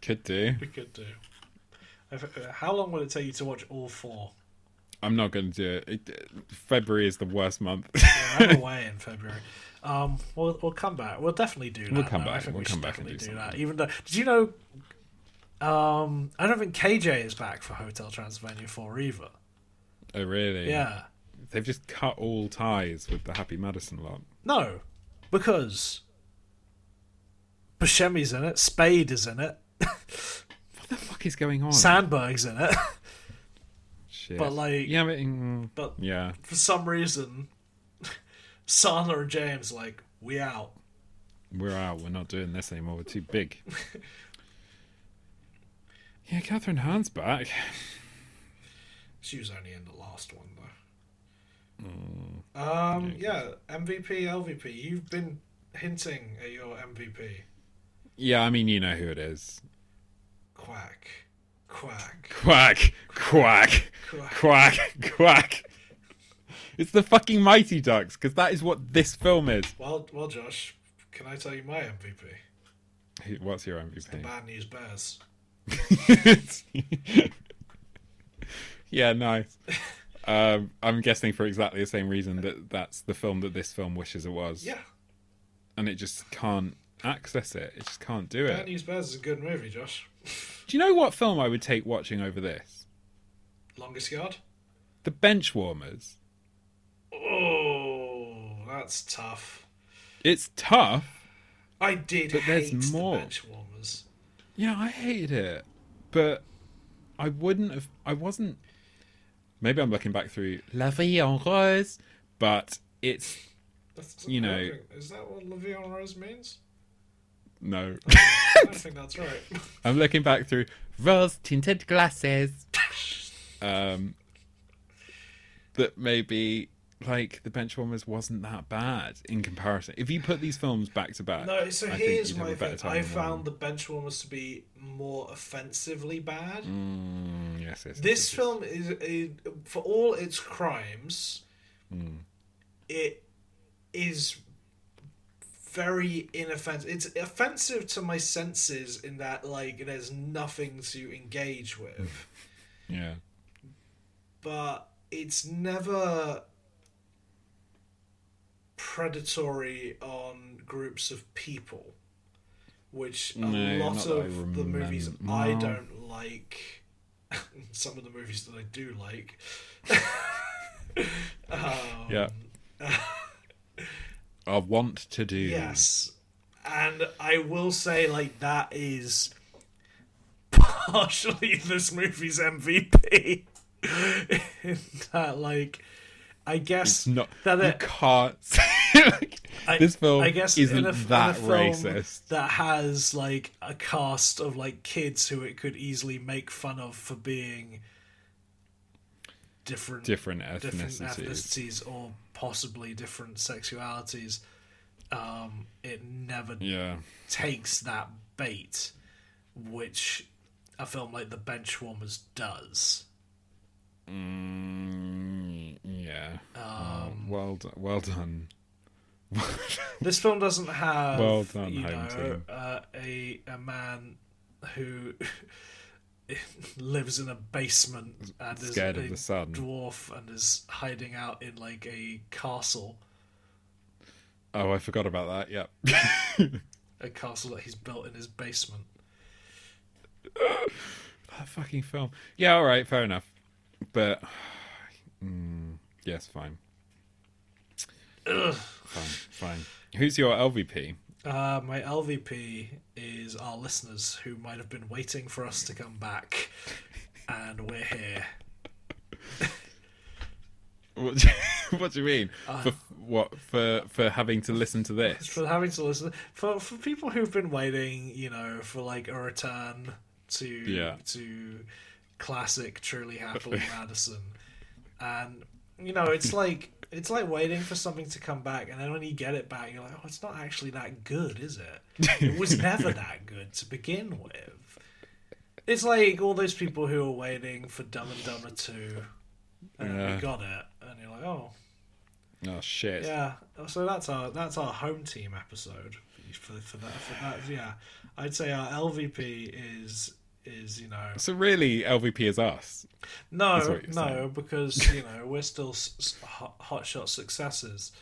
[SPEAKER 3] could do.
[SPEAKER 1] We could do. If- uh, How long will it take you to watch all four?
[SPEAKER 3] I'm not going to do it. it. February is the worst month. (laughs)
[SPEAKER 1] I'm away in February. Um, we'll, we'll come back. We'll definitely do that.
[SPEAKER 3] We'll come
[SPEAKER 1] though. I
[SPEAKER 3] back.
[SPEAKER 1] think
[SPEAKER 3] We'll
[SPEAKER 1] we
[SPEAKER 3] come
[SPEAKER 1] should
[SPEAKER 3] back and
[SPEAKER 1] definitely
[SPEAKER 3] do
[SPEAKER 1] do,
[SPEAKER 3] something.
[SPEAKER 1] that. Even though, did you know? Um, I don't think KJ is back for Hotel Transylvania 4 either.
[SPEAKER 3] oh, really?
[SPEAKER 1] Yeah.
[SPEAKER 3] They've just cut all ties with the Happy Madison lot.
[SPEAKER 1] No, because Buscemi's in it, Spade is in it, (laughs) Hmm.
[SPEAKER 3] What the fuck is going on?
[SPEAKER 1] Sandberg's in it. (laughs)
[SPEAKER 3] Shit.
[SPEAKER 1] but, like-
[SPEAKER 3] yeah, but, mm,
[SPEAKER 1] but
[SPEAKER 3] yeah,
[SPEAKER 1] for some reason, (laughs) Sandler and James are like we out.
[SPEAKER 3] we're out. We're not doing this anymore. We're too
[SPEAKER 1] (laughs)
[SPEAKER 3] big. yeah, Catherine Hahn's back.
[SPEAKER 1] She was only in the last one though. um, yeah, MVP, LVP. You've been hinting at your MVP.
[SPEAKER 3] Yeah, I mean, you know who it is.
[SPEAKER 1] Quack, quack.
[SPEAKER 3] Quack, quack, quack, quack. It's the fucking Mighty Ducks because that is what this film is.
[SPEAKER 1] Well, well, Josh, can I tell you my MVP?
[SPEAKER 3] Who- What's your
[SPEAKER 1] The
[SPEAKER 3] MVP?
[SPEAKER 1] Bad News Bears.
[SPEAKER 3] (laughs) yeah, nice. Um, I'm guessing for exactly the same reason that that's the film that this film wishes it was,
[SPEAKER 1] Yeah,
[SPEAKER 3] and it just can't access it. It just can't do
[SPEAKER 1] Bad
[SPEAKER 3] it.
[SPEAKER 1] News Bears is a good movie, Josh.
[SPEAKER 3] Do you know what film I would take watching over this?
[SPEAKER 1] Longest Yard.
[SPEAKER 3] The Benchwarmers.
[SPEAKER 1] Oh, that's tough.
[SPEAKER 3] It's tough.
[SPEAKER 1] I did
[SPEAKER 3] But
[SPEAKER 1] hate
[SPEAKER 3] there's more.
[SPEAKER 1] the bench warmers.
[SPEAKER 3] Yeah, I hated it, but I wouldn't have. I wasn't. Maybe I'm looking back through La Vie en Rose, but it's
[SPEAKER 1] That's,
[SPEAKER 3] You
[SPEAKER 1] I
[SPEAKER 3] know-
[SPEAKER 1] don't think- is that what Le'Veon Rose means?
[SPEAKER 3] no.
[SPEAKER 1] I don't think that's
[SPEAKER 3] (laughs)
[SPEAKER 1] right.
[SPEAKER 3] I'm looking back through rose tinted glasses. Um, that maybe like the Benchwarmers wasn't that bad in comparison. If you put these films back to back,
[SPEAKER 1] No, so
[SPEAKER 3] I think
[SPEAKER 1] here's
[SPEAKER 3] you'd have
[SPEAKER 1] my
[SPEAKER 3] a better
[SPEAKER 1] thing.
[SPEAKER 3] time
[SPEAKER 1] I
[SPEAKER 3] than mine.
[SPEAKER 1] found the bench warmers to be more offensively bad.
[SPEAKER 3] Mm, yes, yes, yes,
[SPEAKER 1] This
[SPEAKER 3] yes, yes.
[SPEAKER 1] film is, a, for all its crimes,
[SPEAKER 3] Mm.
[SPEAKER 1] it is very inoffensive. It's offensive to my senses in that like there's nothing to engage with.
[SPEAKER 3] Yeah,
[SPEAKER 1] but it's never predatory on groups of people, which a
[SPEAKER 3] No, not
[SPEAKER 1] lot
[SPEAKER 3] that I
[SPEAKER 1] of the movies
[SPEAKER 3] remember.
[SPEAKER 1] I
[SPEAKER 3] No.
[SPEAKER 1] don't like, (laughs) some of the movies that I do like,
[SPEAKER 3] yeah. I want to do.
[SPEAKER 1] Um, yes, And I will say, like, that is partially (laughs) this movie's MVP. (laughs) in that, like, I guess
[SPEAKER 3] It's not.
[SPEAKER 1] that
[SPEAKER 3] you
[SPEAKER 1] it,
[SPEAKER 3] can't. (laughs)
[SPEAKER 1] I-
[SPEAKER 3] this film
[SPEAKER 1] I guess
[SPEAKER 3] isn't
[SPEAKER 1] in a, in a
[SPEAKER 3] that
[SPEAKER 1] film
[SPEAKER 3] racist.
[SPEAKER 1] That has like a cast of like kids who it could easily make fun of for being different,
[SPEAKER 3] Different
[SPEAKER 1] different
[SPEAKER 3] ethnicities.
[SPEAKER 1] ethnicities or possibly different sexualities. Um, it never
[SPEAKER 3] Yeah.
[SPEAKER 1] takes that bait, which a film like The Benchwarmers does.
[SPEAKER 3] Mm, yeah. Um, well, do- well done.
[SPEAKER 1] This film doesn't have
[SPEAKER 3] Well done,
[SPEAKER 1] you
[SPEAKER 3] home
[SPEAKER 1] know,
[SPEAKER 3] team.
[SPEAKER 1] uh, a a man who (laughs) lives in a basement and
[SPEAKER 3] Scared
[SPEAKER 1] is
[SPEAKER 3] of
[SPEAKER 1] a
[SPEAKER 3] the sun.
[SPEAKER 1] dwarf and is hiding out in like a castle,
[SPEAKER 3] Oh, I forgot about that. Yep. (sighs)
[SPEAKER 1] a castle that he's built in his basement.
[SPEAKER 3] that Ah, fucking film. Yeah. All right. Fair enough. But (sighs) mm, yes, fine. Fine. Fine. Who's your LVP?
[SPEAKER 1] Uh, my LVP is our listeners who might have been waiting for us to come back, and we're here.
[SPEAKER 3] What do you, (laughs) what do you mean?
[SPEAKER 1] Uh,
[SPEAKER 3] for what? For for having to listen to this?
[SPEAKER 1] for having to listen for for people who've been waiting, you know, for like a return to
[SPEAKER 3] Yeah.
[SPEAKER 1] to classic truly
[SPEAKER 3] (laughs)
[SPEAKER 1] happily Madison, and you know it's like it's like waiting for something to come back, and then when you get it back, you're like, oh, it's not actually that good, is it? It
[SPEAKER 3] (laughs)
[SPEAKER 1] was never that good to begin with. It's like all those people who are waiting for Dumb and Dumber Two, and then
[SPEAKER 3] Yeah.
[SPEAKER 1] we got it, and you're like, oh.
[SPEAKER 3] Oh shit.
[SPEAKER 1] Yeah, so that's our that's our home team episode for for that for that. Yeah, I'd say our LVP is is you know
[SPEAKER 3] So really, LVP is us.
[SPEAKER 1] no no
[SPEAKER 3] what you're saying.
[SPEAKER 1] because you know we're still s- s- hot, hot shot successes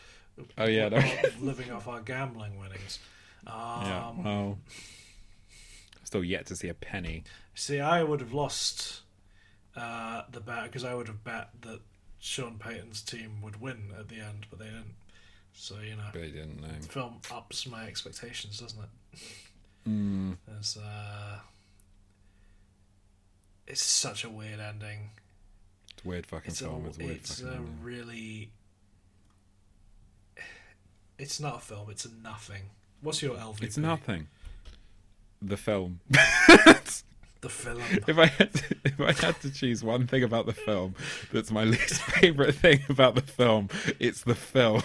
[SPEAKER 3] Oh yeah. No. yeah.
[SPEAKER 1] living off our gambling winnings. Um,
[SPEAKER 3] Well, still yet to see a penny.
[SPEAKER 1] See, I would have lost uh, the bet because I would have bet that Sean Payton's team would win at the end, but they didn't. So you know,
[SPEAKER 3] But he didn't know.
[SPEAKER 1] film ups my expectations, doesn't it?
[SPEAKER 3] Hmm.
[SPEAKER 1] There's, uh, it's such a weird ending.
[SPEAKER 3] It's a weird fucking
[SPEAKER 1] It's
[SPEAKER 3] film.
[SPEAKER 1] a,
[SPEAKER 3] It's a weird
[SPEAKER 1] it's
[SPEAKER 3] fucking.
[SPEAKER 1] a
[SPEAKER 3] ending.
[SPEAKER 1] really. It's not a film. It's a nothing. What's your LVP?
[SPEAKER 3] It's nothing. The film.
[SPEAKER 1] The
[SPEAKER 3] (laughs)
[SPEAKER 1] film.
[SPEAKER 3] if I had to, if I had to choose one thing about the film that's my (laughs) least favorite thing about the film, it's
[SPEAKER 1] (sighs)
[SPEAKER 3] the film.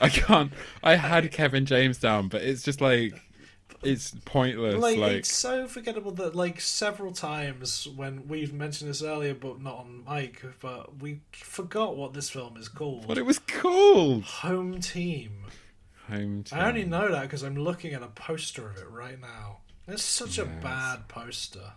[SPEAKER 3] I can't. I had Kevin James down, but it's just like it's pointless.
[SPEAKER 1] like,
[SPEAKER 3] Like,
[SPEAKER 1] it's so forgettable that like several times when we've mentioned this earlier, but not on mic, but we forgot what this film is called.
[SPEAKER 3] what it was called.
[SPEAKER 1] Home Team.
[SPEAKER 3] Home to
[SPEAKER 1] I only know that because I'm looking at a poster of it right now. It's such a bad poster.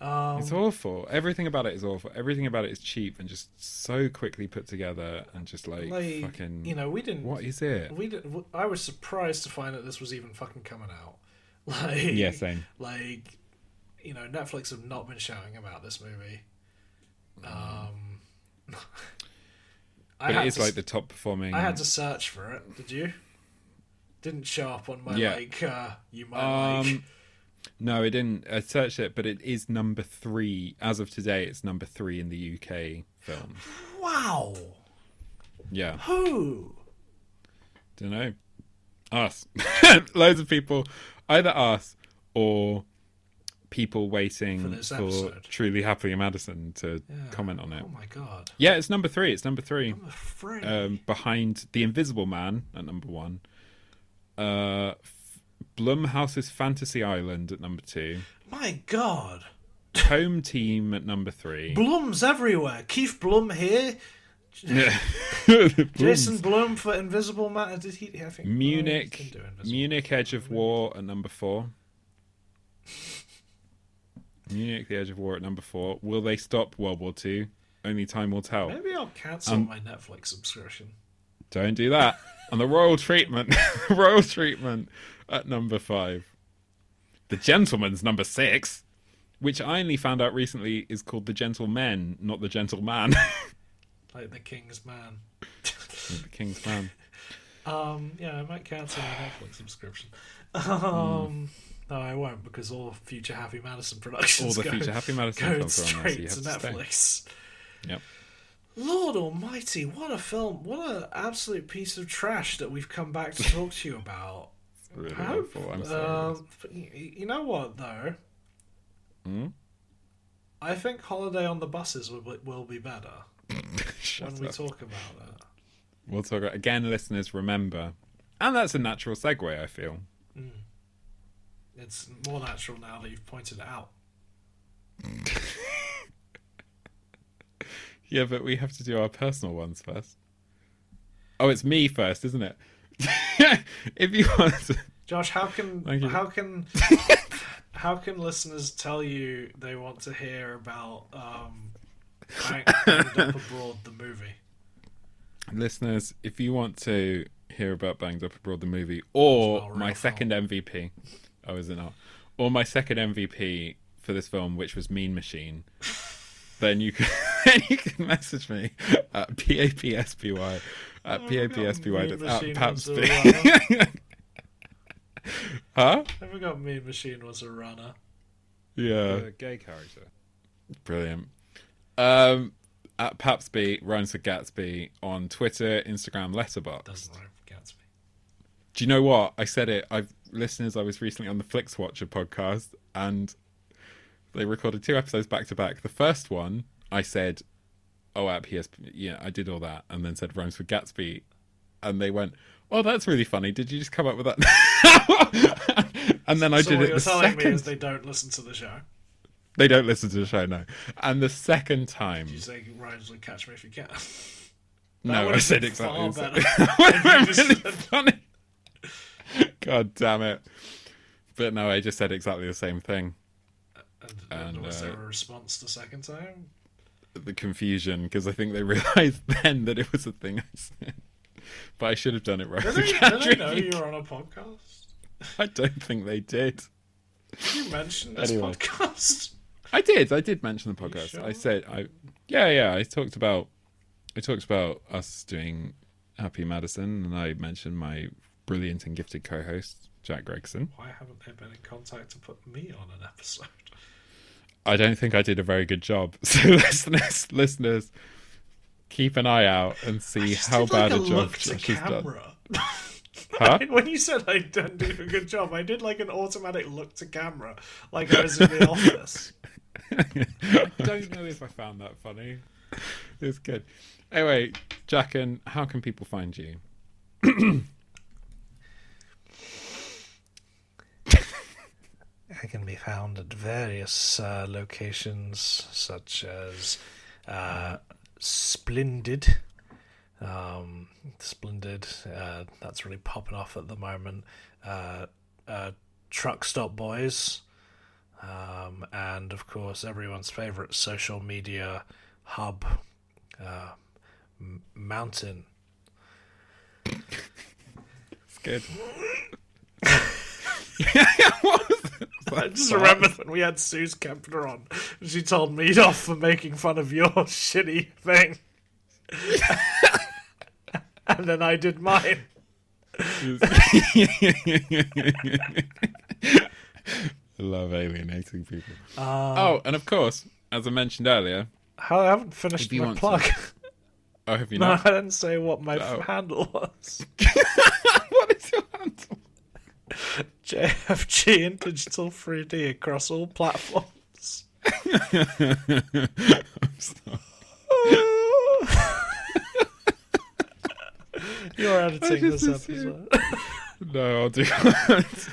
[SPEAKER 3] It's awful. Everything about it is awful. Everything about it is cheap and just so quickly put together and just like,
[SPEAKER 1] Like,
[SPEAKER 3] fucking.
[SPEAKER 1] you know, we didn't.
[SPEAKER 3] what is it?
[SPEAKER 1] we did, w- I was surprised to find that this was even fucking coming out. (laughs) Like,
[SPEAKER 3] Yeah, same.
[SPEAKER 1] Like, you know, Netflix have not been shouting about this movie. (laughs) Um, I
[SPEAKER 3] Mm. But
[SPEAKER 1] had
[SPEAKER 3] it is
[SPEAKER 1] to,
[SPEAKER 3] like the mm. top performing.
[SPEAKER 1] I had to search for it. Did you? Didn't show up on my
[SPEAKER 3] Yeah.
[SPEAKER 1] like. Uh, you might like.
[SPEAKER 3] Um, (laughs) No, it didn't. I searched it, but it is number three as of today. It's number three in the UK film.
[SPEAKER 1] (laughs) Wow.
[SPEAKER 3] Yeah,
[SPEAKER 1] Who?
[SPEAKER 3] don't know. Us, (laughs) loads of people, either us or people waiting for,
[SPEAKER 1] this episode.
[SPEAKER 3] Truly Happily Madison to comment on it.
[SPEAKER 1] Oh my Oh god.
[SPEAKER 3] Yeah, it's number three. It's number three,
[SPEAKER 1] Free.
[SPEAKER 3] um, behind The Invisible Man at number one, uh, F- Blumhouse's Fantasy Island at number
[SPEAKER 1] (laughs)
[SPEAKER 3] two,
[SPEAKER 1] My God.
[SPEAKER 3] Home Team at number three.
[SPEAKER 1] Blum's everywhere. Keith Blum here.
[SPEAKER 3] Yeah. (laughs)
[SPEAKER 1] Jason Blum for Invisible Man. Did he? I think oh, he
[SPEAKER 3] Munich,
[SPEAKER 1] didn't do Invisible.
[SPEAKER 3] Munich, Edge of War at number four. Munich, the Edge of War at number four. Will they stop World War Two? Only time will tell.
[SPEAKER 1] Maybe I'll cancel
[SPEAKER 3] Um,
[SPEAKER 1] my Netflix subscription.
[SPEAKER 3] Don't
[SPEAKER 1] (laughs)
[SPEAKER 3] do that. And the Royal Treatment, (laughs) Royal Treatment at number five. The Gentleman's number six, which I only found out recently is called The Gentlemen, not The Gentleman. (laughs)
[SPEAKER 1] Like the King's Man.
[SPEAKER 3] the King's Man.
[SPEAKER 1] Um, yeah, I might cancel my Netflix subscription. Um, No, I won't because all future Happy Madison productions
[SPEAKER 3] Hmm. All the
[SPEAKER 1] go,
[SPEAKER 3] future Happy Madison
[SPEAKER 1] go
[SPEAKER 3] films are on there, so
[SPEAKER 1] straight
[SPEAKER 3] you
[SPEAKER 1] to
[SPEAKER 3] have to stay.
[SPEAKER 1] Netflix.
[SPEAKER 3] Yep.
[SPEAKER 1] Lord Almighty, what a film! What an absolute piece of trash that we've come back to talk to you about.
[SPEAKER 3] Really
[SPEAKER 1] How-
[SPEAKER 3] awful. I'm sorry.
[SPEAKER 1] Um, but y- y- you know what though?
[SPEAKER 3] Hmm?
[SPEAKER 1] I think Holiday on the Buses will be, will be better
[SPEAKER 3] (laughs) Shut
[SPEAKER 1] when uh, we
[SPEAKER 3] up.
[SPEAKER 1] talk about it.
[SPEAKER 3] We'll talk about again, listeners. Remember, and that's a natural segue. I feel.
[SPEAKER 1] It's more natural now that you've pointed it out.
[SPEAKER 3] Yeah, but we have to do our personal ones first. Oh, it's me first, isn't it? (laughs) if you want to.
[SPEAKER 1] Josh, how can
[SPEAKER 3] Thank you.
[SPEAKER 1] how can (laughs) how can listeners tell you they want to hear about um,
[SPEAKER 3] (laughs)
[SPEAKER 1] Bang- Banged Up Abroad the movie?
[SPEAKER 3] Listeners, if you want to hear about Banged Up Abroad the movie or
[SPEAKER 1] It's not
[SPEAKER 3] my
[SPEAKER 1] real
[SPEAKER 3] second MVP, oh, is it not? Or my second MVP for this film, which was Mean Machine,
[SPEAKER 1] (laughs)
[SPEAKER 3] then you can (laughs) then you can message me at papspy
[SPEAKER 1] Oh,
[SPEAKER 3] at papspy
[SPEAKER 1] Mean
[SPEAKER 3] that's
[SPEAKER 1] Machine
[SPEAKER 3] at
[SPEAKER 1] was
[SPEAKER 3] (laughs)
[SPEAKER 1] a
[SPEAKER 3] papspy. huh?
[SPEAKER 1] I forgot Mean Machine was a runner.
[SPEAKER 3] Yeah.
[SPEAKER 8] gay character.
[SPEAKER 3] Brilliant. Um, at Papsby, rhymes with Gatsby on Twitter, Instagram, Letterbox.
[SPEAKER 1] Doesn't rhyme with Gatsby.
[SPEAKER 3] Do you know what? I said it. I've listeners. I was recently on the Flix Watcher podcast, and they recorded two episodes back to back. The first one, I said, "Oh, at PS, yeah, I did all that," and then said rhymes with Gatsby, and they went, "Oh, that's really funny. Did you just come up with that?" now?" (laughs) and then I
[SPEAKER 1] so
[SPEAKER 3] did
[SPEAKER 1] what
[SPEAKER 3] it
[SPEAKER 1] you're
[SPEAKER 3] the
[SPEAKER 1] telling
[SPEAKER 3] second.
[SPEAKER 1] me is they don't listen to the show.
[SPEAKER 3] They don't listen to the show now. And the second time,
[SPEAKER 1] You say rhymes with Catch Me If You Can. (laughs)
[SPEAKER 3] No,
[SPEAKER 1] would
[SPEAKER 3] I
[SPEAKER 1] have
[SPEAKER 3] said
[SPEAKER 1] been far
[SPEAKER 3] exactly. the (laughs) same.
[SPEAKER 1] better
[SPEAKER 3] That would have been
[SPEAKER 1] you
[SPEAKER 3] really
[SPEAKER 1] just said-
[SPEAKER 3] funny. God damn it! But no, I just said exactly the same thing.
[SPEAKER 1] And,
[SPEAKER 3] And,
[SPEAKER 1] and was
[SPEAKER 3] uh,
[SPEAKER 1] there a response the second
[SPEAKER 3] (laughs)
[SPEAKER 1] time?
[SPEAKER 3] The confusion, because I think they (laughs) realised then that it was a thing I said. But I should have done it right.
[SPEAKER 1] Did they,
[SPEAKER 3] (laughs)
[SPEAKER 1] did they know you were on a podcast?
[SPEAKER 3] I don't think they did.
[SPEAKER 1] You mentioned this
[SPEAKER 3] Anyway.
[SPEAKER 1] podcast. (laughs)
[SPEAKER 3] I did. I did mention the podcast.
[SPEAKER 1] sure?
[SPEAKER 3] I said I. Yeah, yeah. I talked about. I talked about us doing Happy Madison, and I mentioned my brilliant and gifted co-host Jack Gregson.
[SPEAKER 1] Why haven't they been in contact to put me on an episode?
[SPEAKER 3] I don't think I did a very good job. (laughs) So listeners, listeners, keep an eye out and (laughs) see
[SPEAKER 1] just
[SPEAKER 3] how
[SPEAKER 1] did,
[SPEAKER 3] bad
[SPEAKER 1] like,
[SPEAKER 3] a job
[SPEAKER 1] look to
[SPEAKER 3] Josh has done.
[SPEAKER 1] camera. (laughs)
[SPEAKER 3] Huh?
[SPEAKER 1] when you said I didn't do a good job, I did like an automatic look to camera, like I was in the (laughs) office.
[SPEAKER 3] don't know if I found that funny. It's good. Anyway, Jack, and how can people find you?
[SPEAKER 1] It can be found at various uh, locations, such as uh, Splendid. Um, Splendid, uh, that's really popping off at the moment. Uh, uh, Truck Stop Boys. Um, and of course, everyone's favorite social media hub, uh, M- Mountain.
[SPEAKER 3] It's good. (laughs) What was that?
[SPEAKER 1] I just remember when we had Suze Kempner on, and she told me (laughs) off for making fun of your (laughs) shitty thing. (laughs) and then I did mine.
[SPEAKER 3] I (laughs) love alienating people. oh, and of course, as I mentioned earlier,
[SPEAKER 1] I haven't finished
[SPEAKER 3] If you
[SPEAKER 1] my
[SPEAKER 3] want
[SPEAKER 1] plug. (laughs)
[SPEAKER 3] oh, have you
[SPEAKER 1] No,
[SPEAKER 3] not?
[SPEAKER 1] I didn't say what my (laughs)
[SPEAKER 3] Oh.
[SPEAKER 1] handle was.
[SPEAKER 3] (laughs) what is your (laughs) handle?
[SPEAKER 1] JFG and Digital 3D across all platforms. You're editing
[SPEAKER 3] just
[SPEAKER 1] this
[SPEAKER 3] assumed-
[SPEAKER 1] episode.
[SPEAKER 3] No, I'll do (laughs) that.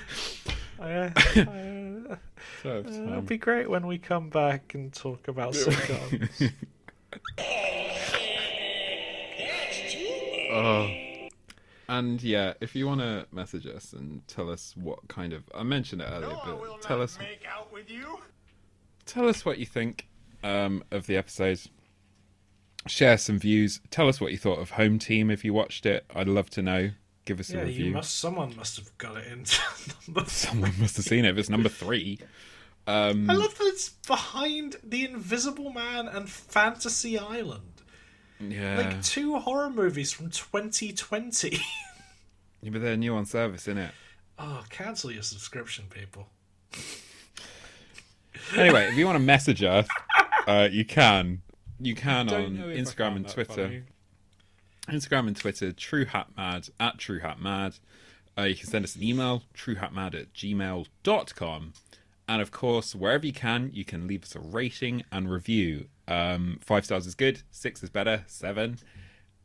[SPEAKER 1] I-
[SPEAKER 3] So it's
[SPEAKER 1] It'll
[SPEAKER 3] fine.
[SPEAKER 1] be great when we come back and talk about
[SPEAKER 3] (laughs)
[SPEAKER 1] sitcoms.
[SPEAKER 3] And yeah, if you want to message us and tell us what kind of I mentioned it earlier, but Uh, tell us
[SPEAKER 2] Make out with you?
[SPEAKER 3] tell us what you think um, of the episode. Share some views. Tell us what you thought of Home Team if you watched it. I'd love to know. Give us
[SPEAKER 1] yeah,
[SPEAKER 3] a review.
[SPEAKER 1] you must. Someone must have got it into (laughs) number
[SPEAKER 3] (laughs) Someone must have seen it. If it's number three,
[SPEAKER 1] I love that it's behind The Invisible Man and Fantasy Island.
[SPEAKER 3] yeah,
[SPEAKER 1] Like two horror movies from 2020.
[SPEAKER 3] Yeah, but they're new on service, innit?
[SPEAKER 1] (laughs) Oh, cancel your subscription, people.
[SPEAKER 3] Anyway, if you want to message
[SPEAKER 9] (laughs)
[SPEAKER 3] us, uh, you can. You can
[SPEAKER 9] Don't
[SPEAKER 3] on
[SPEAKER 9] know if I
[SPEAKER 3] Instagram
[SPEAKER 9] found
[SPEAKER 3] and
[SPEAKER 9] that
[SPEAKER 3] Twitter.
[SPEAKER 9] funny.
[SPEAKER 3] Instagram and Twitter, True Hat Mad at True Hat Mad. Uh, you can send us an email, truehatmad at gmail.com. And of course, wherever you can, you can leave us a rating and review. Um, five stars is good, six is better, seven,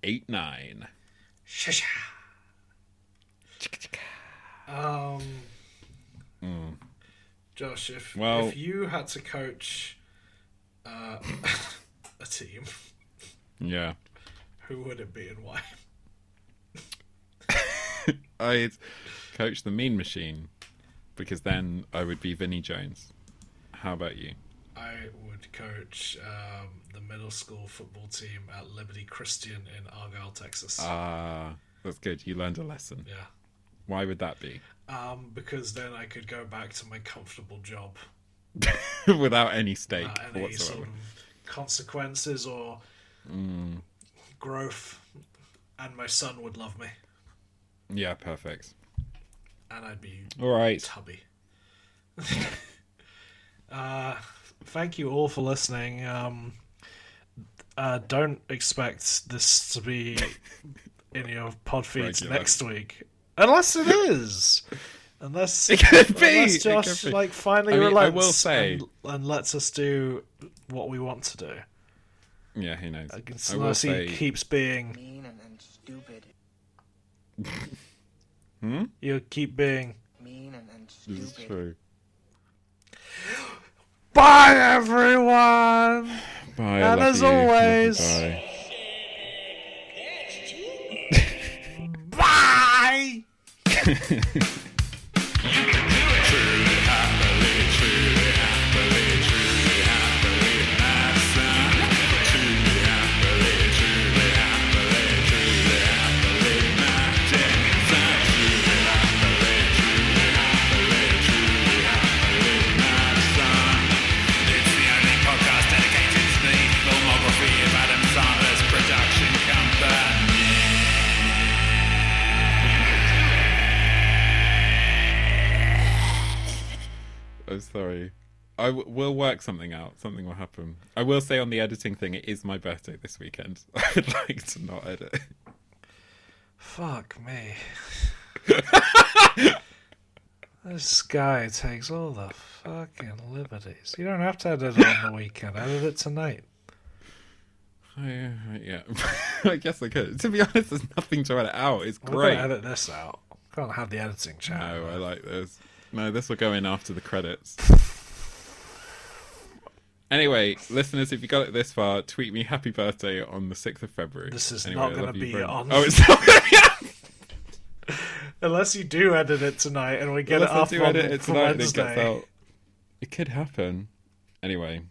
[SPEAKER 3] eight, nine.
[SPEAKER 1] Josh, if
[SPEAKER 3] Well-
[SPEAKER 1] if you had to coach uh, (coughs) a team,
[SPEAKER 3] Yeah.
[SPEAKER 1] who would it be and why?
[SPEAKER 3] I'd coach the Mean Machine because then I would be Vinnie Jones. How about you?
[SPEAKER 1] I would coach um, the middle school football team at Liberty Christian in Argyle, Texas.
[SPEAKER 3] Ah, that's good. You learned a lesson.
[SPEAKER 1] yeah.
[SPEAKER 3] Why would that be? (laughs)
[SPEAKER 1] Um, because then I could go back to my comfortable job.
[SPEAKER 3] Without any stake
[SPEAKER 1] without any
[SPEAKER 3] whatsoever. Mm.
[SPEAKER 1] sort of consequences or growth, and my son would love me,
[SPEAKER 3] Yeah, perfect.
[SPEAKER 1] and I'd be
[SPEAKER 3] All right.
[SPEAKER 1] tubby. (laughs) uh, thank you all for listening. Um, uh, don't expect this to
[SPEAKER 3] (laughs)
[SPEAKER 1] be in your pod feeds
[SPEAKER 3] Regular.
[SPEAKER 1] next week, unless it is. Unless it
[SPEAKER 3] could be,
[SPEAKER 1] unless
[SPEAKER 3] (laughs) it could
[SPEAKER 1] Josh
[SPEAKER 3] be.
[SPEAKER 1] like finally
[SPEAKER 3] I mean, I
[SPEAKER 1] relents
[SPEAKER 3] will say-
[SPEAKER 1] and, and lets us do what we want to do.
[SPEAKER 3] Yeah, who knows? I,
[SPEAKER 1] It's
[SPEAKER 3] will
[SPEAKER 1] unless
[SPEAKER 3] say,
[SPEAKER 1] he keeps being,
[SPEAKER 4] Mean and, and stupid.
[SPEAKER 1] you keep being.
[SPEAKER 4] Mean and, and stupid.
[SPEAKER 3] this is true.
[SPEAKER 1] Bye, everyone.
[SPEAKER 3] Bye.
[SPEAKER 1] And
[SPEAKER 3] I love
[SPEAKER 1] as
[SPEAKER 3] you. Love you,
[SPEAKER 1] always-
[SPEAKER 3] bye.
[SPEAKER 1] Bye.
[SPEAKER 2] It's the only podcast dedicated to the filmography of Adam Sandler's production company.
[SPEAKER 3] I'm Oh, sorry. I w- will work something out. Something will happen. I will say on the editing thing, it is my birthday this weekend. (laughs) I would like to not edit. (laughs)
[SPEAKER 1] Fuck me. this guy takes all the fucking liberties. You don't have to edit it on the weekend. Edit it tonight.
[SPEAKER 3] I, uh, yeah, (laughs) I guess I could. To be honest, there's nothing to edit out. It's
[SPEAKER 1] We're going
[SPEAKER 3] great.
[SPEAKER 1] to edit this out. Can't have the editing chat.
[SPEAKER 3] No, I like this. No, this will go in after the credits. Anyway, listeners, if you got it this far, tweet me happy birthday on the 6th of February.
[SPEAKER 1] This is
[SPEAKER 3] Anyway,
[SPEAKER 1] not
[SPEAKER 3] I
[SPEAKER 1] gonna
[SPEAKER 3] love you
[SPEAKER 1] be
[SPEAKER 3] very
[SPEAKER 1] on-
[SPEAKER 3] much. Oh, it's (laughs) not going to be on.
[SPEAKER 1] Unless you do edit it tonight and we get
[SPEAKER 3] Unless I
[SPEAKER 1] it
[SPEAKER 3] do
[SPEAKER 1] up on
[SPEAKER 3] edit it
[SPEAKER 1] for
[SPEAKER 3] tonight and it
[SPEAKER 1] Wednesday.
[SPEAKER 3] gets out. It could happen. Anyway.